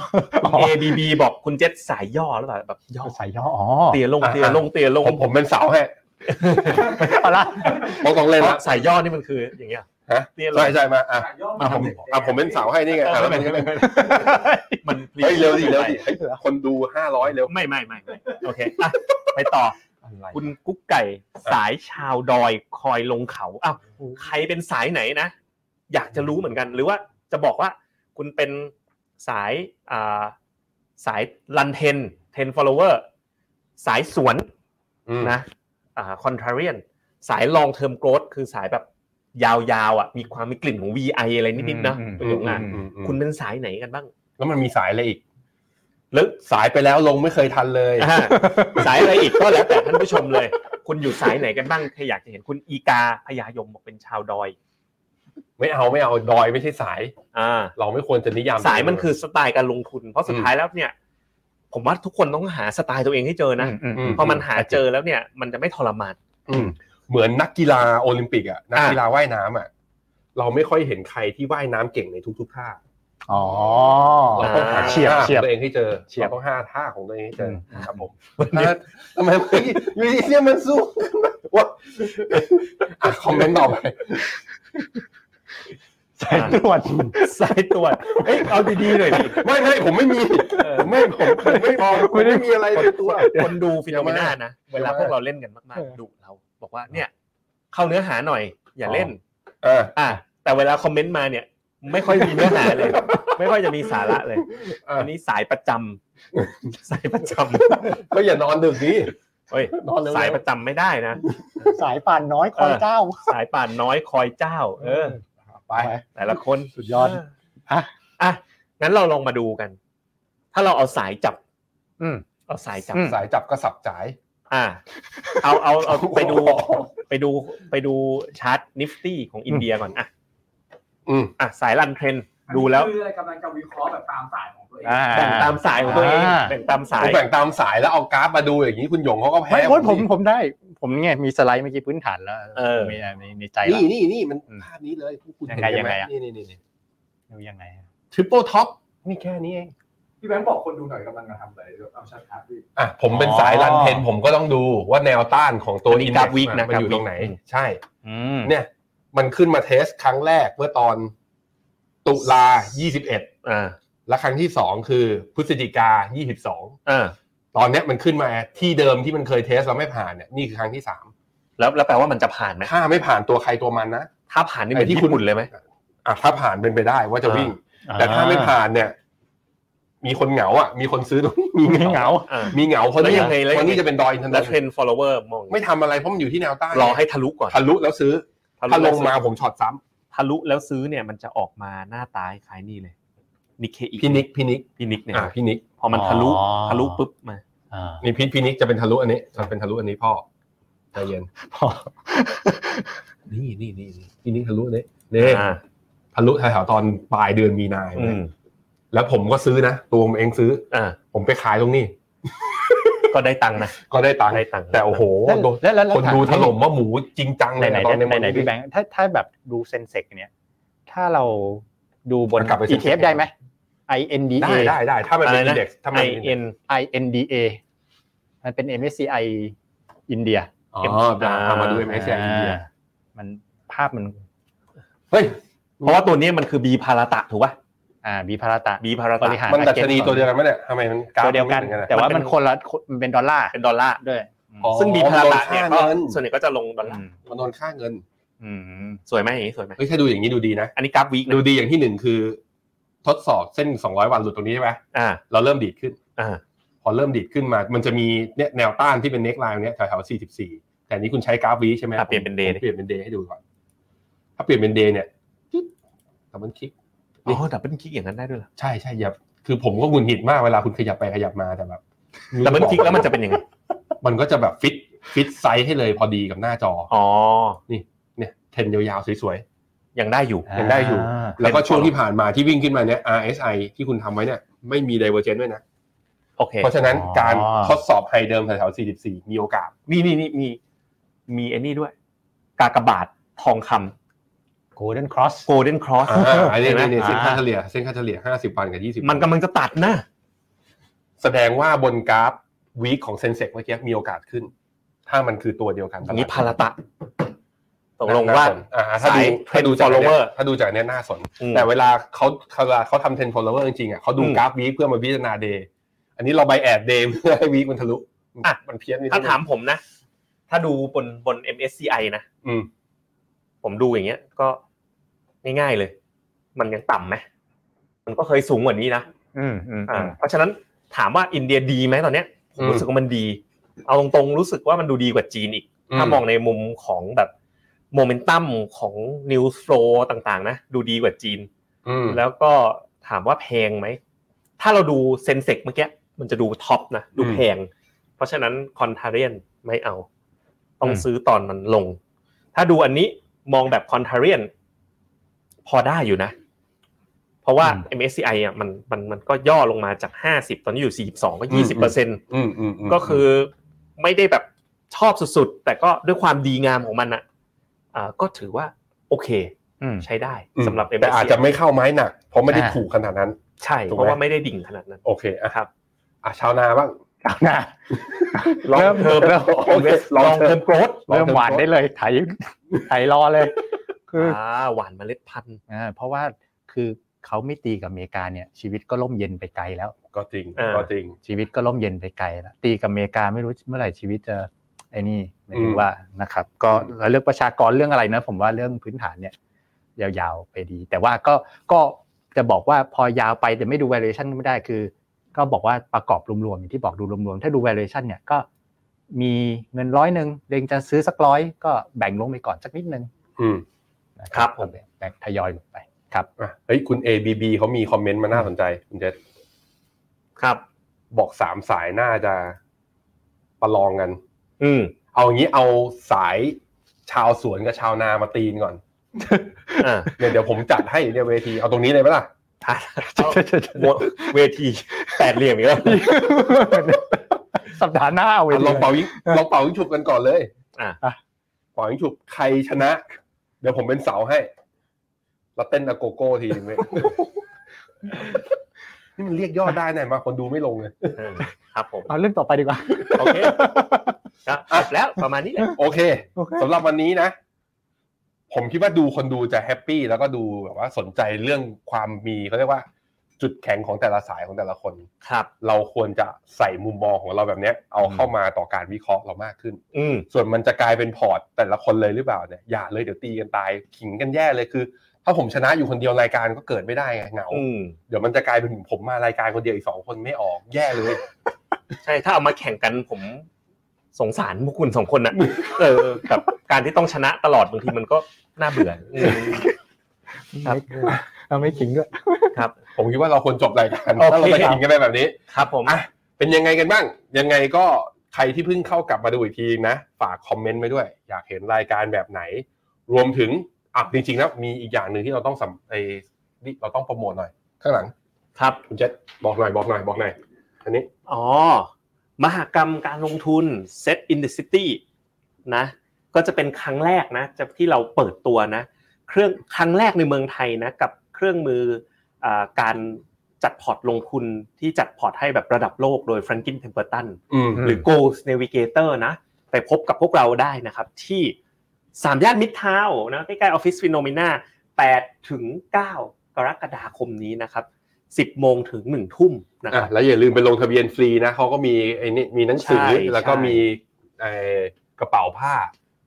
[SPEAKER 4] ABB บอกคุณเจษสายย่อหรือเปล่าแบบย่อ
[SPEAKER 2] สายย่ออ๋อ
[SPEAKER 4] เตียลงเตียลงเตียลง
[SPEAKER 3] ผมผมเป็นเสาให้
[SPEAKER 2] เอาละ
[SPEAKER 3] ผมต้องเล่น
[SPEAKER 4] เพ
[SPEAKER 3] ละ
[SPEAKER 4] ราะสายย่อนี่มันคืออย่างเงี้ย
[SPEAKER 3] ฮะ
[SPEAKER 4] เรียนเหรอ
[SPEAKER 3] ใช่ใช่มาอ่ะ
[SPEAKER 2] อ่ะ
[SPEAKER 3] อ่ะผมอ่ะผมเป็นเสาให้นี่ไงอ่ะแล้วมันก็เลย
[SPEAKER 4] มัน
[SPEAKER 3] เฮ้ยเร็วดิเร็วดิเฮ้ยคนดูห้าร้อยเร็ว
[SPEAKER 4] ไม่ไม่ไม่ไม่โอเคอ่ะไปต่อ คุณกุ๊กไก่สายชาวดอยคอยลงเขาอ้าวใครเป็นสายไหนนะ อยากจะรู้เหมือนกัน หรือว่าจะบอกว่าคุณเป็นสายอ่าสายลันเทนเทนฟอลโลเวอร์สายสวน
[SPEAKER 3] อืม
[SPEAKER 4] นะอ่าคอนเทเรียนสายลองเทอมโกรดคือสายแบบยาวๆอ่ะมีความมีกลิ่นของ VI อะไรนิดๆนะ
[SPEAKER 2] อืม
[SPEAKER 4] ประโยคนั้น
[SPEAKER 3] อืมอืมอืม
[SPEAKER 4] คุณเป็นสายไหนกันบ้าง
[SPEAKER 3] แล้วมันมีสายอะไรอีก
[SPEAKER 4] แล้ว
[SPEAKER 3] สายไปแล้วลงไม่เคยทันเลย
[SPEAKER 4] อ่าสายอะไรอีกก็แล้วแต่ท่านผู้ชมเลย คุณอยู่สายไหนกันบ้างใครอยากจะเห็นคุณอีกาพยายมบอกเป็นชาวดอย
[SPEAKER 3] ไม่เอาไม่เอาดอยไม่ใช่สาย
[SPEAKER 4] อ่า
[SPEAKER 3] เราไม่ควรจะนิยาม
[SPEAKER 4] สายมันคือสไตล์การลงทุน เพราะสุด
[SPEAKER 3] อืม
[SPEAKER 4] ท้ายแล้วเนี่ย ผมว่าทุกคนต้องหาสไตล์ตัวเองให้เจอนะ
[SPEAKER 2] อืมอืม
[SPEAKER 3] อืม
[SPEAKER 4] พอมันหาเจอแล้วเนี่ย มันจะไม่ทร มาน
[SPEAKER 3] อืมเหมือนนักกีฬาโอลิมปิกอ่ะนักกีฬาว่ายน้ำอ่ะเราไม่ค่อยเห็นใครที่ว่ายน้ำเก่งในทุกๆท่า
[SPEAKER 2] อ๋อ
[SPEAKER 3] เราต้องหา
[SPEAKER 2] เฉียบ
[SPEAKER 3] ท่า
[SPEAKER 2] เฉียบ
[SPEAKER 3] ของตัวเองให้เจอ
[SPEAKER 2] เฉียบ
[SPEAKER 3] เราต้องหาท่าของตัวเองให้เจออครับผม
[SPEAKER 4] วันนี้
[SPEAKER 3] อ่ะทำไมเมื่อกี้อยู่ดีเนี่ยมันสู้ว่าอ่ะคอมเมนต์ต่อไป
[SPEAKER 2] สายตรวจ
[SPEAKER 4] สายตัวเอ้ยเอาดีๆหน่อยดิ
[SPEAKER 3] ไม่ไม่ผมไม่มีผมไม่ผมผมไม่มองผมไม่มีอะไรในตัว
[SPEAKER 4] คนดูฟิโนเมนานะ
[SPEAKER 3] เดี๋
[SPEAKER 4] เว
[SPEAKER 3] ยวมา
[SPEAKER 4] ลาพวกเราเล่นกันมาก
[SPEAKER 2] เออ
[SPEAKER 4] ๆดุเรา บอกว่าเนี่ย เข้าเนื้อหาหน่อย อย่าเล่น
[SPEAKER 3] เออ
[SPEAKER 4] อ่ะแต่เวลาคอมเมนต์มาเนี่ย ไม่ค่อยมีเนื้อหาเลย ไม่ค่อยจะมีสาระเลย
[SPEAKER 3] อ่ะ
[SPEAKER 4] อันนี้สายประจำ สายประจำ
[SPEAKER 3] ก็อย่านอนดึกนี้
[SPEAKER 4] เฮ้ย
[SPEAKER 3] นอนเร็วๆ
[SPEAKER 4] สายประจำไม่ได้นะ
[SPEAKER 2] สายป่านน้อยคอยเจ้า
[SPEAKER 4] สายป่านน้อยคอยเจ้า เออ
[SPEAKER 3] ไป
[SPEAKER 4] แต่ละคน
[SPEAKER 2] สุดยอด
[SPEAKER 4] อ่ะ
[SPEAKER 2] อ่ะ
[SPEAKER 4] อ่ะงั้นเราลองมาดูกัน ถ้าเราเอาสายจับ
[SPEAKER 2] อืม
[SPEAKER 4] เอาสายจับ
[SPEAKER 2] อืม
[SPEAKER 3] สายจับก็สับจ่าย
[SPEAKER 4] อ่ะเอาเอาเอาไปดูไปดูไปดูชาร์ตนิฟตี้ของอินเดียก่อนอ่ะ
[SPEAKER 3] อืม
[SPEAKER 4] อ่ะสายรันเทรนดูแล้ว
[SPEAKER 5] คืออะไรกำลังจะวิเคราะห์แบบตามสายของตัวเอง
[SPEAKER 2] อ่า
[SPEAKER 4] แบ่งตามสายของตัวเอง
[SPEAKER 2] อ่า
[SPEAKER 4] แบ่งตามสาย
[SPEAKER 3] ผมแบ่งตามสายแล้วเอากราฟมาดูอย่างนี้คุณหยงเขาก็แพ้
[SPEAKER 2] ไม่โอ๊ยผม
[SPEAKER 3] ดิ
[SPEAKER 2] ผมได้ ผมเนี่ยมีสไลด์เมื่อกี้พื้นฐานแล้ว
[SPEAKER 4] เออ
[SPEAKER 2] มีในในใจละ
[SPEAKER 3] นี่นี่นี่มัน
[SPEAKER 2] อืม
[SPEAKER 3] ภาพนี้เลยคุณ
[SPEAKER 2] ยังไง
[SPEAKER 3] เห็นห
[SPEAKER 2] ยัง
[SPEAKER 3] ม
[SPEAKER 2] ไงอะ
[SPEAKER 3] นี่นี่นี่
[SPEAKER 2] ดูยังไงอะ
[SPEAKER 3] ทริปเปิลท็อปนี่แค่นี้เอง
[SPEAKER 5] พี่แบงค์บอกคนดูหน่อยกำลังจะทำอะไรเอาชัดๆพี่
[SPEAKER 3] อ่ะผมเป็นสายรันเทนผมก็ต้องดูว่าแนวต้านของตัว
[SPEAKER 4] อันนี้
[SPEAKER 3] อิน
[SPEAKER 4] ก
[SPEAKER 3] ดั
[SPEAKER 4] รา
[SPEAKER 3] บ
[SPEAKER 4] ฟ week นะ
[SPEAKER 3] มันอยู่
[SPEAKER 4] ก
[SPEAKER 3] ต
[SPEAKER 4] ราฟ week
[SPEAKER 3] รงไหน
[SPEAKER 4] อืม
[SPEAKER 3] ใช่
[SPEAKER 2] อืม
[SPEAKER 3] เนี่ย มันขึ้นมาเทสครั้งแรกเมื่อตอนตุลา 21
[SPEAKER 4] อ่า
[SPEAKER 3] และครั้งที่ 2 คือพฤศจิกา 22
[SPEAKER 4] อ่า
[SPEAKER 3] ตอนเนี้ยมันขึ้นมาที่เดิมที่มันเคยเทสแล้วไม่ผ่านเนี่ยนี่คือครั้งที่
[SPEAKER 4] แล้วแล้วแปลว่ามันจะผ่านไหม
[SPEAKER 3] 3 ถ้าไม่ผ่านตัวใครตัวมันนะ
[SPEAKER 4] ถ้าผ่านนี่เหมือน
[SPEAKER 3] ไอ้ที่
[SPEAKER 4] ญี่
[SPEAKER 3] คุณ
[SPEAKER 4] ปุ่นเลยไหม
[SPEAKER 3] อ่ะถ้าผ่านเป็นไปได้ว่าจะวิ่ง แต่ถ้าไม่ผ่านเนี่ย มีคนเหงาอ่ะมีคนซื้อ มี
[SPEAKER 2] ไม่เหงา
[SPEAKER 4] อ่า
[SPEAKER 3] มีเหงาคน
[SPEAKER 4] แล้ว
[SPEAKER 3] นี้
[SPEAKER 4] ยังไงแล้วยังไง
[SPEAKER 3] คนนี้จะเป็นดอยอินทน
[SPEAKER 4] แล้ว
[SPEAKER 3] น
[SPEAKER 4] เทรนด์ follower มอง
[SPEAKER 3] ไม่ทำอะไรเพราะมันอยู่ที่แนวใต้
[SPEAKER 4] รอให้ทะลุก่อน
[SPEAKER 3] ทะลุแล้วซื้อถ้าลงมาผมช็อตซ้ำ
[SPEAKER 4] ทะลุแล้วซื้อเนี่ยมันจะออกมาหน้าตาคล้ายนี่เลยนิเคอี
[SPEAKER 3] พี่นิกพี่นิก
[SPEAKER 4] พินิกเนี่ย
[SPEAKER 3] อ่าพี่นิก
[SPEAKER 4] พอมันทะลุ
[SPEAKER 2] อ๋อ
[SPEAKER 4] ทะลุปุ๊บมา
[SPEAKER 2] อ่า
[SPEAKER 3] นี่พี่พี่นิกจะเป็นทะลุอันนี้จะเป็นทะลุอันนี้พ่อใจเย็น
[SPEAKER 2] พอ
[SPEAKER 3] นี่นี่นี่นี่พี่นิกทะลุอันนี้นี่
[SPEAKER 4] อ่า
[SPEAKER 3] ทะลุแถวๆตอนปลายเดือนมีนาเห็นไห
[SPEAKER 4] อื
[SPEAKER 3] ม
[SPEAKER 4] ม
[SPEAKER 3] แล้วผมก็ซื้อนะตัวผมเองซื้อ
[SPEAKER 4] อ่า
[SPEAKER 3] ผมไปขายตรงนี้
[SPEAKER 4] ก็ได้ตังค์นะ
[SPEAKER 3] ก็ได้ตังค์
[SPEAKER 4] ได้ตังค์
[SPEAKER 3] แต่โอ้โหโดน
[SPEAKER 2] แล้วแล้วแล้ว
[SPEAKER 3] คนดูถล่มว่าหมูจริงจัง
[SPEAKER 2] ไหน
[SPEAKER 3] เลย
[SPEAKER 2] ไหน
[SPEAKER 3] นะตอน
[SPEAKER 2] ไหนไหนไหน
[SPEAKER 3] นี้
[SPEAKER 2] พี่แบงค์ถ้าถ้าแบบดูเซนเซกเนี่ย ถ้าเราดูบน
[SPEAKER 3] กลับไป Sensex
[SPEAKER 2] ETF ได้ไหม INDA
[SPEAKER 3] ได้ได้ได้ถ้ามันเป็นอินเด็กซ์ถ้า
[SPEAKER 4] ไอ
[SPEAKER 3] มันเป็น
[SPEAKER 4] เอ็น
[SPEAKER 2] INDA มันเป็น MSCI อินเดีย
[SPEAKER 3] อ๋อ
[SPEAKER 4] MSCI
[SPEAKER 3] เอามาดู MSCI อินเดีย
[SPEAKER 2] มันภาพมัน
[SPEAKER 3] เฮ้ย
[SPEAKER 4] เพราะว่าตัวเนี้ยมันคือบีพาราตะถูกป่ะ
[SPEAKER 2] อ่าบีพาราตะ
[SPEAKER 4] บีพารา
[SPEAKER 2] บ
[SPEAKER 4] ตะ
[SPEAKER 2] ริหาร
[SPEAKER 3] มันดัชนีตัวเดียวกันไหมเนี่ยทำไมมันราฟ
[SPEAKER 2] ตัวเดียวกัน
[SPEAKER 3] มัไม่หมืออะ
[SPEAKER 2] แต่ว่ามันคนละคนมันเป็นดอลลาร์
[SPEAKER 4] เป็นดอลลาร์
[SPEAKER 2] ด้วย
[SPEAKER 4] ซึ่งดีพาราบาท
[SPEAKER 3] มั
[SPEAKER 4] เนี่ย
[SPEAKER 3] นโดน
[SPEAKER 4] ก็
[SPEAKER 3] ค่าเงิน
[SPEAKER 4] ส่วนใหญ่ก็จะลงดอลลา
[SPEAKER 2] อื
[SPEAKER 4] ร์
[SPEAKER 2] ม
[SPEAKER 3] มันโดนค่าเงิน
[SPEAKER 2] อืม
[SPEAKER 4] สวยไหมอย่างนี้สวยไหม
[SPEAKER 3] เฮ้ยถ้าดูอย่างนี้ดูดีนะ
[SPEAKER 4] อันนี้กราฟวีค
[SPEAKER 3] ดู
[SPEAKER 4] นะ
[SPEAKER 3] ดีอย่างที่หนึ่งคือ ทดสอบเส้น 200 วันหลุดตรงนี้ใช่ไหม
[SPEAKER 4] อ่า
[SPEAKER 3] เราเริ่มดีดขึ้น
[SPEAKER 4] อ่า
[SPEAKER 3] พอเริ่มดีดขึ้นมา มันจะมีเนี่ยแนวต้านที่เป็นเน็กไลน์เนี้ยแถวๆ44 แต่อันนี้คุณใช้กราฟวีใช่ไหม
[SPEAKER 4] อ่ะเปลี่ยนเป็นเดย์
[SPEAKER 3] ผมเปลี่ยนเป็นเดย์ให้ดูก่อน ถ้าเปลี่ยนเป็นเดย์เนี่ยจิ๊บแต่มันคลิก
[SPEAKER 4] อ๋อดับเบิลคลิกอย่างนั้นได้ด้วยเหรอ
[SPEAKER 3] ใช่ใช่อย่าคือผมก็หงุนหงิดมากเวลาคุณขยับไปขยับมาแต่แบบ
[SPEAKER 4] ดับเบิลคลิกแล้วมันจะเป็นยังไง
[SPEAKER 3] มันก็จะแบบฟิตฟิตไซส์ให้เลยพอดีกับหน้าจอ
[SPEAKER 4] อ๋อ
[SPEAKER 3] เนี่ยเทรนยาวๆสวย
[SPEAKER 4] ยังได้อยู่
[SPEAKER 3] ยังได้อยู่ ๆ แล้วก็ช่วงที่ผ่านมาที่วิ่งขึ้นมาเนี่ย RSI ที่คุณทำไว้เนี่ยไม่มี divergence ด้วยนะ
[SPEAKER 4] โอเค
[SPEAKER 3] เพราะฉะนั้น
[SPEAKER 2] อ๋อ
[SPEAKER 3] การทดสอบไฮเดิมแถวๆ44 มีโอกาส
[SPEAKER 4] มีนี่นี่มีมีไอ้นี่ด้วย กากบาททองค
[SPEAKER 2] โกลเด้นครอส
[SPEAKER 4] ำโกลเด้นครอส
[SPEAKER 3] อ่าอันนี้
[SPEAKER 4] เห็นไหม
[SPEAKER 3] เนี่ยเส้นค่า
[SPEAKER 2] อ่า
[SPEAKER 3] เฉลี่ยเส้นค่าเฉลี่ย 50 วันกับ 20
[SPEAKER 4] มันกำลังจะตัดนะ
[SPEAKER 3] แสดงว่าบนกราฟวีคของเซนเซกเมื่อกี้มีโอกาสขึ้น ถ้ามันคือตัวเดียวกัน
[SPEAKER 4] อย่างนี้พาราตะตกลงว่า
[SPEAKER 3] อ่าถ้าดู
[SPEAKER 4] สาย
[SPEAKER 3] ถ้าดู
[SPEAKER 4] trend
[SPEAKER 3] จากเนี่ย
[SPEAKER 4] follower
[SPEAKER 3] ถ้าดูจากเนี่ยน่าสน
[SPEAKER 4] อืม
[SPEAKER 3] แต่เวลาเขาเขาเวลาเขาทำเทรนด์ follower จริงๆอ่ะเขาดู
[SPEAKER 4] อืม
[SPEAKER 3] กราฟวีคเพื่อมาพิจารณาเดย์อันนี้เราไปแอดเดย์เพื่อให้วีคมันทะลุ
[SPEAKER 4] อ่ะ
[SPEAKER 3] มันเพี้ยนไป
[SPEAKER 4] ถ้าถามผมนะ ถ้าดูบนบน MSCI นะ
[SPEAKER 3] อืม
[SPEAKER 4] ผมดูอย่างเงี้ย ก็ง่ายๆเลย มันยังต่ำไหมมันก็เคยสูงกว่านี้นะ
[SPEAKER 2] อืมอืม
[SPEAKER 4] อ่า
[SPEAKER 2] อืม
[SPEAKER 4] เพราะฉะนั้นถามว่าอินเดียดีไหมตอนเนี้ยผมรู้สึกว่ามันดี เอาตรงๆรู้สึกว่ามันดูดีกว่าจีนอีก ถ้ามองในมุมของแบบโมเมนตัมของนิวส์โฟลต่างๆ นะ ดูดีกว่าจีน
[SPEAKER 3] อืม
[SPEAKER 4] แล้วก็ถามว่าแพงไหม ถ้าเราดูเซนเซกเมื่อกี้มันจะดูท็อปนะ ดูแพง เพราะฉะนั้นคอนทาเรียนไม่เอา ต้องซื้อตอนมันลง ถ้าดูอันนี้มองแบบคอนทาเรียนพอได้อยู่นะ เพราะว่า MSCI อ่ะมันมันมันก็ย่อลงมาจาก 50 ตอนนี้อยู่ 42 ก็ 20เปอร์เซ็นต์
[SPEAKER 3] อืมอืมม
[SPEAKER 4] ก็คือไม่ได้แบบชอบสุดๆ แต่ก็ด้วยความดีงามของมันอ่ะอ่าก็ถือว่าโอเค
[SPEAKER 2] อืม
[SPEAKER 4] ใช้ได้
[SPEAKER 3] ม
[SPEAKER 4] สำหรับ MSCI
[SPEAKER 3] แต่อาจจะไม่เข้าไม้หนัก เพราะไม่ได้
[SPEAKER 2] อ่า
[SPEAKER 3] ถูกขนาดนั้น
[SPEAKER 4] ใช่
[SPEAKER 3] ถูกไหม
[SPEAKER 4] เพราะว่าไม่ได้ดิ่งขนาดนั้น
[SPEAKER 3] โอเคอ่ะ
[SPEAKER 4] ครับ
[SPEAKER 3] อ่ะชาวนาบ้าง
[SPEAKER 2] เอา หน้า
[SPEAKER 3] ลอง
[SPEAKER 2] เริ่ม
[SPEAKER 3] เทอม
[SPEAKER 2] เริ่ ม
[SPEAKER 3] โอเคล
[SPEAKER 2] ล
[SPEAKER 3] อ
[SPEAKER 2] องง
[SPEAKER 3] เทอม
[SPEAKER 2] เริ่มโกรธ
[SPEAKER 3] ลองเทอม
[SPEAKER 2] เริ่มหวานได้เลยไถไถรอเลย คือ
[SPEAKER 4] อ่าหวานเมล็ดพันธุ์
[SPEAKER 2] อ่าเพราะว่าคือเขาไม่ตีกับอเมริกาเนี่ย ชีวิตก็ล่มเย็นไปไกลแล้ว
[SPEAKER 3] ก็จริงก็จริง
[SPEAKER 2] ชีวิตก็ล่มเย็นไปไกลแล้วตีกับอเมริกาไม่รู้เมื่อไหร่ชีวิตจะไอ้นี่หมายถึ
[SPEAKER 3] อื
[SPEAKER 2] ง
[SPEAKER 3] ม
[SPEAKER 2] ว่านะครับ ก็แล้วเรื่องประชากรเรื่องอะไรนะ ผมว่าเรื่องพื้นฐานเนี่ย ยาวๆไปดี แต่ว่าก็ก็จะบอกว่าพอยาวไปแต่ไม่ดู valuation ก็ไม่ได้คือ ก็บอกว่าประกอบรวมๆอย่างที่บอกดูรวมๆถ้าดู valuation เนี่ยก็มีเงินร้อยหนึ่งเดงจะซื้อสักร้อยก็แบ่งลงไปก่อนสักนิดนึง
[SPEAKER 3] อืม
[SPEAKER 2] นะครับ
[SPEAKER 4] ผม
[SPEAKER 2] แบ่งทยอยลงไปครับ
[SPEAKER 3] อ่ะเฮ้ยคุณ ABB เขามีคอมเมนต์มาน่าสนใจคุณเจษ
[SPEAKER 4] ครับ
[SPEAKER 3] บอกสามสายน่าจะประลองกัน
[SPEAKER 4] อืม
[SPEAKER 3] เอาอย่างนี้เอาสายชาวสวนกับชาวนามาตีนก่อน
[SPEAKER 4] อ่า
[SPEAKER 3] เนี่ยเดี๋ยวผมจัดให้เนี่ยเวทีเอาตรงนี้เลยไหมล่ะ
[SPEAKER 4] ถ้าเวทีแปดเหลี่ยมอีกแล้ว
[SPEAKER 2] สัปดาห์หน้าเอาไว้
[SPEAKER 3] อ่ะลองเป่ายิงลองเป่ายิงฉุบกันก่อนเลย
[SPEAKER 4] อ่า
[SPEAKER 3] เป่ายิงฉุบใครชนะ เดี๋ยวผมเป็นเสาให้เราเต้นอะโกโก้ทีนึงไหม นี่มันเรียกยอดได้ไหนมาคนดูไม่ลงเลย
[SPEAKER 4] เออครับผม
[SPEAKER 2] เอาเรื่องต่อไปดีกว่า
[SPEAKER 4] โอเคครับจบแล้วประมาณนี้แหละ
[SPEAKER 3] โอเค
[SPEAKER 2] โอเค
[SPEAKER 3] สำหรับวันนี้นะ ผมคิดว่าดูคนดูจะแฮปปี้แล้วก็ดูแบบว่าสนใจเรื่องความมีเขาเรียกว่า จุดแข็งของแต่ละสายของแต่ละคน
[SPEAKER 4] ครับ
[SPEAKER 3] เราควรจะใส่มุมมองของเราแบบเนี้ย เอาเข้ามาต่อการวิเคราะห์เรามากขึ้น
[SPEAKER 4] อืม
[SPEAKER 3] ส่วนมันจะกลายเป็นพอร์ตแต่ละคนเลยหรือเปล่าเนี่ยอย่าเลยเดี๋ยวตีกันตายขิงกันแย่เลยคือ ถ้าผมชนะอยู่คนเดียวรายการก็เกิดไม่ได้ไงเหงา
[SPEAKER 4] อืม
[SPEAKER 3] เดี๋ยวมันจะกลายเป็นผมมารายการคนเดียวอีกสองคนไม่ออกแย่เลย
[SPEAKER 4] ใช่ถ้าเอามาแข่งกันผมสงสารพวกคุณสองคนนะเออกับการที่ต้องชนะตลอดบางทีมันก็น่าเบื่ออืม ครับ
[SPEAKER 2] เราไม่ขิงด้วย
[SPEAKER 4] ครับ
[SPEAKER 3] ผมคิดว่าเราควรจบรายการ
[SPEAKER 4] โอเค
[SPEAKER 3] ถ้าเราไปขิงกันไปแบบนี้
[SPEAKER 4] ครับผม
[SPEAKER 3] อ่ะเป็นยังไงกันบ้าง ยังไงก็ใครที่เพิ่งเข้ากลับมาดูอีกทีนะ ฝากคอมเมนต์ไว้ด้วย อยากเห็นรายการแบบไหน รวมถึงอ่ะจริงๆแล้วมีอีกอย่างหนึ่งที่เราต้องสัมไอนี่เราต้องโปรโมทหน่อย ข้างหลัง
[SPEAKER 4] ครับ
[SPEAKER 3] คุณเจษบอกหน่อยบอกหน่อยบอกหน่อยอันนี้
[SPEAKER 4] อ๋อ มหกรรมการลงทุน Set in the City นะ ก็จะเป็นครั้งแรกนะจะที่เราเปิดตัวนะ เครื่องครั้งแรกในเมืองไทยนะกับเครื่องมืออาการจัดพอร์ตลงทุนที่จัดพอร์ตให้แบบระดับโลกโดย Franklin Templeton
[SPEAKER 3] อืม
[SPEAKER 2] อืม
[SPEAKER 4] หรือ Gold Navigator นะ ไปพบกับพวกเราได้นะครับ ที่สามย่านมิตรทาวน์นะใกล้ๆออฟฟิศฟิโนเมนา8ถึง9กรกฎาคมนี้นะครับ 10โมงถึง1ทุ่มนะค
[SPEAKER 3] อ่ะ
[SPEAKER 4] รับ
[SPEAKER 3] แล้วอย่าลืมไปลงทะเบียนฟรีนะเขาก็มีไอ้นี่มีหนังสือ
[SPEAKER 4] ใช่
[SPEAKER 3] แล้วก็
[SPEAKER 4] ใช่
[SPEAKER 3] มี ไอ้กระเป๋าผ้า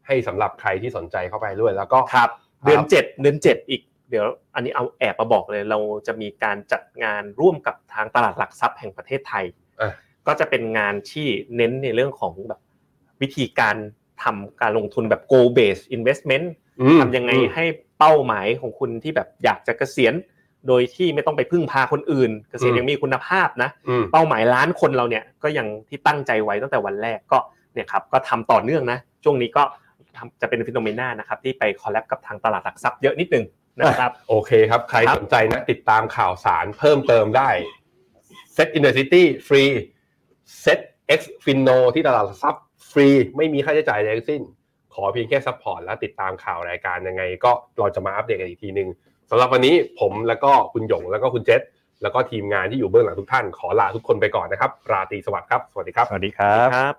[SPEAKER 3] ให้สำหรับใครที่สนใจเข้าไปด้วย แล้วก็
[SPEAKER 4] ครับ
[SPEAKER 3] ครับ
[SPEAKER 4] เดือนเจ็ดเดือนเจ็ดอีกเดี๋ยวอันนี้เอาแอบมาบอกเลยเราจะมีการจัดงานร่วมกับทางตลาดหลักทรัพย์แห่งประเทศไทย
[SPEAKER 3] อ่ะ
[SPEAKER 4] ก็จะเป็นงานที่เน้นในเรื่องของแบบวิธีการทำการลงทุนแบบ goal based investment
[SPEAKER 3] อืม
[SPEAKER 4] ทำยังไงให้เป้าหมายของคุณที่แบบอยากจะเกษียณ โดยที่ไม่ต้องไปพึ่งพาคนอื่น เกษียณยังมีคุณภาพนะ
[SPEAKER 3] อืม
[SPEAKER 4] เป้าหมายล้านคนเราเนี่ยก็ยังที่ตั้งใจไว้ตั้งแต่วันแรกก็เนี่ยครับก็ทำต่อเนื่องนะ ช่วงนี้ก็ทำจะเป็นฟิโนเมนานะครับที่ไปคอลแลบกับทางตลาดหลักทรัพย์เยอะนิดนึงนะครับ
[SPEAKER 3] โอเคครับ ใคร
[SPEAKER 4] ครับ
[SPEAKER 3] สนใจนะ ติดตามข่าวสารเพิ่มเติมได้ Set in the City ฟรี Set X Fino ที่ตลาดหลักทรัพย์ฟรี ไม่มีค่าใช้จ่ายใดทั้งสิ้น ขอเพียงแค่ซัพพอร์ตและติดตามข่าวรายการยังไง ก็เราจะมาอัปเดตกันอีกทีหนึ่งสำหรับวันนี้ผมแล้วก็คุณหยงแล้วก็คุณเจษแล้วก็ทีมงานที่อยู่เบื้องหลังทุกท่านขอลาทุกคนไปก่อนนะครับ ราตรีสวัสดิ์ครับ สวัสดีครับ
[SPEAKER 2] สวัสดีครับ
[SPEAKER 4] ครับ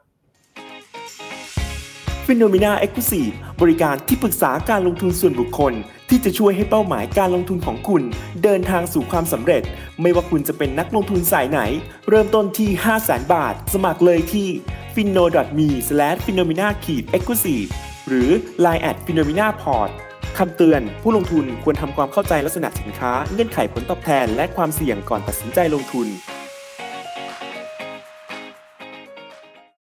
[SPEAKER 6] p h e n o m e n a e x c l u s i v e บริการที่ปรึกษาการลงทุนส่วนบุคคล ที่จะช่วยให้เป้าหมายการลงทุนของคุณ เดินทางสู่ความสำเร็จ ไม่ว่าคุณจะเป็นนักลงทุนสายไหน เริ่มต้นที่ 5 0 0 0 0 0 บาท สมัครเลยที่ f i n o m e p h e n o m e n a e x c l u s i v e หรือ line at p h e n o m e n a p o r t คำเตือน ผู้ลงทุนควรทำความเข้าใจลักษณะสินค้า เงื่อนไขผลตอบแทน และความเสี่ยงก่อนตัดสินใจลงทุน